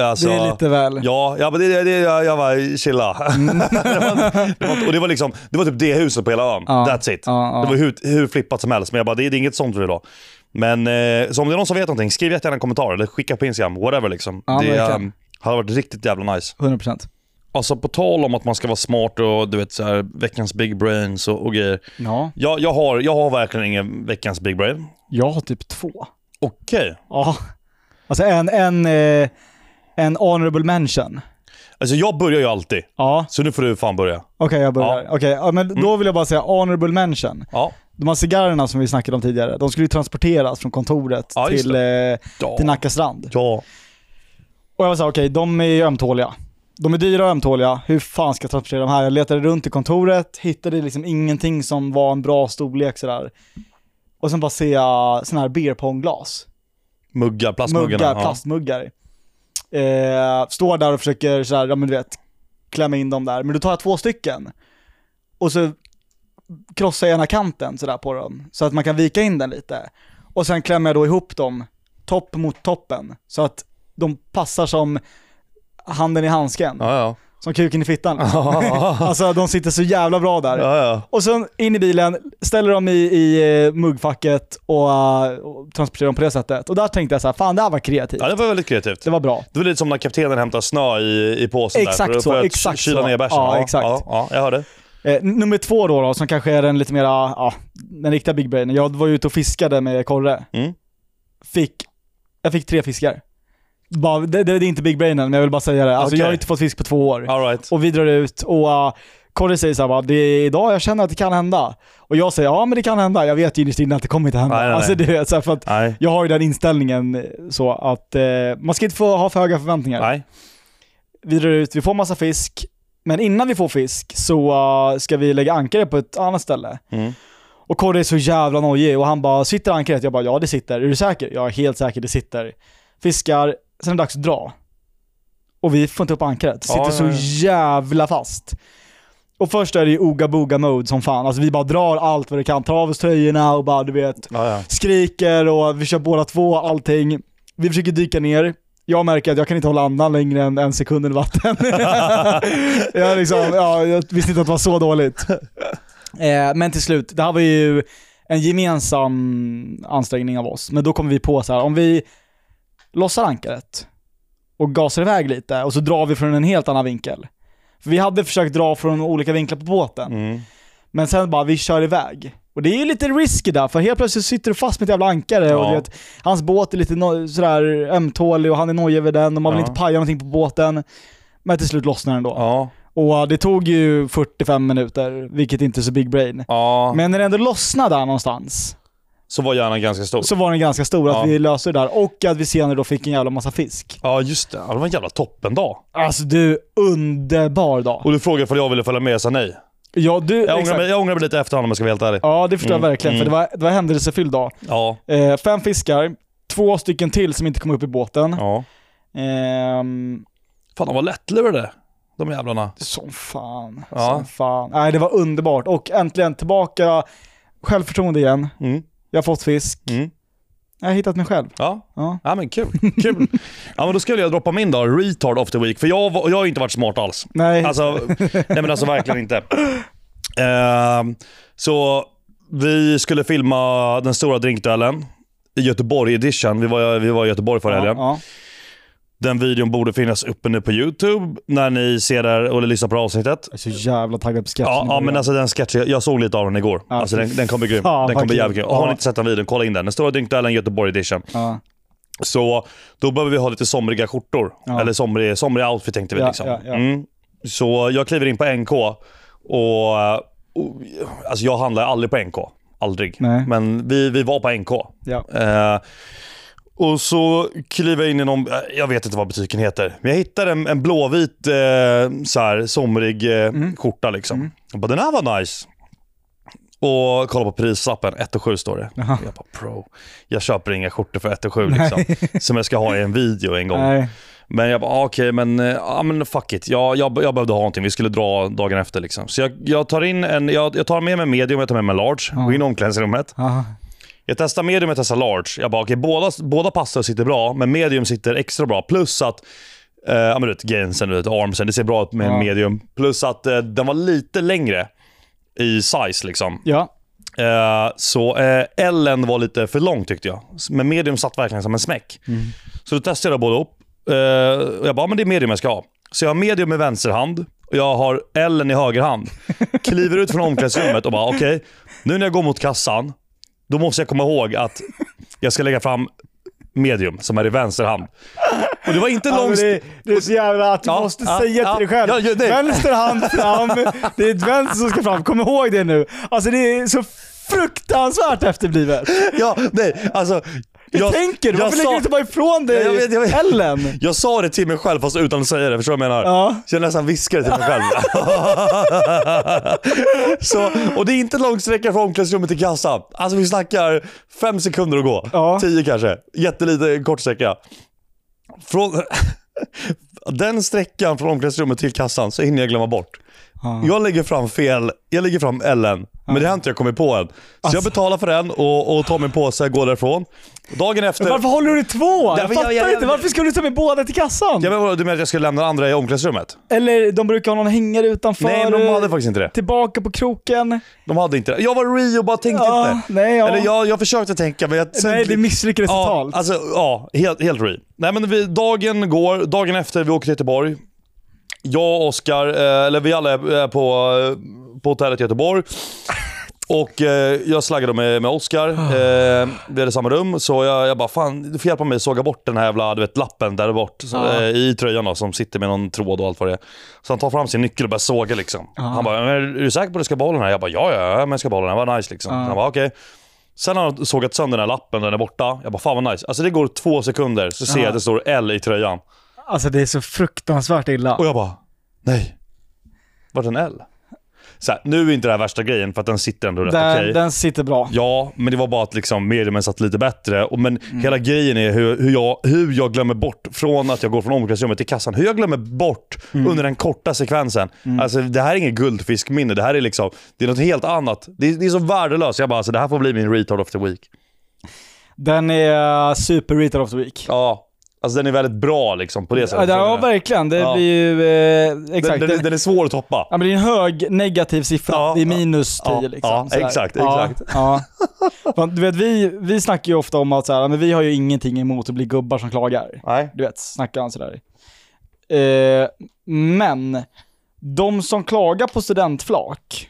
Speaker 1: Alltså,
Speaker 2: Mm. Det är lite väl...
Speaker 1: Ja, ja men det, det, det, jag, jag bara chilla.
Speaker 2: Mm.
Speaker 1: det var, det var, inte- och det var, liksom, det var typ det huset på hela ön.
Speaker 2: Ja.
Speaker 1: That's it.
Speaker 2: Ja, ja.
Speaker 1: Det var hur, hur flippat som helst, men jag bara, det, det är inget sånt idag. Men eh, så om det är någon som vet någonting, skriv jättegärna en kommentar eller skicka på Instagram. Whatever liksom.
Speaker 2: Ja,
Speaker 1: det
Speaker 2: verkligen.
Speaker 1: eh, hade varit riktigt jävla nice.
Speaker 2: 100%.
Speaker 1: Alltså på tal om att man ska vara smart och du vet så här, veckans big brains och, och grejer.
Speaker 2: Ja.
Speaker 1: Jag, jag, har, jag har verkligen ingen veckans big brain.
Speaker 2: Jag har typ två.
Speaker 1: Okej.
Speaker 2: Ja. Alltså en, en, eh, en honorable mention.
Speaker 1: Alltså jag börjar ju alltid,
Speaker 2: Ja,
Speaker 1: så nu får du fan börja.
Speaker 2: okej jag börjar.
Speaker 1: Ja. Mm.
Speaker 2: Okej, ja, men då vill jag bara säga honorable mention.
Speaker 1: Ja.
Speaker 2: De här cigarrerna som vi snackade om tidigare, de skulle ju transporteras från kontoret
Speaker 1: Ja, just
Speaker 2: till, eh, till
Speaker 1: Ja.
Speaker 2: Nacka strand.
Speaker 1: ja.
Speaker 2: Och jag var såhär, okej de är ju ömtåliga. De är dyra och ömtåliga, hur fan ska jag transportera de här? Jag letade runt i kontoret, hittade liksom ingenting som var en bra storlek sådär. Och sen bara ser jag sådana här beer pong-glas.
Speaker 1: Muggar, plastmuggarna.
Speaker 2: muggar,
Speaker 1: ja.
Speaker 2: plastmuggar. Eh, står där och försöker sådär, ja men du vet, klämma in dem där. Men då tar jag två stycken. Och så krossar jag ena kanten sådär på dem, så att man kan vika in den lite. Och sen klämmer jag då ihop dem, topp mot toppen, så att de passar som handen i handsken.
Speaker 1: Ja, ja.
Speaker 2: Som kuken i fittan.
Speaker 1: ja,
Speaker 2: alltså de sitter så jävla bra där.
Speaker 1: ja.
Speaker 2: Och sen in i bilen, ställer dem i, i eh, muggfacket och, eh, och transporterar dem på det sättet. Och där tänkte jag så här, fan det här var kreativt.
Speaker 1: ja, det var väldigt kreativt.
Speaker 2: Det var bra.
Speaker 1: Det var lite som när kaptenen hämtar snö i, i påsen
Speaker 2: Exakt
Speaker 1: där för,
Speaker 2: så,
Speaker 1: för att
Speaker 2: exakt
Speaker 1: kyla
Speaker 2: så.
Speaker 1: ner bärsen.
Speaker 2: Ja, exakt.
Speaker 1: Ja, ja, jag hörde.
Speaker 2: Eh, n- nummer två då, då, som kanske är den lite mera, ja, den riktiga big brainen. Jag var ute och fiskade med Korre.
Speaker 1: Mm.
Speaker 2: Fick, jag fick tre fiskar. Bara, det, det, det är inte big brainen, men jag vill bara säga det. Alltså
Speaker 1: Okej.
Speaker 2: jag har inte fått fisk på två år.
Speaker 1: All right.
Speaker 2: Och vi drar ut och uh, Korre säger såhär bara, det är idag jag känner att det kan hända. Och jag säger, ja men det kan hända. Jag vet ju innerst inne att det kommer inte hända.
Speaker 1: Nej, nej, nej.
Speaker 2: Alltså du vet, så här, för att
Speaker 1: Nej.
Speaker 2: jag har ju den inställningen eh, så att eh, man ska inte få ha för höga förväntningar.
Speaker 1: Nej.
Speaker 2: Vi drar ut, vi får massa fisk, men innan vi får fisk så eh, ska vi lägga ankare på ett annat ställe.
Speaker 1: Mm.
Speaker 2: Och Kodjo är så jävla nojig och han bara “Sitter ankaret?” Jag bara “Ja, det sitter. Är du säker?” “Jag är helt säker, det sitter.” Fiskar, sen är det dags att dra. Och vi får inte upp ankaret. Sitter
Speaker 1: Ja, ja,
Speaker 2: så
Speaker 1: ja.
Speaker 2: jävla fast. Och först är det ju ooga-booga-mode som fan. Alltså vi bara drar allt vad det kan. Tar av oss tröjorna och bara du vet,
Speaker 1: Ja, ja.
Speaker 2: skriker och vi kör båda två allting. Vi försöker dyka ner. Jag märker att jag kan inte hålla andan längre än en sekund i vatten. jag, liksom, ja, jag visste inte att det var så dåligt. Eh, men till slut, det här var ju en gemensam ansträngning av oss. Men då kom vi på så här, om vi lossar ankaret och gasar iväg lite och så drar vi från en helt annan vinkel. För vi hade försökt dra från olika vinklar på båten.
Speaker 1: Mm.
Speaker 2: Men sen bara, vi kör iväg. Och det är ju lite risky där, för helt plötsligt sitter du fast med ett jävla ankare och
Speaker 1: Ja.
Speaker 2: du vet, hans båt är lite no- sådär ömtålig och han är nojig över den och man vill
Speaker 1: Ja.
Speaker 2: inte paja någonting på båten. Men till slut lossnar den då.
Speaker 1: Ja.
Speaker 2: Och äh, det tog ju 45 minuter, vilket inte är så big brain.
Speaker 1: ja.
Speaker 2: Men när den ändå lossnade där någonstans
Speaker 1: Så var hjärnan ganska stor.
Speaker 2: så var den ganska stor, att
Speaker 1: Ja.
Speaker 2: vi löste det där och att vi senare då fick en jävla massa fisk.
Speaker 1: Ja, just det. Ja, det var en jävla toppendag.
Speaker 2: Alltså du, underbar dag.
Speaker 1: Och du frågade om jag ville följa med, jag sa nej.
Speaker 2: Ja, du,
Speaker 1: Jag ångrar,
Speaker 2: exakt.
Speaker 1: mig, Mm, jag ångrar mig lite efterhand om jag ska vara helt ärlig.
Speaker 2: Ja, det förstår jag verkligen, för det var, det var en händelsefylld dag.
Speaker 1: Ja.
Speaker 2: Eh, fem fiskar, två stycken till som inte kom upp i båten.
Speaker 1: ja.
Speaker 2: Ehm,
Speaker 1: Fan, de var lättlurade, de jävlarna.
Speaker 2: som fan,
Speaker 1: Ja.
Speaker 2: som fan. Nej, det var underbart. Och äntligen tillbaka, självförtroende igen.
Speaker 1: Mm.
Speaker 2: Jag har fått fisk.
Speaker 1: Mm.
Speaker 2: Jag har hittat mig själv.
Speaker 1: Ja.
Speaker 2: Ja.
Speaker 1: ja, men kul. kul. ja, men då skulle jag droppa min då, retard of the week. För jag, var- jag har ju inte varit smart alls.
Speaker 2: Nej,
Speaker 1: Alltså, nej men alltså verkligen inte. Ehm, så Vi skulle filma den stora drinkduellen i Göteborg edition. Vi var, vi var i Göteborg förra helgen.
Speaker 2: ja.
Speaker 1: Den videon borde finnas uppe nu på YouTube när ni ser det här eller lyssnar på avsnittet.
Speaker 2: Jag är så jävla taggad på sketchen.
Speaker 1: Ja, ja, men alltså den sketchen, jag såg lite av den igår.
Speaker 2: Ja,
Speaker 1: alltså den,
Speaker 2: fy
Speaker 1: den kommer grym.
Speaker 2: fan,
Speaker 1: Den
Speaker 2: vad
Speaker 1: kommer
Speaker 2: kul.
Speaker 1: jävligt grym. Och Har ni
Speaker 2: Ja.
Speaker 1: inte sett den videon, kolla in den. Den stora drinkduellen Göteborg edition.
Speaker 2: Ja,
Speaker 1: Så då behöver vi ha lite somriga skjortor.
Speaker 2: Ja.
Speaker 1: Eller somrig, somrig outfit tänkte vi.
Speaker 2: Ja,
Speaker 1: liksom.
Speaker 2: ja, ja.
Speaker 1: Mm. Så jag kliver in på NK och, och alltså jag handlar aldrig på NK. Aldrig.
Speaker 2: Nej.
Speaker 1: Men vi, vi var på NK.
Speaker 2: ja.
Speaker 1: Eh, och så kliver jag in i någon, eh, jag vet inte vad butiken heter, men jag hittar en, en blåvit eh, så här, somrig eh,
Speaker 2: Mm.
Speaker 1: skjorta. Liksom. Jag bara, den här var nice. Och kollar på prislappen, 1 7 står det.
Speaker 2: Jaha.
Speaker 1: Jag bara, pro. Jag köper inga skjortor för 1 7 liksom, som jag ska ha i en video en gång.
Speaker 2: Nej.
Speaker 1: Men jag bara, ah, okej, men, eh, ja, men fuck it. Jag, jag, jag behövde ha någonting. Vi skulle dra dagen efter. Liksom. Så jag, jag, tar in en, jag, jag tar med mig medium, jag tar med mig large. Går in i omklädningsrummet.
Speaker 2: Ja.
Speaker 1: Jag testar medium, jag testar large. Jag bara, okej, båda, båda passar sitter bra, men medium sitter extra bra. Plus att, eh, ja men du vet, gainsen, du vet, armsen, det ser bra ut med en
Speaker 2: Ja.
Speaker 1: medium. Plus att eh, den var lite längre i size liksom.
Speaker 2: ja.
Speaker 1: Eh, så eh, L-en var lite för lång tyckte jag. Men medium satt verkligen som en smäck.
Speaker 2: Mm.
Speaker 1: Så då testade jag båda upp. Eh, och jag bara, ja, men det är medium jag ska ha. Så jag har medium i vänster hand och jag har L-en i höger hand. Kliver ut från omklädningsrummet och bara, okej, nu när jag går mot kassan, då måste jag komma ihåg att jag ska lägga fram medium som är i vänster hand. Och det var inte
Speaker 2: Ja, men
Speaker 1: lång...
Speaker 2: det, det är så jävla att du
Speaker 1: Ja,
Speaker 2: måste
Speaker 1: ja,
Speaker 2: säga
Speaker 1: ja,
Speaker 2: till dig själv.
Speaker 1: ja, ja, det-
Speaker 2: Vänster hand fram. Det är ett vänster som ska fram. Kom ihåg det nu. Alltså det är så fruktansvärt efterblivet.
Speaker 1: Ja, nej, alltså...
Speaker 2: Hur tänker du?
Speaker 1: jag
Speaker 2: Varför lägger
Speaker 1: sa-
Speaker 2: du inte bara ifrån dig
Speaker 1: Ja, jag vet, jag vet.
Speaker 2: Ellen?
Speaker 1: Jag sa det till mig själv fast utan att säga det, förstår du vad jag menar?
Speaker 2: Ja.
Speaker 1: Så jag nästan viskade till mig själv. så, och det är inte lång sträcka från omklädningsrummet till kassan. Alltså vi snackar fem sekunder att gå.
Speaker 2: Ja.
Speaker 1: Tio kanske. Jättelite kort sträcka. Från, den sträckan från omklädningsrummet till kassan så hinner jag glömma bort.
Speaker 2: Ja.
Speaker 1: Jag lägger fram fel, jag lägger fram Ellen, men det har inte jag kommit på än. Så jag
Speaker 2: Alltså.
Speaker 1: betalar för den och, och tar min påse och går därifrån. Dagen efter...
Speaker 2: Varför håller du i två?
Speaker 1: men
Speaker 2: Jag
Speaker 1: jag-
Speaker 2: fattar
Speaker 1: jag- jag-
Speaker 2: inte. Varför ska du ta med båda till kassan?
Speaker 1: Ja, men vadå, du menar att jag skulle lämna den andra i omklädningsrummet?
Speaker 2: Eller de brukar ha någon hängare utanför.
Speaker 1: Nej, de hade faktiskt inte det.
Speaker 2: Tillbaka på kroken.
Speaker 1: De hade inte det. Jag var Rio och bara tänkte
Speaker 2: Ja,
Speaker 1: inte.
Speaker 2: nej, ja.
Speaker 1: Eller jag, jag försökte tänka men jag...
Speaker 2: Nej, det misslyckades
Speaker 1: ja,
Speaker 2: totalt.
Speaker 1: alltså, ja, helt, helt Rio. Nej men vi, dagen går, dagen efter vi åker till Göteborg. Jag och Oskar, eh, eller vi alla är eh, på, eh, på hotellet i Göteborg. Och eh, jag slaggade med, med Oskar. Eh, vi hade samma rum. Så jag, jag bara, fan du får hjälpa mig att såga bort den här jävla du vet, lappen där bort. Så,
Speaker 2: Ja.
Speaker 1: eh, I tröjan då, som sitter med någon tråd och allt vad det är. Så han tar fram sin nyckel och börjar såga liksom. Han bara, men är du säker på att du ska behålla den här? Jag bara, ja ja, ja, men jag ska behålla den här. Vad nice liksom. Han bara, okej. Sen har han sågat sönder den här lappen, den är borta. Jag bara, fan vad nice. Alltså det går två sekunder så ser jag att det står L i tröjan.
Speaker 2: Alltså det är så fruktansvärt illa.
Speaker 1: Och jag bara, nej. Vart är en L? Så här, nu är inte det här värsta grejen för att den sitter ändå rätt
Speaker 2: den,
Speaker 1: okej.
Speaker 2: den sitter bra.
Speaker 1: Ja, men det var bara att liksom mediumen satt lite bättre. Och, men
Speaker 2: Mm.
Speaker 1: hela grejen är hur, hur, jag, hur jag glömmer bort, från att jag går från omklädningsrummet till kassan, hur jag glömmer bort
Speaker 2: Mm.
Speaker 1: under den korta sekvensen. Alltså, det här är inget guldfiskminne, det här är liksom, det är något helt annat. Det, är- det är så värdelöst. Jag bara, alltså, det här får bli min retard of the week.
Speaker 2: Den är super retard of the week.
Speaker 1: Ja, alltså den är väldigt bra liksom på det
Speaker 2: Ja,
Speaker 1: sättet.
Speaker 2: det, ja verkligen. Det
Speaker 1: Ja.
Speaker 2: blir ju... Eh,
Speaker 1: den,
Speaker 2: exakt.
Speaker 1: den, den är svår att toppa.
Speaker 2: ja, men det är en hög negativ siffra.
Speaker 1: Ja,
Speaker 2: det är minus 10
Speaker 1: ja,
Speaker 2: liksom.
Speaker 1: ja,
Speaker 2: sådär.
Speaker 1: exakt,
Speaker 2: Ja,
Speaker 1: exakt.
Speaker 2: Ja. Fan, Du vet, vi, vi snackar ju ofta om att så här, men vi har ju ingenting emot att bli gubbar som klagar.
Speaker 1: Nej.
Speaker 2: Du vet, snackar han sådär. Eh, men, de som klagar på studentflak,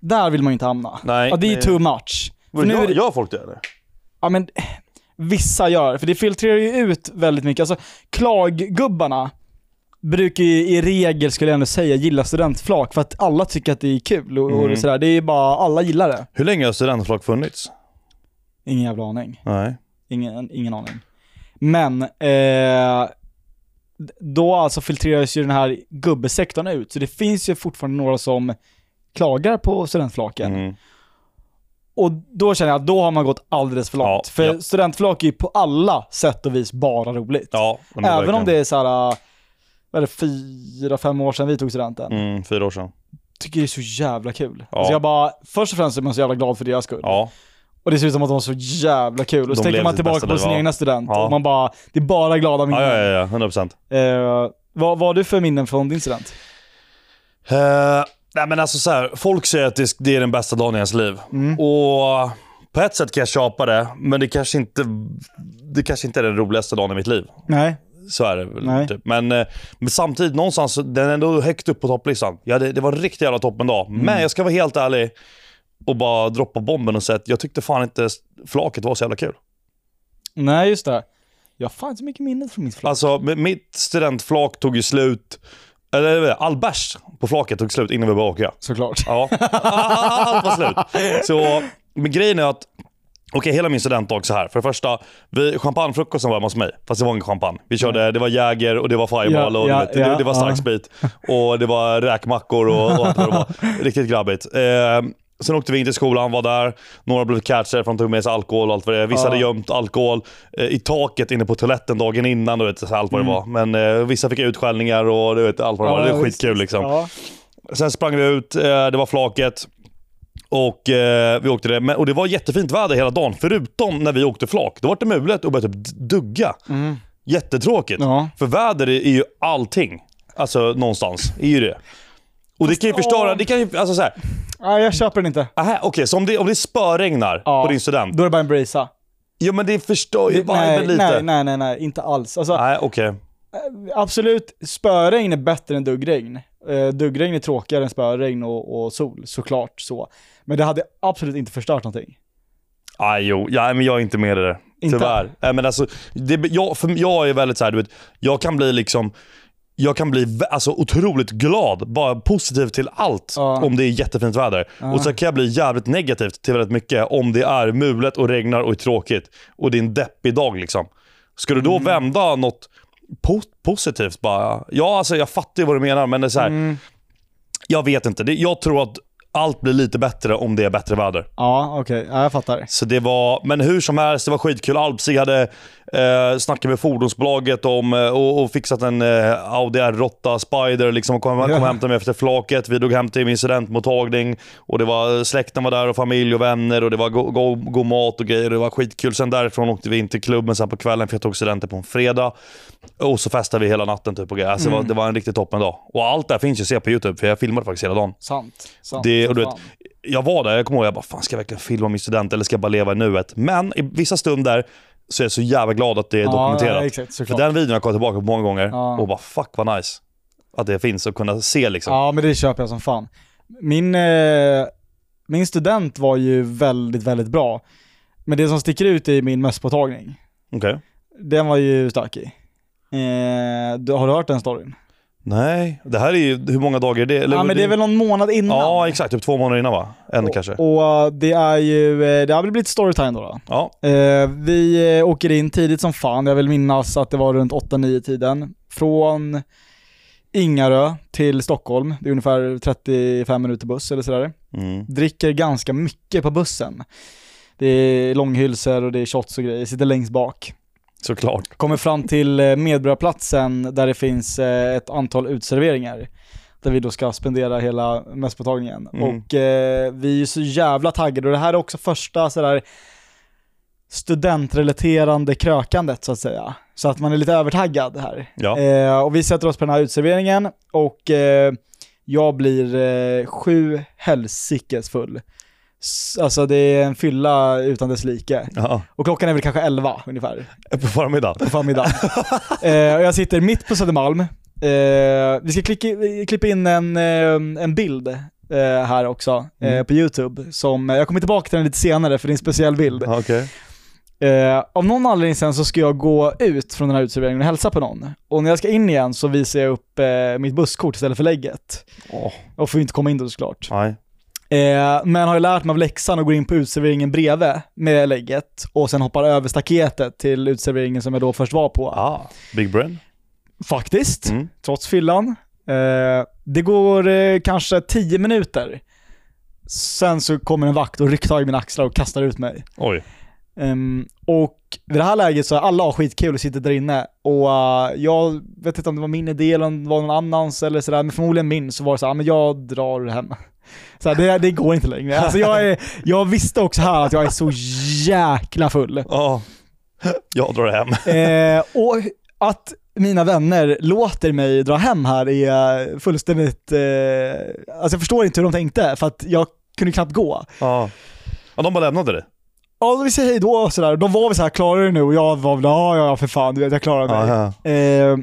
Speaker 2: där vill man ju inte hamna.
Speaker 1: Nej,
Speaker 2: ja, det är
Speaker 1: nej.
Speaker 2: too much. För nu är
Speaker 1: gör,
Speaker 2: det-
Speaker 1: gör folk det eller?
Speaker 2: ja men vissa gör, för det filtrerar ju ut väldigt mycket. Alltså klaggubbarna brukar ju i regel, skulle jag ändå säga, gilla studentflak för att alla tycker att det är kul och,
Speaker 1: Mm.
Speaker 2: och sådär. Det är ju bara, alla gillar det.
Speaker 1: Hur länge har studentflak funnits?
Speaker 2: Ingen jävla aning.
Speaker 1: Nej.
Speaker 2: Ingen, ingen aning. Men, eh, då alltså filtreras ju den här gubbesektorn ut, så det finns ju fortfarande några som klagar på studentflaken.
Speaker 1: Mm.
Speaker 2: Och då känner jag att då har man gått alldeles för långt.
Speaker 1: Ja,
Speaker 2: för
Speaker 1: ja.
Speaker 2: studentflak är ju på alla sätt och vis bara roligt.
Speaker 1: Ja, men
Speaker 2: Även om
Speaker 1: verkligen.
Speaker 2: det är så här, äh, vad är det, fyra, fem år sedan vi tog studenten.
Speaker 1: Mm, fyra år sedan.
Speaker 2: Tycker det är så jävla kul.
Speaker 1: Ja.
Speaker 2: Alltså jag bara, först och främst är man så jävla glad för deras skull.
Speaker 1: Ja.
Speaker 2: Och det ser ut som att de har så jävla kul. Och så
Speaker 1: De
Speaker 2: tänker
Speaker 1: lever
Speaker 2: man
Speaker 1: sitt
Speaker 2: tillbaka
Speaker 1: bästa
Speaker 2: på
Speaker 1: liv,
Speaker 2: sin
Speaker 1: ja.
Speaker 2: egna student
Speaker 1: Ja.
Speaker 2: och man bara, det är bara glada minnen.
Speaker 1: Ja, ja, ja, ja, 100%.
Speaker 2: Eh, vad, vad har du för minnen från din student?
Speaker 1: Eh, Nej men alltså så här, folk säger att det det är den bästa dagen i ens liv. Och på ett sätt kan jag köpa det, men det kanske inte, det kanske inte är den roligaste dagen i mitt liv.
Speaker 2: Nej.
Speaker 1: Så är det väl.
Speaker 2: Nej.
Speaker 1: Typ. Men, eh, men samtidigt, någonstans, den är ändå högt upp på topplistan. Ja, det, det var en riktig jävla toppendag. Men jag ska vara helt ärlig och bara droppa bomben och säga att jag tyckte fan inte flaket var så jävla kul.
Speaker 2: Nej, just det. Jag har fan inte så mycket minne från mitt flak.
Speaker 1: Alltså, m- mitt studentflak tog ju slut. Eller all bärs på flaket tog slut innan vi började åka.
Speaker 2: Såklart.
Speaker 1: Ja, allt var slut. Så, men grejen är att Okej, hela min studentdag så här. För det första, vi, champagnefrukosten var hemma hos mig. Fast det var ingen champagne. Vi körde, det var Jäger och det var Fireball
Speaker 2: Mm. Ja,
Speaker 1: och
Speaker 2: ja,
Speaker 1: du vet, det,
Speaker 2: ja,
Speaker 1: det var
Speaker 2: ja.
Speaker 1: stark sprit. Och det var räkmackor och, och allt vad det var. Riktigt grabbigt. Eh, sen åkte vi in till skolan, var där. Några blev catcher för de tog med sig alkohol och allt vad det är. Vissa
Speaker 2: Ja.
Speaker 1: hade gömt alkohol eh, i taket inne på toaletten dagen innan. Du vet, så här, allt vad det var. Men eh, vissa fick utskällningar och du vet, allt vad det var. Det var
Speaker 2: visst,
Speaker 1: skitkul
Speaker 2: visst.
Speaker 1: liksom.
Speaker 2: Mm. Ja.
Speaker 1: Sen sprang vi ut, eh, det var flaket. Och eh, vi åkte det. Men, och det var jättefint väder hela dagen, förutom när vi åkte flak. Då var det mulet och började typ dugga. Jättetråkigt.
Speaker 2: Mm. Ja.
Speaker 1: För väder är är ju allting. Alltså någonstans, är ju det. Och det kan ju förstöra,
Speaker 2: ja.
Speaker 1: det kan ju, alltså såhär,
Speaker 2: Nej, jag köper den inte.
Speaker 1: aha, okej, så om det, om det spöregnar
Speaker 2: Ja.
Speaker 1: på din student,
Speaker 2: Då är det bara en brisa.
Speaker 1: jo men det förstör ju
Speaker 2: nej,
Speaker 1: viben lite.
Speaker 2: nej, nej, nej, nej, inte alls. Alltså,
Speaker 1: Nej, okej.
Speaker 2: Absolut, spöregn är bättre än duggregn. Eh, duggregn är tråkigare än spöregn och, och sol, såklart så. Men det hade absolut inte förstört någonting.
Speaker 1: Nej, Ah, jo. Ja, men jag är inte med i det.
Speaker 2: Inte?
Speaker 1: Tyvärr. Nej, men alltså, det, jag, för jag är väldigt så här, du vet, jag kan bli liksom jag kan bli vä- alltså, otroligt glad, bara positiv till allt
Speaker 2: Ja.
Speaker 1: om det är jättefint väder. Och så kan jag bli jävligt negativ till väldigt mycket om det är mulet och regnar och är tråkigt och det är en deppig dag. Liksom. Ska du då
Speaker 2: Mm.
Speaker 1: vända något po- positivt? Bara, ja, alltså, jag fattar ju vad du menar, men det är så här,
Speaker 2: Mm.
Speaker 1: jag vet inte. Det, jag tror att allt blir lite bättre om det är bättre väder.
Speaker 2: Ja, okej. Ja, jag fattar.
Speaker 1: Så det var, men hur som helst, det var skitkul. Alpsig hade eh, snackat med fordonsbolaget om, eh, och, och fixat en eh, Audi R8 Spider liksom, och kom, kom och
Speaker 2: Ja.
Speaker 1: hämtade mig efter flaket. Vi drog hem till min studentmottagning och det var, eh, släkten var där och familj och vänner och det var go- go- god mat och grejer. Det var skitkul. Sen därifrån åkte vi in till klubben sen på kvällen för jag tog studenten på en fredag. Och så festade vi hela natten typ och grejer. Alltså, det,
Speaker 2: Mm.
Speaker 1: var, det var en riktigt toppen dag. Och allt det här finns ju att se på YouTube för jag filmade faktiskt hela dagen.
Speaker 2: Sant. sant
Speaker 1: Det, och du vet,
Speaker 2: Fan.
Speaker 1: jag var där, jag kommer ihåg, jag bara, fan ska jag verkligen filma min student eller ska jag bara leva i nuet? Men i vissa stunder så är jag så jävla glad att det är
Speaker 2: Ja,
Speaker 1: dokumenterat.
Speaker 2: ja, exakt,
Speaker 1: För
Speaker 2: såklart.
Speaker 1: den videon har jag kollat tillbaka på många gånger
Speaker 2: Ja.
Speaker 1: och bara, fuck vad nice. Att det finns och kunna se liksom.
Speaker 2: Ja, men det köper jag som fan. Min, eh, min student var ju väldigt, väldigt bra. Men det som sticker ut är min mösspåtagning.
Speaker 1: Okej.
Speaker 2: Den var ju stökig. Eh, du, har du hört den storyn?
Speaker 1: Nej, det här är ju, hur många dagar är det? Eller-
Speaker 2: Ja, men det är väl någon månad innan?
Speaker 1: Ja, exakt. Typ två månader innan va? En kanske.
Speaker 2: Och eh, det är ju, eh, det har väl blivit storytime då. då.
Speaker 1: Ja.
Speaker 2: Eh, vi eh, åker in tidigt som fan, jag vill minnas att det var runt 8-9 tiden. Från Ingarö till Stockholm, det är ungefär 35 minuter buss eller sådär.
Speaker 1: Mm.
Speaker 2: Dricker ganska mycket på bussen. Det är långhylsor och det är shots och grejer, sitter längst bak.
Speaker 1: Såklart.
Speaker 2: Kommer fram till eh, Medborgarplatsen där det finns eh, ett antal utserveringar. Där vi då ska spendera hela mässpåtagningen.
Speaker 1: Mm.
Speaker 2: Och eh, vi är ju så jävla taggade och det här är också första sådär studentrelaterande krökandet så att säga. Så att man är lite övertaggad här.
Speaker 1: Ja.
Speaker 2: Eh, och vi sätter oss på den här utserveringen och eh, jag blir eh, sju helsikes full. S- alltså det är en fylla utan dess like.
Speaker 1: ja.
Speaker 2: Och klockan är väl kanske elva ungefär
Speaker 1: På förmiddagen.
Speaker 2: på förmiddagen. eh, och jag sitter mitt på Södermalm. Eh, vi ska klicka, klippa in en, eh, en bild eh, här också eh,
Speaker 1: Mm.
Speaker 2: på YouTube. Som, eh, jag kommer tillbaka till den lite senare för det är en speciell bild.
Speaker 1: Ja, Okej.
Speaker 2: Eh, av någon anledning sen så ska jag gå ut från den här utserveringen och hälsa på någon. Och när jag ska in igen så visar jag upp eh, mitt busskort istället för lägget.
Speaker 1: Åh,
Speaker 2: Och får ju inte komma in då såklart.
Speaker 1: nej.
Speaker 2: Eh, men har ju lärt mig av läxan och går in på utserveringen bredvid med lägget och sen hoppar över staketet till utserveringen som jag då först var på.
Speaker 1: Ah, Big Brain.
Speaker 2: Faktiskt,
Speaker 1: Mm.
Speaker 2: trots fyllan. Eh, det går eh, kanske 10 minuter. Sen så kommer en vakt och rycker tag i mina axlar och kastar ut mig.
Speaker 1: Oj.
Speaker 2: Ehm, och vid det här läget så är alla har skitkul och sitter där inne. Och eh, jag vet inte om det var min idé eller om det var någon annans eller sådär, men förmodligen min, så var det så här, "Ah, men jag drar hem. Så här, det, det går inte längre. Alltså jag, är, jag visste också här att jag är så jäkla full.
Speaker 1: Ja. Ah. Jag drar hem.
Speaker 2: Eh, och att mina vänner låter mig dra hem här är fullständigt... Eh, alltså jag förstår inte hur de tänkte, för att jag kunde knappt gå.
Speaker 1: Ja. Ah. ja, de bara lämnade det.
Speaker 2: Ja, vi säger hej då och sådär. De var väl såhär, klarar du det nu? Och jag var väl, ja, ja, ja, för fan, du vet, jag klarar mig.
Speaker 1: Ja, ja.
Speaker 2: Eh,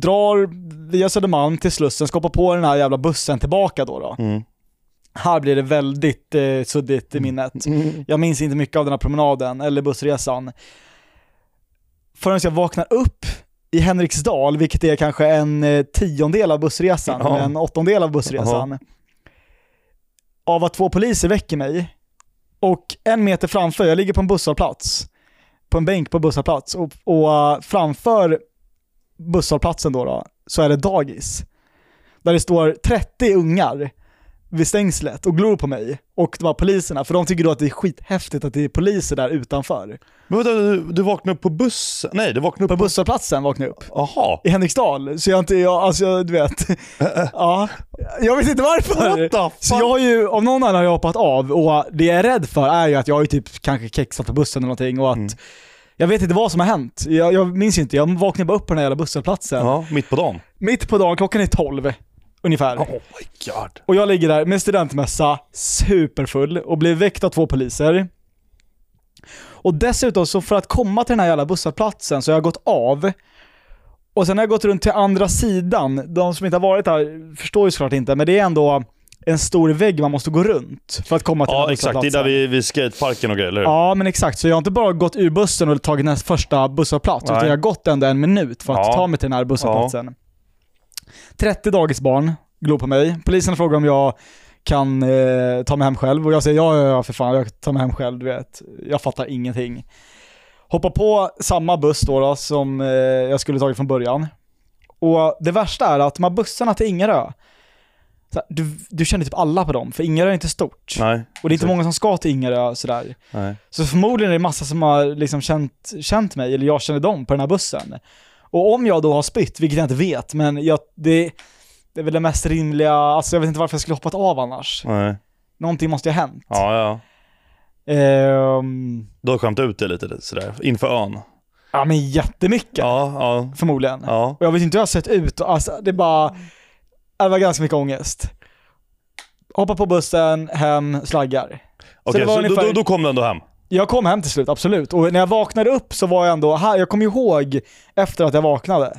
Speaker 2: drar via Södermalm till Slussen, ska hoppa på den här jävla bussen tillbaka då. då.
Speaker 1: Mm.
Speaker 2: Här blir det väldigt eh, suddigt i minnet.
Speaker 1: Mm.
Speaker 2: Jag minns inte mycket av den här promenaden eller bussresan. Förrän jag vaknar upp i Henriksdal, vilket är kanske en eh, tiondel av bussresan,
Speaker 1: Ja.
Speaker 2: eller en åttondel av bussresan. Av att två poliser väcker mig och en meter framför, jag ligger på en busshållplats, på en bänk på busshållplats och, och eh, framför busshållplatsen då, då så är det dagis. Där det står 30 ungar vid stängslet och glor på mig och de här poliserna, för de tycker då att det är skithäftigt att det är poliser där utanför.
Speaker 1: Men vänta, du, du vaknade upp på bussen? Nej, du vaknade
Speaker 2: På
Speaker 1: upp på...
Speaker 2: busshållplatsen vaknar jag upp
Speaker 1: Jaha.
Speaker 2: i Henriksdal, så jag inte, jag, alltså jag, du vet. ja, jag vet inte varför.
Speaker 1: What the fuck?
Speaker 2: Så jag har ju, av någon anledning har jag hoppat av och det jag är rädd för är ju att jag har ju typ kanske kexat på bussen eller någonting och att jag vet inte vad som har hänt. Jag, jag minns inte, jag vaknade bara upp på den här jävla busshållplatsen.
Speaker 1: Ja, mitt på dagen.
Speaker 2: Mitt på dagen, klockan är 12 ungefär.
Speaker 1: Oh my god.
Speaker 2: Och jag ligger där med studentmössa, superfull och blir väckt av två poliser. Och dessutom, så för att komma till den här jävla busshållplatsen så har jag gått av. Och sen har jag gått runt till andra sidan. De som inte har varit där förstår ju såklart inte, men det är ändå en stor vägg man måste gå runt för att komma till den
Speaker 1: Ja,
Speaker 2: här
Speaker 1: exakt. Det är
Speaker 2: busshållplatsen.
Speaker 1: där vid, vid skateparken och grejer, eller hur?
Speaker 2: Ja, men exakt. Så jag har inte bara gått ur bussen och tagit näst första busshållplats, utan
Speaker 1: Nej.
Speaker 2: jag har gått ändå en minut för att
Speaker 1: Ja.
Speaker 2: ta mig till den här busshållplatsen. 30 dagisbarn glor på mig. Polisen frågar om jag kan eh, ta mig hem själv och jag säger ja, ja, ja för fan, jag tar mig hem själv, du vet. Jag fattar ingenting. Hoppar på samma buss då, då som eh, jag skulle tagit från början. Och det värsta är att de här bussarna till Ingarö, så här, du, du känner typ alla på dem, för Ingarö är inte stort.
Speaker 1: Nej.
Speaker 2: och det är inte
Speaker 1: exakt.
Speaker 2: många som ska till Ingarö sådär.
Speaker 1: Nej.
Speaker 2: Så förmodligen är det massa som har liksom känt, känt mig, eller jag känner dem, på den här bussen. Och om jag då har spytt, vilket jag inte vet, men jag, det, det är väl det mest rimliga, alltså jag vet inte varför jag skulle hoppat av annars.
Speaker 1: Nej.
Speaker 2: Någonting måste ju ha hänt.
Speaker 1: Ja, ja.
Speaker 2: Ehm,
Speaker 1: Du har skämt ut dig lite sådär, inför ön.
Speaker 2: ja men jättemycket,
Speaker 1: Ja, ja.
Speaker 2: förmodligen.
Speaker 1: Ja.
Speaker 2: Och jag vet inte hur jag har sett ut, och alltså det är bara, det var ganska mycket ångest. Hoppa på bussen, hem, slaggar.
Speaker 1: Okej,
Speaker 2: det
Speaker 1: så,
Speaker 2: var ungefär-
Speaker 1: då, då, då kom du ändå hem?
Speaker 2: Jag kom hem till slut, absolut. Och när jag vaknade upp så var jag ändå här. Jag kommer ihåg efter att jag vaknade.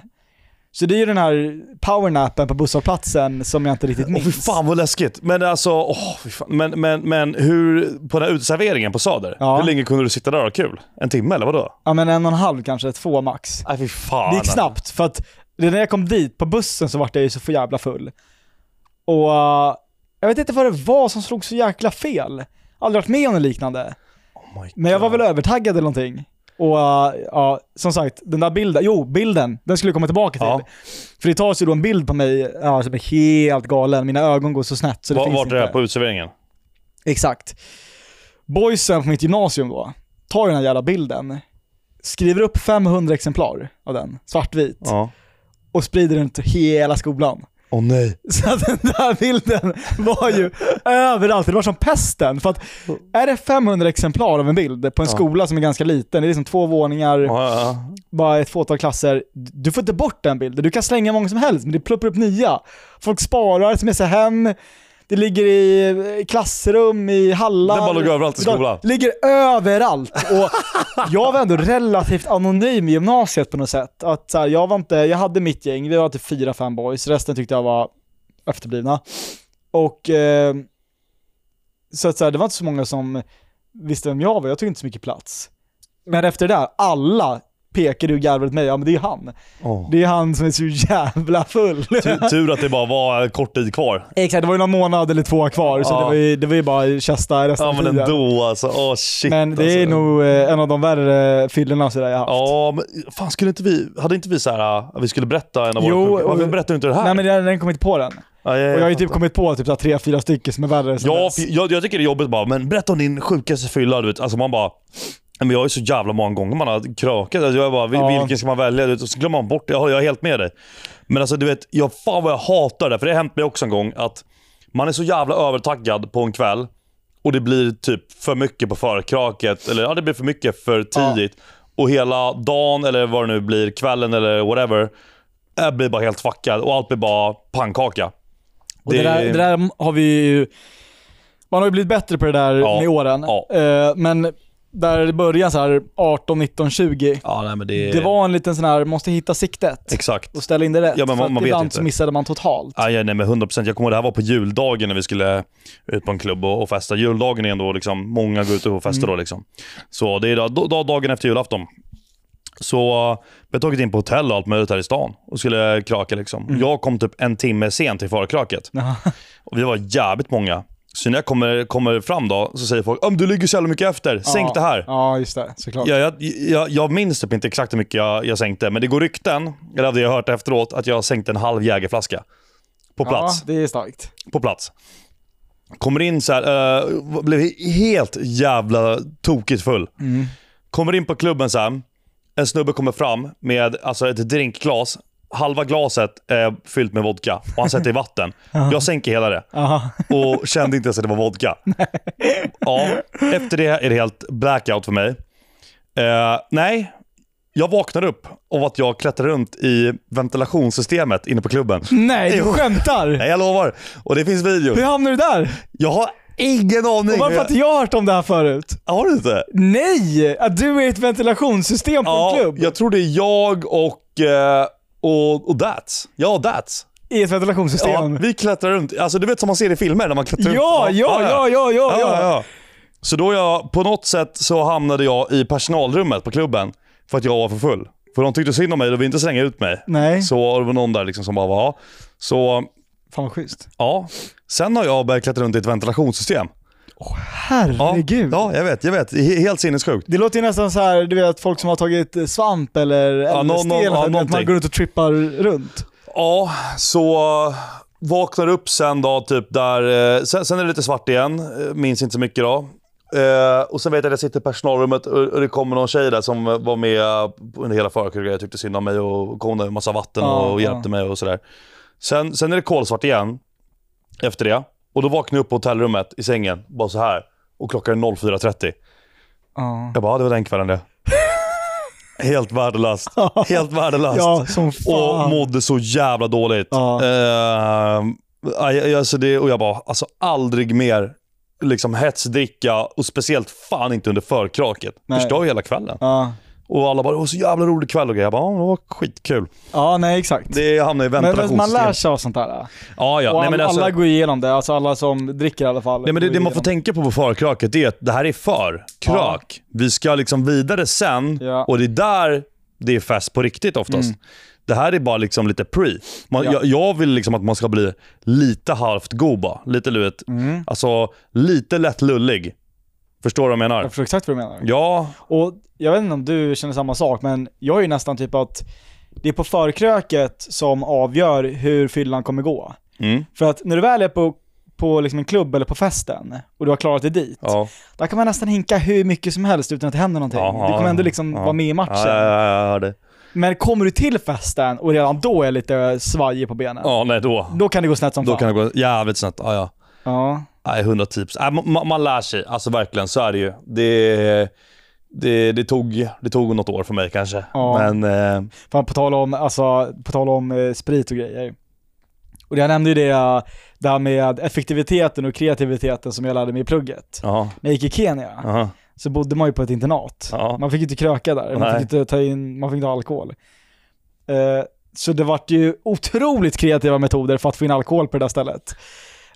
Speaker 2: Så det är ju den här powernappen på busshållplatsen som jag inte riktigt
Speaker 1: Åh
Speaker 2: minns.
Speaker 1: fy fan vad läskigt. Men alltså, åh, fy fan. Men, men, men hur, på den här uteserveringen på Söder,
Speaker 2: Ja.
Speaker 1: hur länge kunde du sitta där och ha kul? En timme eller vadå?
Speaker 2: Ja men en och en halv kanske, två max.
Speaker 1: Nej fy fan.
Speaker 2: Det gick snabbt för att när jag kom dit på bussen så vart jag ju så för jävla full. Och eh, jag vet inte vad det var som slog så jäkla fel. Aldrig varit med om något liknande.
Speaker 1: Oh my
Speaker 2: Men jag var
Speaker 1: God.
Speaker 2: väl övertaggad eller någonting. Och eh, ja, som sagt, den där bilden, jo bilden, den skulle jag komma tillbaka till.
Speaker 1: Ja.
Speaker 2: För det tas ju då en bild på mig ja, som är helt galen, mina ögon går så snett så det
Speaker 1: Var,
Speaker 2: finns
Speaker 1: vart är
Speaker 2: inte.
Speaker 1: det här på uteserveringen?
Speaker 2: Exakt. Boysen på mitt gymnasium då, tar ju den här jävla bilden, skriver upp 500 exemplar av den, svartvit,
Speaker 1: Ja.
Speaker 2: och sprider den till hela skolan.
Speaker 1: Åh nej.
Speaker 2: Så att den där bilden var ju överallt, det var som pesten. För att är det 500 exemplar av en bild på en
Speaker 1: Ja.
Speaker 2: skola som är ganska liten, det är liksom två våningar,
Speaker 1: Ja, ja,
Speaker 2: bara ett fåtal klasser. Du får inte bort den bilden. Du kan slänga många som helst, men det ploppar upp nya. Folk sparar, smsar hem. Det ligger i eh, klassrum, i hallar.
Speaker 1: Den bara låg överallt i skolan.
Speaker 2: Det ligger överallt. Och jag var ändå relativt anonym i gymnasiet på något sätt. Att så här, jag, var inte, jag hade mitt gäng, vi var typ fyra, fem boys. Resten tyckte jag var efterblivna. Och eh, så, att, så här, det var inte så många som visste vem jag var. Jag tog inte så mycket plats. Men efter det där, alla pekade ju garvet mig. Ja men det är ju han.
Speaker 1: ja. Åh.
Speaker 2: Det är han som är så jävla full.
Speaker 1: Tur- Tur att det bara var en kort tid kvar.
Speaker 2: Exakt, det var ju någon månad eller två kvar så
Speaker 1: Ja.
Speaker 2: det, var ju, det var ju bara kästa resten
Speaker 1: Ja
Speaker 2: av
Speaker 1: men
Speaker 2: tiden.
Speaker 1: ändå alltså. Åh shit
Speaker 2: Men det är
Speaker 1: alltså.
Speaker 2: nog eh, en av de värre fyllorna sådär jag haft.
Speaker 1: Ja, men fan skulle inte vi... Hade inte vi så här äh, att vi skulle berätta en av
Speaker 2: Jo,
Speaker 1: våra sjuka- Varför
Speaker 2: och-
Speaker 1: berättar du inte det här?
Speaker 2: Nej men den, den kom inte på den.
Speaker 1: ja,
Speaker 2: Och jag har ju typ
Speaker 1: Eh, fattar.
Speaker 2: kommit på typ så här tre, fyra stycken som är värre sen
Speaker 1: Ja,
Speaker 2: dess.
Speaker 1: för jag, jag tycker det är jobbigt bara, men berätta om din sjukaste fylla. Du vet. Alltså man bara, "Nej, men jag är så jävla många gånger man har krökat. Alltså jag bara, "Vil-
Speaker 2: Ja.
Speaker 1: vilken ska man välja? Du vet, Och så glömmer man bort det. Jag, jag är helt med dig. Men alltså du vet, jag, fan vad jag hatar det. här, För det har hänt mig också en gång att man är så jävla övertaggad på en kväll och det blir typ för mycket på förkraket. Eller ja, det blir för mycket för tidigt. Och hela dagen, eller vad det nu blir, kvällen eller whatever, jag blir bara helt fuckad. Och allt blir bara pannkaka.
Speaker 2: Och det, där, det där har vi ju... Man har ju blivit bättre på det där
Speaker 1: Ja.
Speaker 2: med åren.
Speaker 1: Ja.
Speaker 2: Eh, Men där det började så här 18, 19, 20.
Speaker 1: Ja, nej, men det,
Speaker 2: Det var en liten sån här, måste hitta siktet
Speaker 1: Exakt.
Speaker 2: och ställa in det rätt.
Speaker 1: Ja, men
Speaker 2: För
Speaker 1: man-
Speaker 2: att
Speaker 1: man vet
Speaker 2: ibland
Speaker 1: inte.
Speaker 2: så missade man totalt.
Speaker 1: Aj, aj, nej, men 100 procent. Jag kommer ihåg, det här var på juldagen när vi skulle ut på en klubb och, och festa. Juldagen är ändå liksom, många går ut och festar då. Liksom. Så det är dag, dag, dagen efter julafton. Så eh, vi har tagit in på hotell och allt möjligt här i stan och skulle kröka. Liksom. Jag kom typ en timme sent till förkröket.
Speaker 2: Jaha.
Speaker 1: Och vi var jävligt många. Så när jag kommer, kommer fram då så säger folk "Ja, men du ligger så jävla mycket efter, sänk
Speaker 2: ja.
Speaker 1: det här.
Speaker 2: Ja, just det. Såklart.
Speaker 1: Ja, jag, jag, jag minns typ inte exakt hur mycket jag, jag sänkte, men det går rykten, eller av det jag har hört efteråt, att jag sänkte en halv jägerflaska. På plats.
Speaker 2: Ja, det är starkt.
Speaker 1: På plats. Kommer in så här, eh, blev helt jävla tokigt full. Kommer in på klubben så här. En snubbe kommer fram med alltså ett drinkglas. Halva glaset är fyllt med vodka och han sätter i vatten. Jag sänker hela det
Speaker 2: Aha.
Speaker 1: och kände inte ens att det var vodka. Ja, efter det är det helt blackout för mig. Eh, nej, jag vaknar upp av att jag klättrar runt i ventilationssystemet inne på klubben.
Speaker 2: Nej, du
Speaker 1: Jo.
Speaker 2: skämtar!
Speaker 1: Nej, jag lovar. Och det finns video.
Speaker 2: Hur hamnade du där?
Speaker 1: Jag har ingen aning.
Speaker 2: Och varför har inte jag hört om det här förut?
Speaker 1: Har du inte?
Speaker 2: Nej! Att du är i ett ventilationssystem på en
Speaker 1: Ja,
Speaker 2: klubb.
Speaker 1: jag tror det är jag och, eh, och, och That's. Ja, That's.
Speaker 2: I ett ventilationssystem.
Speaker 1: Ja, vi klättrar runt. Alltså, du vet som man ser i filmer när man klättrar
Speaker 2: Ja,
Speaker 1: runt.
Speaker 2: ja, ja, ja, ja,
Speaker 1: Ja, ja,
Speaker 2: ja.
Speaker 1: ja. Så då jag, på något sätt så hamnade jag i personalrummet på klubben för att jag var för full. För de tyckte synd om mig, de ville inte slänga ut mig.
Speaker 2: Nej.
Speaker 1: Så det var någon där liksom som bara, ja. Så,
Speaker 2: Fan vad schysst.
Speaker 1: ja. Sen har jag börjat klättra runt i ett ventilationssystem. Ja,
Speaker 2: Herregud.
Speaker 1: ja jag vet, jag vet. He- Helt sinnessjukt.
Speaker 2: Det låter ju nästan så här, du vet folk som har tagit eh, svamp eller
Speaker 1: Ja,
Speaker 2: LSD
Speaker 1: nå- nå-
Speaker 2: eller
Speaker 1: ja,
Speaker 2: något, att man
Speaker 1: någonting.
Speaker 2: går ut och trippar runt.
Speaker 1: Ja, så eh, vaknar upp sen då typ där, eh, sen, sen är det lite svart igen, eh, minns inte så mycket då. Eh, och sen vet jag att jag sitter i personalrummet och, och det kommer någon tjej där som eh, var med under hela förkröken. Jag tyckte synd om mig och kom där med massa vatten
Speaker 2: Ja,
Speaker 1: och, och
Speaker 2: ja.
Speaker 1: hjälpte mig och sådär. Sen, sen är det kolsvart igen efter det. Och då vaknar jag upp på hotellrummet i sängen, bara så här. Och klockan är 04.30.
Speaker 2: Ja.
Speaker 1: Jag bara, "Ja, det var den kvällen det. Helt värdelöst. Helt värdelöst.
Speaker 2: Ja, som
Speaker 1: Och
Speaker 2: fan.
Speaker 1: mådde så jävla dåligt.
Speaker 2: Ja.
Speaker 1: Eh, aj, aj, alltså det, och jag bara, alltså aldrig mer liksom hetsdricka och speciellt fan inte under förkraket.
Speaker 2: Nej.
Speaker 1: Förstör ju hela kvällen.
Speaker 2: ja.
Speaker 1: Och alla bara, det var så jävla rolig kväll och grejer. Jag bara, ja, det var skitkul.
Speaker 2: ja, nej exakt.
Speaker 1: Det hamnar i
Speaker 2: men, men man
Speaker 1: ventilationssystemet.
Speaker 2: lär sig av sånt där.
Speaker 1: Ja, ja.
Speaker 2: Och
Speaker 1: Nej, men
Speaker 2: alla,
Speaker 1: alltså,
Speaker 2: alla går igenom det, alltså alla som dricker i alla fall.
Speaker 1: Nej, men det,
Speaker 2: går
Speaker 1: det man
Speaker 2: igenom
Speaker 1: får tänka på på förkraket är att det här är för krök. Vi ska liksom vidare sen
Speaker 2: Ja. Mm.
Speaker 1: och det är där det är fest på riktigt oftast. Det här är bara liksom lite pre. Man,
Speaker 2: Ja.
Speaker 1: jag, jag vill liksom att man ska bli lite halvt god bara. Lite, du vet,
Speaker 2: Mm.
Speaker 1: alltså, lite lätt lullig. Förstår du vad jag
Speaker 2: Jag
Speaker 1: menar?
Speaker 2: förstår exakt vad du menar.
Speaker 1: Ja,
Speaker 2: Och jag vet inte om du känner samma sak, men jag är ju nästan typ att det är på förkröket som avgör hur fyllan kommer gå.
Speaker 1: Mm.
Speaker 2: För att när du väl är på, på liksom en klubb eller på festen och du har klarat dig dit,
Speaker 1: ja.
Speaker 2: där kan man nästan hinka hur mycket som helst utan att det händer någonting.
Speaker 1: Ja,
Speaker 2: du kommer ändå
Speaker 1: ja,
Speaker 2: liksom
Speaker 1: ja.
Speaker 2: vara med i matchen.
Speaker 1: Ja, ja, ja, det.
Speaker 2: Men kommer du till festen och redan då är lite svajig på benen,
Speaker 1: ja, nej då.
Speaker 2: då kan det gå snett som
Speaker 1: Då
Speaker 2: fan.
Speaker 1: kan det gå jävligt snett. Ja, ja.
Speaker 2: Ja.
Speaker 1: Nej, 110 Nej, man, man- man lär sig. Alltså verkligen, så är det ju. Det, det, det, tog, det tog något år för mig kanske.
Speaker 2: Ja.
Speaker 1: Men eh,
Speaker 2: Fan, på tal om, alltså, på tal om eh, sprit och grejer. Och jag nämnde ju det eh, där med effektiviteten och kreativiteten som jag lärde mig i plugget.
Speaker 1: ja.
Speaker 2: När jag gick i Kenya
Speaker 1: Aha.
Speaker 2: så bodde man ju på ett internat.
Speaker 1: Ja.
Speaker 2: Man fick ju inte kröka där, man
Speaker 1: Nej.
Speaker 2: fick inte, ta in, man fick inte ha alkohol. Eh, så det vart ju otroligt kreativa metoder för att få in alkohol på det där stället.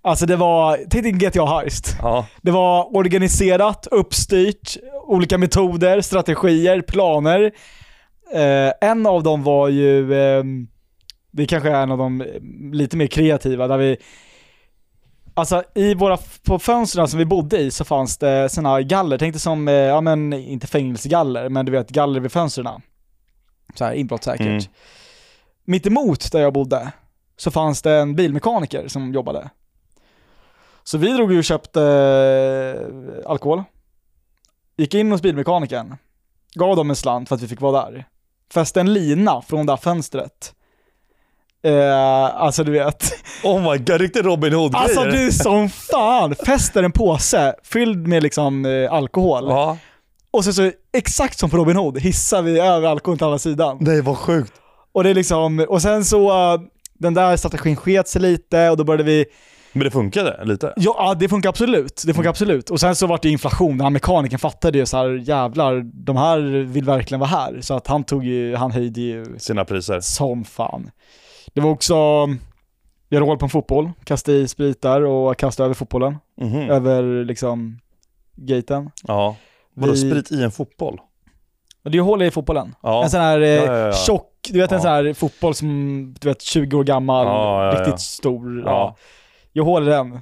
Speaker 2: Alltså det var, tänk dig en GTA Heist.
Speaker 1: Ja.
Speaker 2: Det var organiserat, uppstyrt, olika metoder, strategier, planer. Eh, en av dem var ju, eh, det kanske är en av de eh, lite mer kreativa, där vi Alltså i våra, på fönstren som vi bodde i så fanns det sådana galler, tänk dig som, eh, ja men inte fängelsegaller, men du vet galler vid fönstren. Så här inbrottssäkert.
Speaker 1: Mm.
Speaker 2: Mitt emot där jag bodde så fanns det en bilmekaniker som jobbade. Så vi drog ju och köpte eh, alkohol. Gick in hos bilmekanikern. Gav dem en slant för att vi fick vara där. Fäste en lina från det där fönstret. Eh, alltså du vet.
Speaker 1: Oh my god, riktigt Robin Hood-grejer.
Speaker 2: Alltså du som fan! Fäster en påse fylld med liksom eh, alkohol.
Speaker 1: Ja.
Speaker 2: Och sen så, exakt som på Robin Hood, hissar vi över alkoholen till andra sidan.
Speaker 1: Nej vad sjukt.
Speaker 2: Och det är liksom, och sen så, eh, den där strategin sket sig lite och då började vi,
Speaker 1: Men det funkade lite.
Speaker 2: ja ja, det funkar absolut, det funkar absolut. Och sen så var det ju inflation, den här mekanikern fattade ju så här, jävlar, de här vill verkligen vara här. Så att han tog ju, han höjde ju
Speaker 1: Sina priser.
Speaker 2: som fan. Det var också, göra hål på en fotboll, kasta i sprit där och kasta över fotbollen,
Speaker 1: Mhm.
Speaker 2: Mm. över liksom gaten.
Speaker 1: Ja. Vadå
Speaker 2: Vi-
Speaker 1: sprit i en fotboll?
Speaker 2: Och det är ju hål i fotbollen.
Speaker 1: Ja.
Speaker 2: En sån här eh,
Speaker 1: Ja, ja, ja.
Speaker 2: tjock, du vet en
Speaker 1: Ja.
Speaker 2: sån här fotboll som, du vet 20 år gammal,
Speaker 1: Ja, ja, ja.
Speaker 2: riktigt stor.
Speaker 1: Ja.
Speaker 2: Ja. Jag håller den,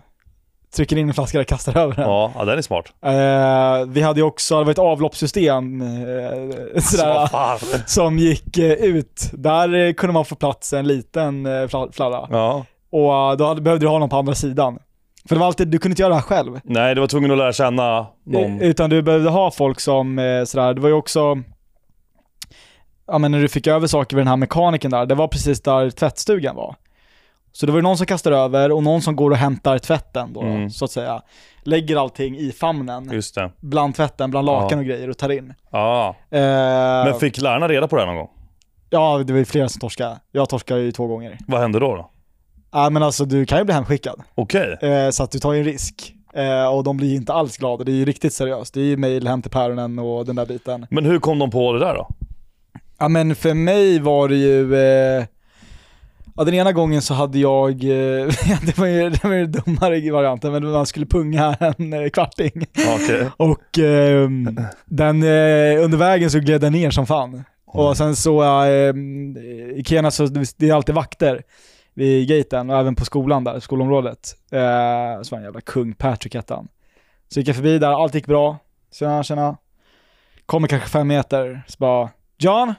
Speaker 2: trycker in en flaska och kastar över den.
Speaker 1: Ja, ja, den är smart.
Speaker 2: Eh, vi hade ju också, det var ett avloppssystem eh, sådär,
Speaker 1: Alltså, vad fan.
Speaker 2: som gick eh, ut. Där eh, kunde man få plats en liten eh, fla- fladda.
Speaker 1: Ja.
Speaker 2: Och eh, då hade, behövde du ha någon på andra sidan. För det var alltid, du kunde inte göra det här själv.
Speaker 1: Nej, du var tvungen att lära känna någon.
Speaker 2: Eh, Utan du behövde ha folk som eh, sådär, det var ju också, ja men när du fick över saker vid den här mekaniken där, det var precis där tvättstugan var. Så det var ju någon som kastar över och någon som går och hämtar tvätten då,
Speaker 1: Mm.
Speaker 2: så att säga. Lägger allting i famnen,
Speaker 1: Just det.
Speaker 2: bland tvätten, bland
Speaker 1: Ja.
Speaker 2: lakan och grejer och tar in.
Speaker 1: Ja.
Speaker 2: Eh,
Speaker 1: Men fick lärarna reda på det här någon gång?
Speaker 2: Ja, det var ju flera som torskade. Jag torskade ju två gånger.
Speaker 1: Vad hände då? då?
Speaker 2: Ja men alltså du kan ju bli hemskickad,
Speaker 1: Okej.
Speaker 2: eh, så att du tar ju en risk. Eh, och de blir ju inte alls glada, det är ju riktigt seriöst. Det är ju mejl hem till päronen och den där biten.
Speaker 1: Men hur kom de på det där då?
Speaker 2: Ja men för mig var det ju, eh, ja den ena gången så hade jag, eh, det var ju det var ju den dummare varianten, men man skulle punga en eh, kvarting.
Speaker 1: Ja, Okej.
Speaker 2: Och eh, den, eh, under vägen så gled den ner som fan. Och sen så, eh, i Kena så, det är alltid vakter vid gaten och även på skolan där, skolområdet. Eh, så var en jävla kung, Patrick hette han. Så gick jag förbi där, allt gick bra. Tjena, tjena. Kommer kanske fem meter, så bara John? Och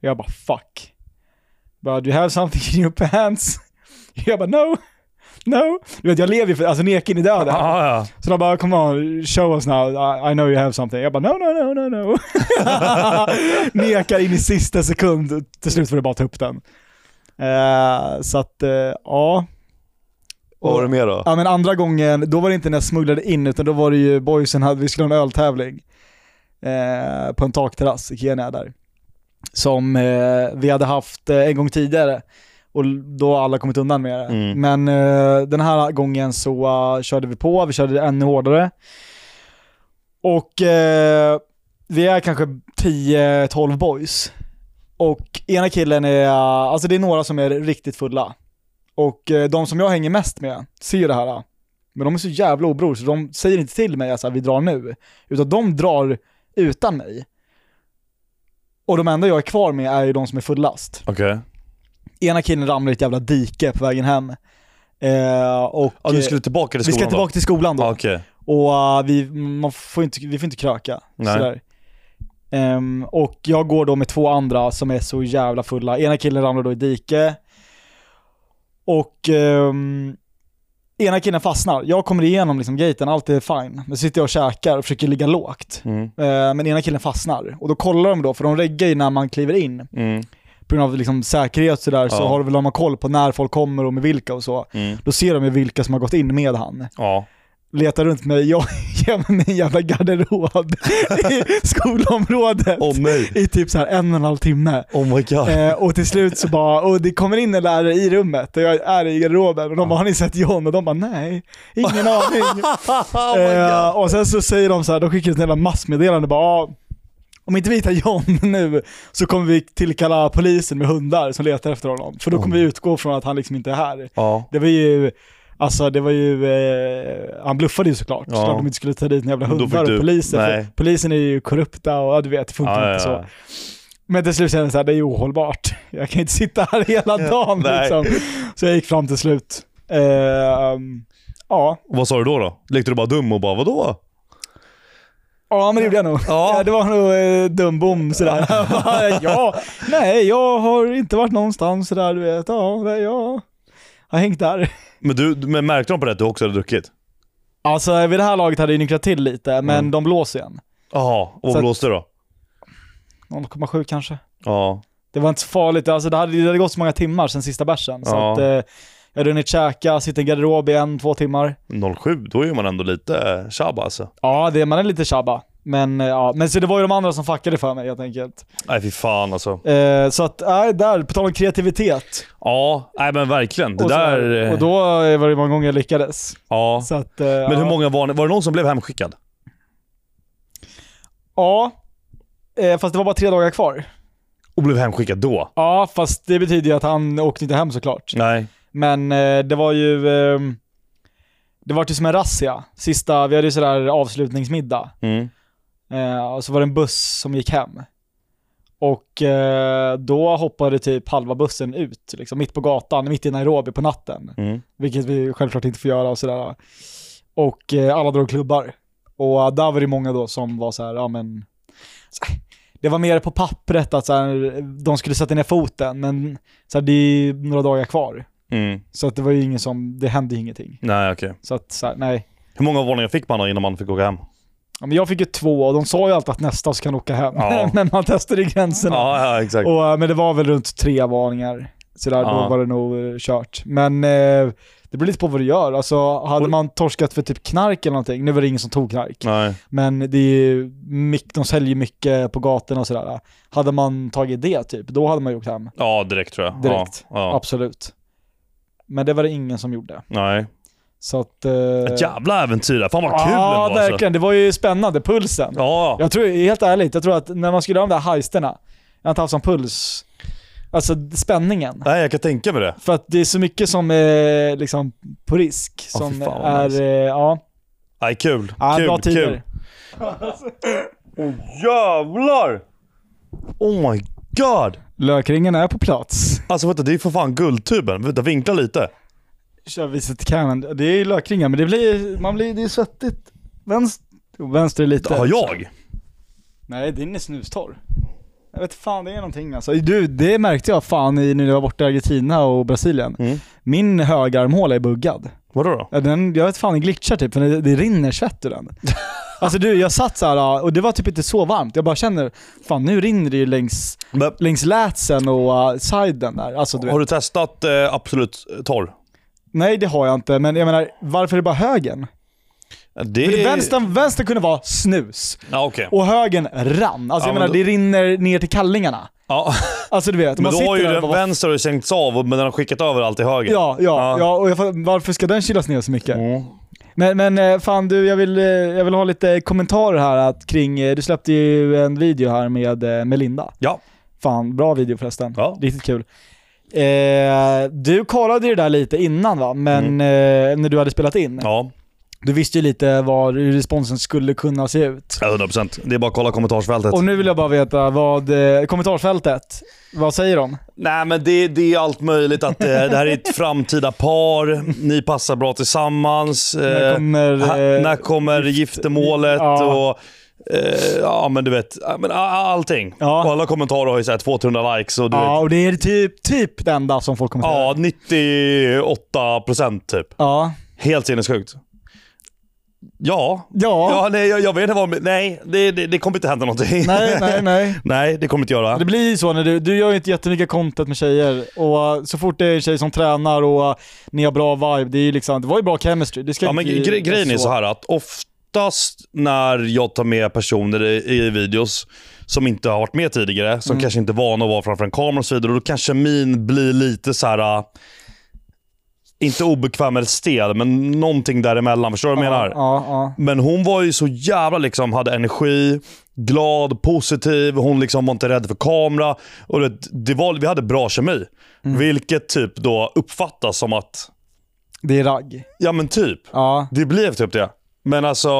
Speaker 2: jag bara fuck. Bara do you have something in your pants? Jag bara no, no. Du vet jag lever ju för, alltså neken i döden.
Speaker 1: Ah, ja.
Speaker 2: Så de bara, come on, show us now, I, I know you have something. Jag bara, no, no, no, no, no. Nekar in i sista sekund, till slut får du bara ta upp den. Eh, så att, eh, ja.
Speaker 1: Vad var det mer då?
Speaker 2: Ja men andra gången, då var det inte när jag smugglade in utan då var det ju boysen, hade, vi skulle ha en öltävling eh, på en takterrass i Kenya där. Som eh, vi hade haft eh, en gång tidigare och l- då har alla kommit undan med det.
Speaker 1: Mm.
Speaker 2: Men eh, den här gången så eh, körde vi på, vi körde ännu hårdare. Och eh, vi är kanske 10-12 boys. Och ena killen är, alltså det är några som är riktigt fulla. Och eh, de som jag hänger mest med ser ju det här. eh. Men de är så jävla obror så de säger inte till mig att vi drar nu. Utan de drar utan mig. Och de enda jag är kvar med är ju de som är fullast.
Speaker 1: Okej.
Speaker 2: Ena killen ramlar i ett jävla dike på vägen hem. Eh, och
Speaker 1: Ja, ni
Speaker 2: eh,
Speaker 1: skulle tillbaka till
Speaker 2: vi
Speaker 1: skolan
Speaker 2: ska tillbaka till skolan då.
Speaker 1: då? Ah, Okej.
Speaker 2: Och eh, vi, man får inte, vi får inte kröka.
Speaker 1: Nej.
Speaker 2: Sådär. Ehm, och jag går då med två andra som är så jävla fulla. Ena killen ramlar då i dike. Och ehm, ena killen fastnar. Jag kommer igenom liksom gaten, allt är fine. Men så sitter jag och käkar och försöker ligga lågt.
Speaker 1: Mm.
Speaker 2: Ehm, men ena killen fastnar. Och då kollar de då, för de reggar ju när man kliver in.
Speaker 1: Mm.
Speaker 2: På grund av liksom säkerhet och sådär så
Speaker 1: Ja.
Speaker 2: har de väl de har koll på när folk kommer och med vilka och så.
Speaker 1: Mm.
Speaker 2: Då ser de ju vilka som har gått in med han
Speaker 1: Ja.
Speaker 2: letar runt mig, jag gömmer mig i en jävla garderob i skolområdet
Speaker 1: Åh nej.
Speaker 2: i typ så här en och en halv timme.
Speaker 1: Oh my god.
Speaker 2: Eh, och till slut så bara, och det kommer in en lärare i rummet och jag är i garderoben och de bara har ni sett John? Och de bara nej, ingen aning.
Speaker 1: oh
Speaker 2: Eh, och sen så säger de så här, de skickar ut en jävla massmeddelande bara "Ah, om inte vi hittar John nu så kommer vi tillkalla polisen med hundar som letar efter honom. För då kommer
Speaker 1: Oh.
Speaker 2: vi utgå från att han liksom inte är här.
Speaker 1: Ja.
Speaker 2: Det var ju, alltså det var ju, eh, han bluffade ju såklart.
Speaker 1: Ja.
Speaker 2: Klart de inte skulle ta dit en jävla
Speaker 1: Men då
Speaker 2: hundar
Speaker 1: fick
Speaker 2: och
Speaker 1: du-
Speaker 2: poliser.
Speaker 1: nej.
Speaker 2: För polisen är ju korrupta och ja, du vet, det funkar
Speaker 1: Ja, ja,
Speaker 2: inte
Speaker 1: ja.
Speaker 2: så. Men till slut kände jag såhär, det är ju ohållbart. Jag kan inte sitta här hela dagen
Speaker 1: nej.
Speaker 2: liksom. Så jag gick fram till slut. Ehm, ja.
Speaker 1: Vad sa du då? då? Lekte du bara dum och bara vadå?
Speaker 2: ja, men det gjorde jag nog.
Speaker 1: Ja.
Speaker 2: Ja, det var nog eh, dumbom sådär. ja, nej, jag har inte varit någonstans sådär, du vet. Ja, nej, jag har hängt där.
Speaker 1: Men, du, men märkte de på det att du också hade druckit?
Speaker 2: Alltså vid det här laget hade jag ju nyktrat till lite, men
Speaker 1: Mm.
Speaker 2: de blåser igen.
Speaker 1: Jaha, och
Speaker 2: Så
Speaker 1: vad
Speaker 2: att-
Speaker 1: blåste du då?
Speaker 2: 0,7 kanske.
Speaker 1: Ja.
Speaker 2: Det var inte så farligt, alltså, det, hade, det hade gått så många timmar sedan sista bärsen. Så
Speaker 1: Ja.
Speaker 2: att, eh, jag hade hunnit käka, sitta i en garderob i en, två timmar.
Speaker 1: 07, då är man ändå lite tjabb alltså.
Speaker 2: Ja, det, man är lite tjabba. Men eh, ja, men så det var ju de andra som fuckade för mig helt enkelt.
Speaker 1: Nej fy fan alltså.
Speaker 2: Eh, så att, nej, där, på tal om kreativitet.
Speaker 1: Ja, nej men verkligen. Det
Speaker 2: och, så-
Speaker 1: där... eh,
Speaker 2: och då eh, var det många gånger jag lyckades.
Speaker 1: ja.
Speaker 2: Så att, eh,
Speaker 1: Men hur
Speaker 2: ja.
Speaker 1: många var ni? Var det någon som blev hemskickad?
Speaker 2: Ja, eh, fast det var bara tre dagar kvar.
Speaker 1: Och blev hemskickad då?
Speaker 2: Ja, fast det betyder ju att han åkte inte hem såklart.
Speaker 1: Nej.
Speaker 2: Men eh, det var ju... Eh, det var ju som en razzia. Sista, vi hade ju sådär avslutningsmiddag.
Speaker 1: Mm.
Speaker 2: Eh, och så var det en buss som gick hem. Och eh, då hoppade typ halva bussen ut, liksom, mitt på gatan, mitt i Nairobi på natten.
Speaker 1: Mm.
Speaker 2: Vilket vi självklart inte får göra och sådär. Och eh, alla drog klubbar. Och eh, där var det många då som var så här, ja men... så här, Det var mer på pappret att så här, de skulle sätta ner foten, men så här, det är ju några dagar kvar.
Speaker 1: Mm.
Speaker 2: Så att det var ju ingen som, det hände ju ingenting.
Speaker 1: Nej okej.
Speaker 2: Så att så här, nej.
Speaker 1: Hur många varningar fick man då innan man fick åka hem?
Speaker 2: Ja, men jag fick ju två och de sa ju alltid att nästa ska åka hem.
Speaker 1: Ja.
Speaker 2: men man testade ju gränserna.
Speaker 1: Ja, ja exakt.
Speaker 2: Och, eh, men det var väl runt tre varningar. Så där,
Speaker 1: Ja.
Speaker 2: då var det nog eh, kört. Men eh, det beror lite på vad du gör. Alltså, hade
Speaker 1: Och-
Speaker 2: man torskat för typ knark eller någonting, nu var det ingen som tog knark,
Speaker 1: Nej.
Speaker 2: men det är ju mycket, de säljer mycket på gatorna och sådär. Hade man tagit det typ, då hade man gjort hem.
Speaker 1: Ja, direkt tror jag.
Speaker 2: Direkt.
Speaker 1: Ja. ja.
Speaker 2: Absolut. Men det var det ingen som gjorde.
Speaker 1: Nej.
Speaker 2: Så att... Eh,
Speaker 1: Ett jävla äventyr där. Fan vad kul
Speaker 2: Ja,
Speaker 1: det var alltså.
Speaker 2: verkligen. Det var ju spännande. Pulsen.
Speaker 1: Ja.
Speaker 2: Jag tror, helt ärligt, jag tror att när man skulle göra de där heisterna, jag har inte haft sån puls. Alltså spänningen.
Speaker 1: Nej, jag kan tänka mig det.
Speaker 2: För att det är så mycket som är liksom på risk.
Speaker 1: Ja,
Speaker 2: Som
Speaker 1: fy fan, vad
Speaker 2: är,
Speaker 1: nice.
Speaker 2: eh, ja,
Speaker 1: Nej, kul.
Speaker 2: ja
Speaker 1: kul,
Speaker 2: bra tider.
Speaker 1: kul. Jävlar! Oh my god!
Speaker 2: Lökringen är på plats.
Speaker 1: Alltså vänta, det är för fan guldtuben. Vänta, vinkla lite.
Speaker 2: Kör viset kameran. Det är ju lökringen, men det blir, man blir, det är svettigt. Vänster, vänster är lite.
Speaker 1: Har jag?
Speaker 2: Nej, din är snustorr. Jag vet fan, det är någonting alltså. Du, det märkte jag fan i- när jag var borta i Argentina och Brasilien.
Speaker 1: Mm.
Speaker 2: Min högerarmhåla är buggad.
Speaker 1: Vadå då?
Speaker 2: Ja, Den, jag vet fan, den glitchar typ, för det, det rinner svett ur den. Alltså du, jag satt så här ja, och det var typ inte så varmt. Jag bara känner, fan nu rinner det ju längs,
Speaker 1: Men,
Speaker 2: längs lätsen och uh, siden där. Alltså, du vet.
Speaker 1: har du testat eh, Absolut Torr?
Speaker 2: Nej det har jag inte, men jag menar varför är det bara högen?
Speaker 1: Det
Speaker 2: För det- Vänstern, vänstern kunde vara snus
Speaker 1: Ja, okej.
Speaker 2: och högen rann. Alltså
Speaker 1: Ja, men
Speaker 2: jag menar
Speaker 1: då-
Speaker 2: det rinner ner till kallingarna.
Speaker 1: Ja.
Speaker 2: Alltså du vet,
Speaker 1: Men
Speaker 2: man
Speaker 1: då har
Speaker 2: sitter
Speaker 1: ju
Speaker 2: där och
Speaker 1: den
Speaker 2: bara,
Speaker 1: vänster har ju sänkts av, men den har skickat över allt till höger.
Speaker 2: Ja, ja,
Speaker 1: Ja.
Speaker 2: ja. Och jag, fa- varför ska den kylas ner så mycket?
Speaker 1: Mm.
Speaker 2: Men, men eh, fan du, jag vill, eh, jag vill ha lite kommentarer här att, kring, eh, du släppte ju en video här med eh, Melinda.
Speaker 1: Ja.
Speaker 2: Fan, bra video förresten.
Speaker 1: Ja.
Speaker 2: Riktigt kul. Eh, du kollade ju det där lite innan va, men
Speaker 1: Mm.
Speaker 2: eh, när du hade spelat in.
Speaker 1: Ja,
Speaker 2: Du visste ju lite vad, hur responsen skulle kunna se ut.
Speaker 1: 100%. Det är bara att kolla kommentarsfältet.
Speaker 2: Och nu vill jag bara veta, vad, eh, kommentarsfältet, vad säger de?
Speaker 1: Nej men det, det är allt möjligt. Att, eh, det här är ett framtida par, ni passar bra tillsammans. Eh,
Speaker 2: När kommer...
Speaker 1: ha-
Speaker 2: eh,
Speaker 1: när kommer giftermålet?
Speaker 2: Ja.
Speaker 1: Och, eh, ja men du vet, ja, men, a- a- allting.
Speaker 2: Ja.
Speaker 1: Och alla kommentarer har ju så här 200 likes och du
Speaker 2: Ja,
Speaker 1: vet.
Speaker 2: och det är typ, typ det enda som folk kommenterar.
Speaker 1: Ja, 98% typ.
Speaker 2: Ja.
Speaker 1: Helt sinnessjukt. Ja.
Speaker 2: Ja.
Speaker 1: Ja, nej, jag, jag vet inte vad... Nej, det, det, det kommer inte hända någonting.
Speaker 2: Nej, nej, nej.
Speaker 1: Nej, det kommer inte göra.
Speaker 2: Det blir ju så när du, du gör ju inte jättemycket content med tjejer och uh, så fort det är en tjej som tränar och uh, ni har bra vibe, det är ju liksom, det var ju bra chemistry. Det ska
Speaker 1: Ja, men
Speaker 2: inte-
Speaker 1: gre- grejen är så här att oftast när jag tar med personer i, i videos som inte har varit med tidigare, som
Speaker 2: Mm.
Speaker 1: kanske inte är vana att vara framför en kamera och så vidare, då kanske min blir lite så här. äh, inte obekväm eller stel, men någonting däremellan. Förstår du vad jag menar?
Speaker 2: Ja, ja.
Speaker 1: Men hon var ju så jävla liksom, hade energi, glad, positiv. Hon liksom var inte rädd för kamera. Och det, det var, vi hade bra kemi.
Speaker 2: Mm.
Speaker 1: Vilket typ då uppfattas som att,
Speaker 2: Det är ragg.
Speaker 1: ja men typ.
Speaker 2: Ja.
Speaker 1: Det blev typ det. Men alltså...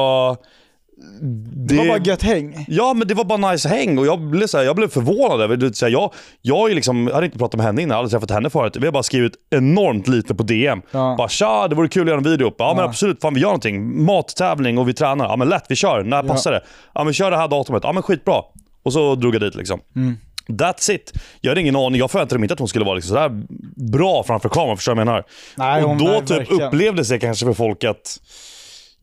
Speaker 2: Det var bara gött häng.
Speaker 1: Ja, men det var bara nice häng och jag blev, så här, jag blev förvånad över det. Så här, jag, jag är liksom, jag hade inte pratat med henne innan, jag hade aldrig träffat henne förut. Vi har bara skrivit enormt lite på DM.
Speaker 2: Ja.
Speaker 1: Bara tja, det vore kul att göra en video. Ja, men absolut, fan vi gör någonting. Mattävling och vi tränar. Ja men lätt, vi kör. När passar det? Ja men kör det här datumet. Ja men skitbra. Och så drog jag dit liksom.
Speaker 2: Mm.
Speaker 1: That's it. Jag hade ingen aning. Jag förväntade mig inte att hon skulle vara liksom sådär bra framför kameran. Förstår du vad jag menar?
Speaker 2: Nej,
Speaker 1: och
Speaker 2: hon
Speaker 1: då
Speaker 2: var
Speaker 1: typ
Speaker 2: verkligen-
Speaker 1: upplevdes det kanske för folk att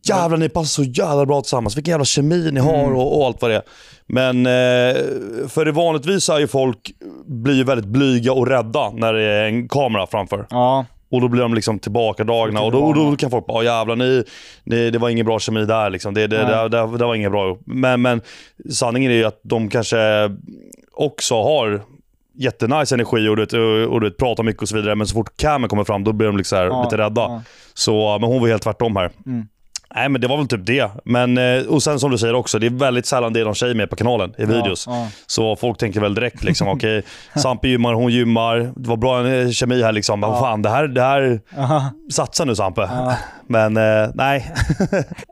Speaker 1: Jävlar ni passar så jävla bra tillsammans. Vilken jävla kemi ni har
Speaker 2: Mm.
Speaker 1: och, och allt vad det är. Men eh, för det vanligtvis är ju folk blir ju väldigt blyga och rädda när det är en kamera framför.
Speaker 2: Ja.
Speaker 1: Och då blir de liksom tillbakadragna och då, och då kan folk bara, "Åh, jävlar, ni, ni, det var ingen bra kemi där. Liksom. Det, det, det,
Speaker 2: Nej.
Speaker 1: det, det var inget bra ihop." men, men sanningen är ju att de kanske också har jättenice energi och du, vet, och, och du vet, pratar mycket och så vidare. Men så fort Cameron kommer fram då blir de liksom så här,
Speaker 2: Ja,
Speaker 1: lite rädda.
Speaker 2: ja.
Speaker 1: Så, men hon var helt tvärtom här.
Speaker 2: Mm.
Speaker 1: Nej men det var väl typ det. Men, eh, och sen som du säger också, det är väldigt sällan det är någon tjej med på kanalen i videos.
Speaker 2: Ja, ja.
Speaker 1: Så folk tänker väl direkt liksom, okej, Sampi gymmar, hon gymmar. Det var bra eh, kemi här liksom. Men vad fan, det här, det här
Speaker 2: Aha.
Speaker 1: satsa nu Sampe.
Speaker 2: Ja.
Speaker 1: Men eh, nej.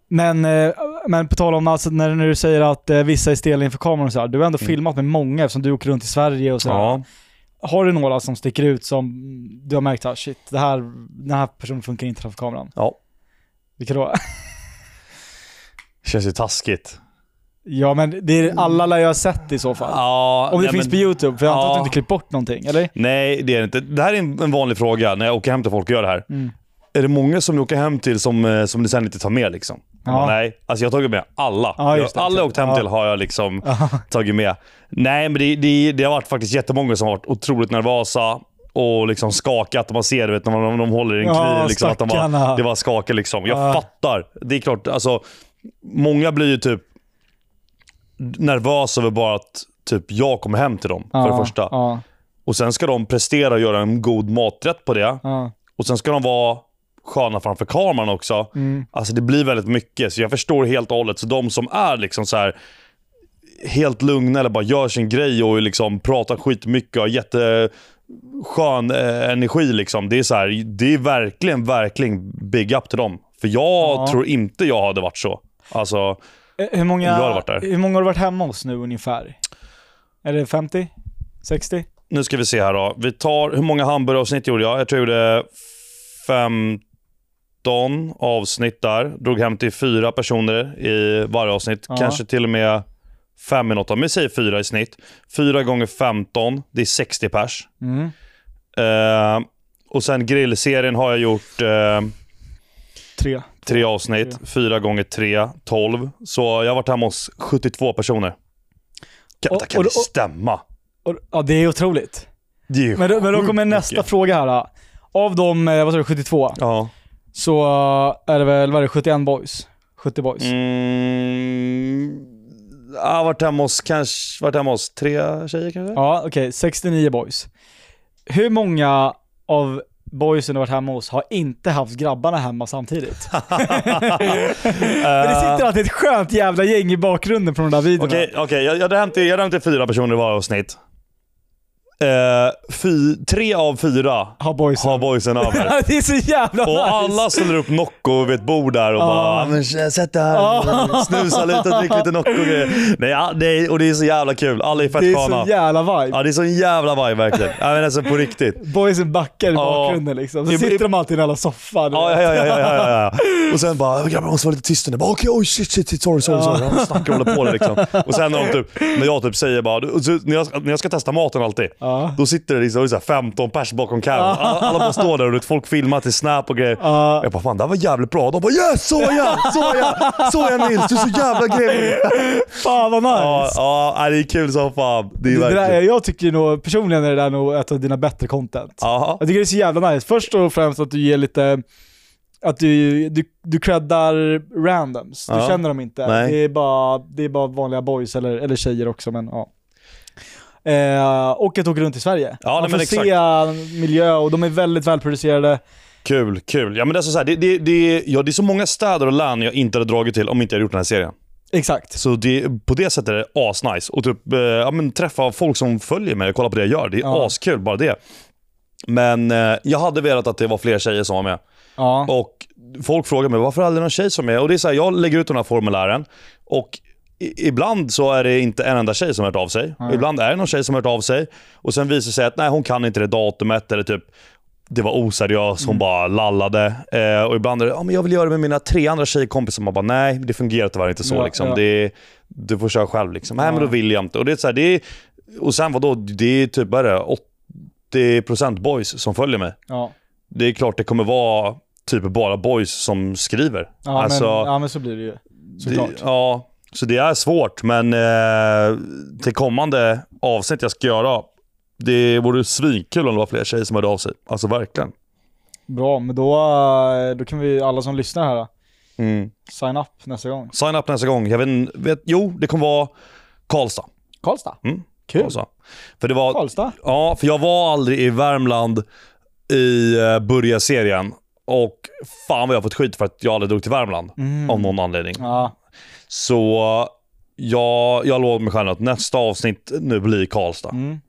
Speaker 2: Men, eh, men på tal om alltså, när, när du säger att eh, vissa är stela inför kameran och så här, du har ändå filmat med många eftersom du åker runt i Sverige och så här.
Speaker 1: Mm. Ja.
Speaker 2: Har du några som sticker ut som du har märkt att shit, det här, den här personen funkar inte framför kameran?
Speaker 1: Ja.
Speaker 2: Vilka då?
Speaker 1: Känns ju taskigt.
Speaker 2: ja men det är, alla lär jag ha sett i så fall.
Speaker 1: Mm. Ja,
Speaker 2: Om det
Speaker 1: nej,
Speaker 2: finns
Speaker 1: men-
Speaker 2: på YouTube, för jag antar att du
Speaker 1: Ja.
Speaker 2: inte klippt bort någonting, eller?
Speaker 1: Nej, det är det inte. Det här är en en vanlig fråga när jag åker hem till folk och gör det här.
Speaker 2: Mm.
Speaker 1: Är det många som du åker hem till som, eh, som du sen inte tar med? Liksom?
Speaker 2: Ja.
Speaker 1: Ja, Nej, alltså jag har tagit med alla.
Speaker 2: Ja,
Speaker 1: jag,
Speaker 2: just det.
Speaker 1: alla jag åkt hem
Speaker 2: Ja.
Speaker 1: till har jag liksom tagit med. Nej, men det, det, det har varit faktiskt jättemånga som har varit otroligt nervösa och liksom skakat. Man ser det vet, när man- när de håller i en kniv.
Speaker 2: Ja,
Speaker 1: liksom, att de
Speaker 2: stackarna.
Speaker 1: bara, det bara skakar liksom. Jag
Speaker 2: Ja.
Speaker 1: fattar. Det är klart, alltså, många blir ju typ nervösa över bara att typ, jag kommer hem till dem, för det
Speaker 2: Ja,
Speaker 1: första.
Speaker 2: Ja,
Speaker 1: Och sen ska de prestera och göra en god maträtt på det.
Speaker 2: ja.
Speaker 1: Och sen ska de vara sköna framför kameran också.
Speaker 2: Mm.
Speaker 1: Alltså det blir väldigt mycket, så jag förstår helt och hållet. Så de som är liksom så här helt lugna eller bara gör sin grej och liksom pratar skitmycket och har jätteskön eh, energi. Liksom. Det, är så här, det är verkligen, verkligen big up till dem. För jag
Speaker 2: Ja.
Speaker 1: tror inte jag hade varit så. Alltså,
Speaker 2: Eh, Hur många,
Speaker 1: Jag har varit där.
Speaker 2: hur många har du varit hemma hos nu ungefär? Är det 50? 60?
Speaker 1: nu ska vi se här då. Vi tar, hur många hamburgaravsnitt gjorde jag? Jag tror jag gjorde 15 avsnitt där. Drog hem till fyra personer i varje avsnitt.
Speaker 2: Ja.
Speaker 1: Kanske till och med fem i något av dem. Men säg fyra i snitt. Fyra gånger 15, det är 60 pers.
Speaker 2: Mm.
Speaker 1: Eh, och sen grillserien har jag gjort eh,
Speaker 2: Tre?
Speaker 1: tre avsnitt. Fyra gånger tre, 12. Så jag har varit hemma hos 72 personer. Kan,
Speaker 2: Och-
Speaker 1: kan
Speaker 2: och-
Speaker 1: det
Speaker 2: och-
Speaker 1: stämma?
Speaker 2: Och, ja, det är otroligt.
Speaker 1: Det är ju
Speaker 2: Men, då- men då
Speaker 1: sjukt
Speaker 2: kommer nästa
Speaker 1: mycket.
Speaker 2: fråga här. då. Av de, eh, vad sa du, 72,
Speaker 1: Ja.
Speaker 2: så eh, är det väl, vad är det, 71 boys? 70 boys.
Speaker 1: Mm. Ja, varit hemma hos kanske, varit hemma hos tre tjejer kanske?
Speaker 2: Ja, okej, 69 boys. Hur många av boysen du varit hemma hos har inte haft grabbarna hemma samtidigt? Men det sitter alltid ett skönt jävla gäng i bakgrunden från de där videorna.
Speaker 1: Okej, okej, jag, jag hade hämtat, jag hade hämtat fyra personer i varje avsnitt. Eh, fy, tre av fyra
Speaker 2: Har boysen.
Speaker 1: har boysen över.
Speaker 2: det är så jävla nice.
Speaker 1: Och alla ställer upp Nocco vid ett bord där och bara "Men tjena, “Sätt dig här, snusa lite, drick lite Nocco” och grejer. Nej, ja, det är, Och det är så jävla kul. Alla är fett
Speaker 2: Det är
Speaker 1: sköna.
Speaker 2: så jävla vibe.
Speaker 1: Ja, det är så jävla vibe verkligen. Ja, men alltså på riktigt.
Speaker 2: Boysen backar i
Speaker 1: Ja.
Speaker 2: bakgrunden liksom. Så
Speaker 1: I-
Speaker 2: sitter de alltid i alla soffan.
Speaker 1: Ja, ja, ja, ja, ja, ja, ja. Och sen bara “grabbar måste vara lite tysta nu”. Bara, “Okej, oj shit, shit, shit, sorry, sorry, sorry”. De snackar och håller på det liksom. Och sen när, de typ, när jag typ säger bara, du- så, när, jag, när jag ska testa maten alltid,
Speaker 2: Ja.
Speaker 1: då sitter det liksom, det är så här 15 pers bakom kameran. Alla, alla bara står där och du vet, folk filmar till Snap och grejer.
Speaker 2: Ja.
Speaker 1: Jag bara “fan det här var jävligt bra”. De bara “yes, såja, såja, såja Nils, du är så jävla grym”.
Speaker 2: Fan vad nice.
Speaker 1: Ja, ja, nej, det är kul som fan. Det är
Speaker 2: Det där,
Speaker 1: verkligen...
Speaker 2: jag tycker nog, personligen är det där nog ett av dina bättre content.
Speaker 1: Ja,
Speaker 2: Jag tycker det är så jävla nice. Först och främst att du ger lite, att du, du, du creddar randoms. Du
Speaker 1: Ja.
Speaker 2: känner dem inte.
Speaker 1: Nej.
Speaker 2: Det är, bara, det är bara vanliga boys eller, eller tjejer också, men ja. Eh, och att åka runt i Sverige.
Speaker 1: Ja, nej,
Speaker 2: Man
Speaker 1: men
Speaker 2: får se miljö och de är väldigt välproducerade.
Speaker 1: kul, kul. Ja, men det, är så här, det, det, det, ja, det är så många städer och län jag inte hade dragit till om inte jag hade gjort den här serien.
Speaker 2: Exakt.
Speaker 1: Så det, på det sättet är det asnice. Och typ, eh, ja, men träffa folk som följer mig och kolla på det jag gör. Det är
Speaker 2: Ja.
Speaker 1: askul, bara det. Men eh, jag hade velat att det var fler tjejer som var med.
Speaker 2: Ja.
Speaker 1: Och folk frågar mig, varför är det aldrig någon tjej som är med? Och det är så här, jag lägger ut de här formulären och i, ibland så är det inte en enda tjej som har hört av sig. Ibland är det någon tjej som har hört av sig och sen visar det sig att nej, hon kan inte det datumet eller typ det var oseriöst,
Speaker 2: Mm.
Speaker 1: hon bara lallade. Eh, och ibland är det, ja men jag vill göra det med mina tre andra tjejkompisar. Man bara, nej det fungerar tyvärr inte så.
Speaker 2: Ja,
Speaker 1: liksom.
Speaker 2: ja.
Speaker 1: Det, du får köra själv liksom. Nej men då vill jag inte. Och, det är så här, det är, och sen vadå, det är typ vad är det 80% boys som följer mig
Speaker 2: ja.
Speaker 1: det är klart det kommer vara typ bara boys som skriver.
Speaker 2: Ja,
Speaker 1: Alltså,
Speaker 2: men, ja, men så blir det ju. Såklart.
Speaker 1: det, ja, så det är svårt, men eh, till kommande avsnitt jag ska göra, det vore svinkul om det var fler tjejer som hörde av sig. Alltså verkligen.
Speaker 2: Bra, men då, eh, då kan vi alla som lyssnar här
Speaker 1: Mm.
Speaker 2: sign up nästa gång.
Speaker 1: Sign up nästa gång. Jag vet, inte- vet, jo, det kommer vara Karlstad.
Speaker 2: Karlstad.
Speaker 1: Mm.
Speaker 2: Kul.
Speaker 1: Karlstad. För det var,
Speaker 2: Karlstad.
Speaker 1: Ja, för jag var aldrig i Värmland i eh, Börja-serien. Och fan vad jag har fått skit för att jag aldrig drog till Värmland.
Speaker 2: Mm.
Speaker 1: Av någon anledning.
Speaker 2: Ja,
Speaker 1: Så eh, jag, jag lovade mig själv att nästa avsnitt nu blir Karlstad.
Speaker 2: Mm.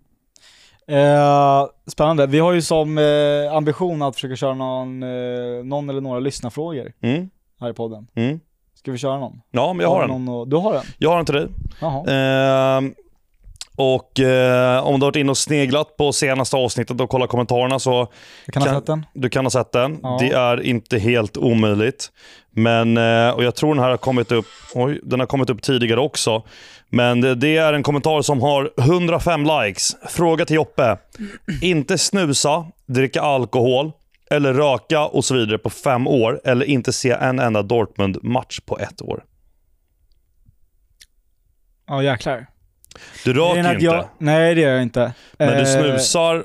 Speaker 2: Eh, spännande. Vi har ju som eh, ambition att försöka köra någon, eh, någon eller några lyssnarfrågor
Speaker 1: Mm.
Speaker 2: här i podden.
Speaker 1: Mm.
Speaker 2: Ska vi köra någon?
Speaker 1: Ja, men jag har
Speaker 2: du
Speaker 1: en.
Speaker 2: någon att- Du har en?
Speaker 1: Jag har en till dig.
Speaker 2: Jaha.
Speaker 1: Ehm, och eh, om du har varit inne och sneglat på senaste avsnittet och kollat kommentarerna så
Speaker 2: Jag kan,
Speaker 1: kan-
Speaker 2: ha sett den.
Speaker 1: Du kan ha sett den.
Speaker 2: Ja.
Speaker 1: Det är inte helt omöjligt. Men, eh, och jag tror den här har kommit upp, oj, den har kommit upp tidigare också. Men det- det är en kommentar som har 105 likes. Fråga till Joppe. Inte snusa, dricka alkohol eller röka och så vidare på fem år. Eller inte se en enda Dortmund-match på ett år.
Speaker 2: Ja, jäklar.
Speaker 1: Du
Speaker 2: Grejen är
Speaker 1: röker ju
Speaker 2: att
Speaker 1: inte,
Speaker 2: jag, nej, det gör jag inte.
Speaker 1: men du
Speaker 2: Eh,
Speaker 1: snusar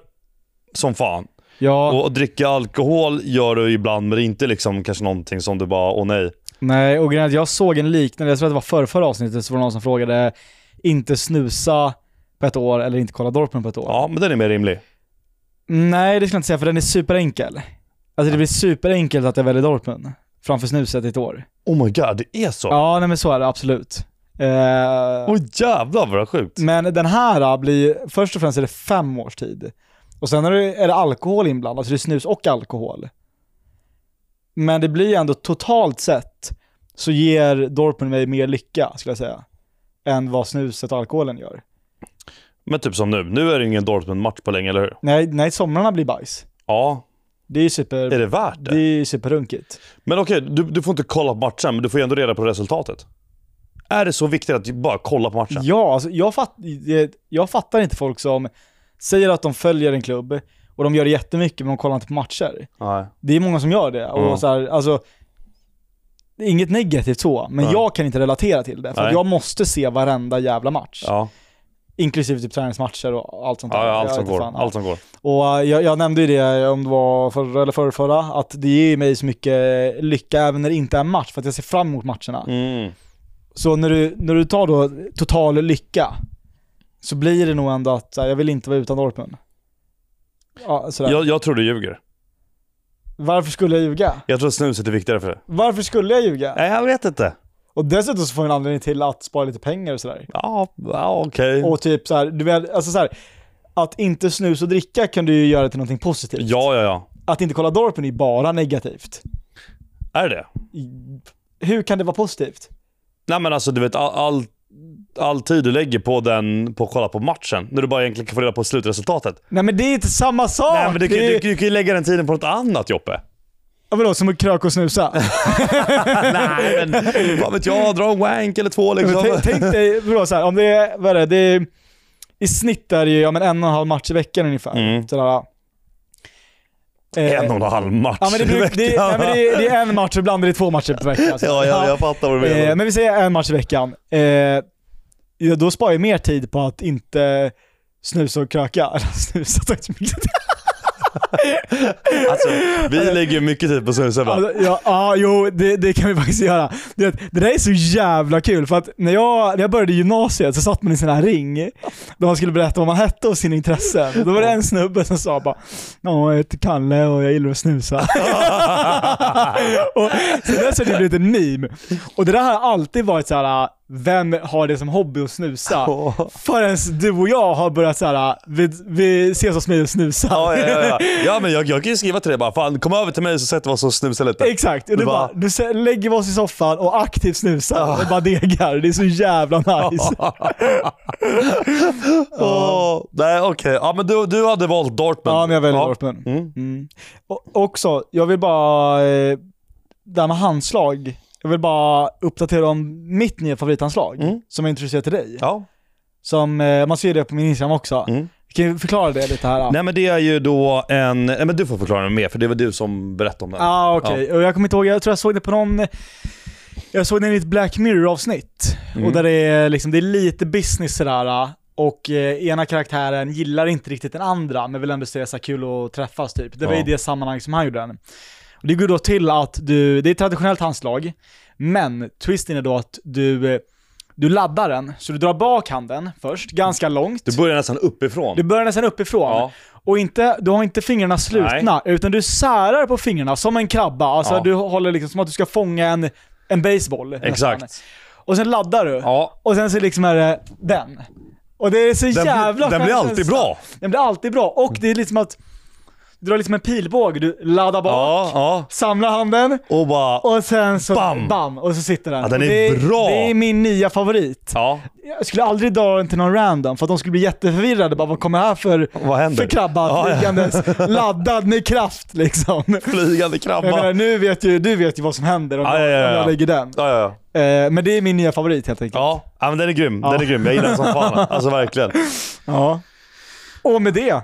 Speaker 1: som fan.
Speaker 2: Ja,
Speaker 1: Och dricka alkohol gör du ibland, men det är inte liksom kanske någonting som du bara, åh nej.
Speaker 2: nej, och grejen är att jag såg en liknande, jag tror att det var förra, förra avsnittet, så var det någon som frågade inte snusa på ett år eller inte kolla Dortmund på ett år.
Speaker 1: Ja, men den är mer rimlig.
Speaker 2: Nej, det skulle jag inte säga för den är superenkel. Alltså det blir superenkelt att jag väljer Dortmund framför snuset i ett år.
Speaker 1: Oh my god, det är så?
Speaker 2: Ja, nej men så är det absolut. Eh,
Speaker 1: Åh jävlar vad sjukt.
Speaker 2: men den här ah, blir, först och främst är det fem års tid. Och sen är det, är det alkohol inblandat, så det är snus och alkohol. Men det blir ändå totalt sett så ger Dortmund mig mer lycka, skulle jag säga, än vad snuset och alkoholen gör.
Speaker 1: Men typ som nu, nu är det ingen Dortmund-match på länge, eller hur?
Speaker 2: Nej, nej somrarna blir bajs.
Speaker 1: Ja,
Speaker 2: Det är ju super,
Speaker 1: är det värt det?
Speaker 2: det är ju superrunkigt.
Speaker 1: Men okej, du, du får inte kolla på matchen, men du får ju ändå reda på resultatet. Är det så viktigt att bara kolla på matchen?
Speaker 2: Ja, alltså, jag, fatt, det- jag fattar inte folk som säger att de följer en klubb och de gör det jättemycket men de kollar inte på matcher.
Speaker 1: Nej.
Speaker 2: Det är många som gör det. Och
Speaker 1: Ja.
Speaker 2: så här, alltså, det är inget negativt så, men
Speaker 1: Nej.
Speaker 2: jag kan inte relatera till det. För att
Speaker 1: Nej.
Speaker 2: jag måste se varenda jävla match.
Speaker 1: Ja,
Speaker 2: Inklusive typ träningsmatcher och allt sånt
Speaker 1: ja, ja
Speaker 2: Jag
Speaker 1: allt, som
Speaker 2: vet
Speaker 1: går.
Speaker 2: fan.
Speaker 1: allt som går.
Speaker 2: Och eh, jag, jag nämnde ju det, om det var förra eller förra, förra, att det ger mig så mycket lycka även när det inte är en match, för att jag ser fram emot matcherna.
Speaker 1: Mm.
Speaker 2: Så när du, när du tar då total lycka, så blir det nog ändå att så här, jag vill inte vara utan Dortmund. Ja, sådär.
Speaker 1: Jag, jag tror du ljuger.
Speaker 2: Varför skulle jag ljuga?
Speaker 1: Jag tror att snuset är viktigare för dig.
Speaker 2: Varför skulle jag ljuga?
Speaker 1: Nej, jag vet inte.
Speaker 2: Och dessutom så får jag en anledning till att spara lite pengar och sådär.
Speaker 1: Ja, ja okej.
Speaker 2: Och typ såhär, du vet, alltså såhär, att inte snus och dricka kan du ju göra till någonting positivt.
Speaker 1: Ja, ja, ja.
Speaker 2: Att inte kolla Dorpen är bara negativt.
Speaker 1: Är det det?
Speaker 2: I- Hur kan det vara positivt?
Speaker 1: Nej men alltså du vet, all, all, all tid du lägger på den, på att kolla på matchen, när du bara egentligen kan få reda på slutresultatet.
Speaker 2: Nej men det är inte samma sak!
Speaker 1: Nej men du, kan-
Speaker 2: det är,
Speaker 1: du, du kan ju lägga den tiden på något annat Joppe.
Speaker 2: Ja, vadå, som att kröka och snusa?
Speaker 1: Nej, men vad vet jag, dra en wank eller två
Speaker 2: Men
Speaker 1: liksom.
Speaker 2: tänk- Tänk dig, bra, så här, om det är, vad är det, det är, i snitt är det ju ja, men en och en halv match i veckan ungefär.
Speaker 1: Mm.
Speaker 2: Sådär. Eh,
Speaker 1: en och en halv match
Speaker 2: ja, men det,
Speaker 1: i
Speaker 2: bruk, det,
Speaker 1: veckan.
Speaker 2: nej, men det, det är en match, ibland är det två matcher per vecka. alltså.
Speaker 1: Ja, jag, jag fattar vad du menar.
Speaker 2: eh, men vi säger en match i veckan. Eh, ja, då sparar jag mer tid på att inte snusa och kröka. Eller snusa, tack så mycket.
Speaker 1: alltså, vi lägger ju mycket tid på snusen va?
Speaker 2: Alltså, ja, ja, jo, det, det kan vi faktiskt göra. Det, det där är så jävla kul, för att när jag, när jag började gymnasiet så satt man i sin här ring, där man skulle berätta vad man hette och sina intressen. Då var det en snubbe som sa bara Ja, jag heter Kalle och jag gillar att snusa. och sen dess har det blivit en meme. Och det där har alltid varit så här: vem har det som hobby att snusa? Förrän du och jag har börjat så här, vi, vi ses hos mig och snusar.
Speaker 1: Ja, ja, ja, ja. ja men jag, jag kan ju skriva till dig bara, fan kom över till mig så sätter vi oss och snusar lite.
Speaker 2: Exakt, och du
Speaker 1: Du
Speaker 2: bara,
Speaker 1: bara-
Speaker 2: du se- lägger vi oss i soffan och aktivt snusar och bara degar. Det är så jävla nice.
Speaker 1: Åh, nej okej, ja men du, du hade valt Dortmund.
Speaker 2: Ja, men jag väljer
Speaker 1: Ja.
Speaker 2: Dortmund.
Speaker 1: Mm.
Speaker 2: Mm. Och också, jag vill bara, eh, det här med handslag, jag vill bara uppdatera om mitt nya favorithandslag
Speaker 1: Mm.
Speaker 2: som jag introducerade till dig.
Speaker 1: Ja.
Speaker 2: Som, eh, man ser det på min Instagram också.
Speaker 1: Mm.
Speaker 2: Kan du förklara det lite här? då?
Speaker 1: Nej men det är ju då en, nej men du får förklara den mer för det var du som berättade om den.
Speaker 2: Ah, okej. Och Jag kommer inte ihåg, jag tror jag såg det på någon...
Speaker 1: Mm.
Speaker 2: Jag såg den i ett Black Mirror-avsnitt. Och där det är, liksom, det är lite business sådär. Och eh, ena karaktären gillar inte riktigt den andra, men vill ändå se så här kul att träffas typ. Det var
Speaker 1: Ja.
Speaker 2: i det sammanhang som han gjorde den. Och det går då till att du, det är traditionellt handslag, men twisten är då att du, eh, du laddar den, så du drar bak handen först, ganska långt.
Speaker 1: Du börjar nästan uppifrån.
Speaker 2: Du börjar nästan uppifrån.
Speaker 1: Ja.
Speaker 2: Och inte, du har inte fingrarna slutna, utan du särar på fingrarna som en krabba. Alltså
Speaker 1: Ja.
Speaker 2: du håller liksom som att du ska fånga en, en baseball. nästan.
Speaker 1: Exakt.
Speaker 2: Och sen laddar du.
Speaker 1: Ja.
Speaker 2: Och sen så liksom är det den. Och det är så
Speaker 1: Den,
Speaker 2: jävla
Speaker 1: blir- den blir
Speaker 2: skön
Speaker 1: alltid
Speaker 2: känsla.
Speaker 1: bra.
Speaker 2: Den blir alltid bra. Och det är liksom att du drar liksom en pilbåge, du laddar bak,
Speaker 1: Ja, ja.
Speaker 2: samlar handen
Speaker 1: Och bara...
Speaker 2: och sen så
Speaker 1: Bam!
Speaker 2: och så sitter den.
Speaker 1: Ja, den
Speaker 2: Och
Speaker 1: är
Speaker 2: det
Speaker 1: bra.
Speaker 2: Det är min nya favorit.
Speaker 1: Ja.
Speaker 2: Jag skulle aldrig dra den till någon random för att de skulle bli jätteförvirrade. Bara, vad kommer här för,
Speaker 1: Vad händer?
Speaker 2: för krabba
Speaker 1: Ja, ja.
Speaker 2: flygandes, laddad med kraft liksom.
Speaker 1: Flygande
Speaker 2: Jag menar,
Speaker 1: krabba.
Speaker 2: nu vet ju, du vet ju vad som händer om,
Speaker 1: Ja,
Speaker 2: jag,
Speaker 1: ja, ja,
Speaker 2: om jag
Speaker 1: ja.
Speaker 2: lägger den.
Speaker 1: Ja, ja, ja.
Speaker 2: Eh, men det är min nya favorit helt enkelt.
Speaker 1: Ja, ja men den är grym. Den är grym. Jag gillar den som fan. Alltså verkligen.
Speaker 2: Ja. Och med det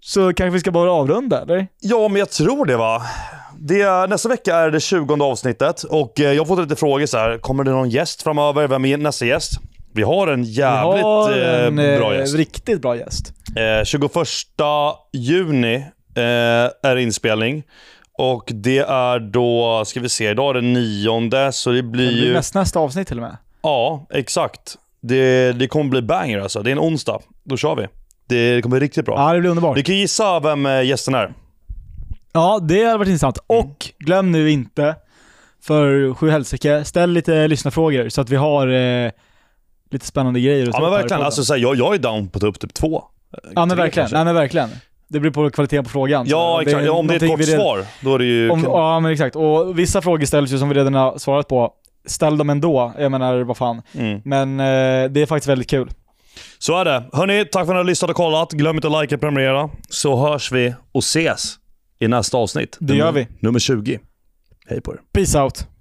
Speaker 2: så kanske vi ska bara avrunda eller?
Speaker 1: Ja, men jag tror det va. Det, nästa vecka är det 20 avsnittet och eh, jag har fått lite frågor så här. Kommer det någon gäst framöver? Vem är nästa gäst? Vi har en jävligt eh, bra
Speaker 2: eh,
Speaker 1: gäst.
Speaker 2: riktigt bra gäst.
Speaker 1: Eh, 21 juni eh, är inspelning. Och det är då, ska vi se, idag är det nionde så det blir
Speaker 2: Det blir
Speaker 1: ju...
Speaker 2: näst, nästa avsnitt till och med.
Speaker 1: Ja, exakt. Det, det kommer bli banger alltså. Det är en onsdag. Då kör vi. Det kommer bli riktigt bra.
Speaker 2: Ja, Mm. det blir underbart.
Speaker 1: Du kan gissa vem eh, gästen är.
Speaker 2: Ja, det hade varit intressant. Och glöm nu inte, för sju helsike, ställ lite lyssnarfrågor så att vi har eh, lite spännande grejer att
Speaker 1: Ja
Speaker 2: ta upp
Speaker 1: men
Speaker 2: här i
Speaker 1: verkligen.
Speaker 2: podden.
Speaker 1: Alltså, så här, jag, jag är down på att ta upp typ två.
Speaker 2: ja
Speaker 1: tre
Speaker 2: men verkligen.
Speaker 1: kanske.
Speaker 2: Nej, men verkligen. Det beror på kvaliteten på frågan. Så
Speaker 1: Ja, exakt. Ja, om det är ett
Speaker 2: någonting
Speaker 1: kort
Speaker 2: vi redan-
Speaker 1: svar, då är det ju...
Speaker 2: Om, ja men exakt. Och vissa frågor ställs ju som vi redan har svarat på. Ställ dem ändå. Jag menar, vad fan.
Speaker 1: Mm.
Speaker 2: Men eh, det är faktiskt väldigt kul.
Speaker 1: Så är det. Hörni, tack för att ni har lyssnat och kollat. Glöm inte att likea och prenumerera. Så hörs vi och ses i nästa avsnitt.
Speaker 2: Det gör vi.
Speaker 1: Nummer 20. Hej på er.
Speaker 2: Peace out.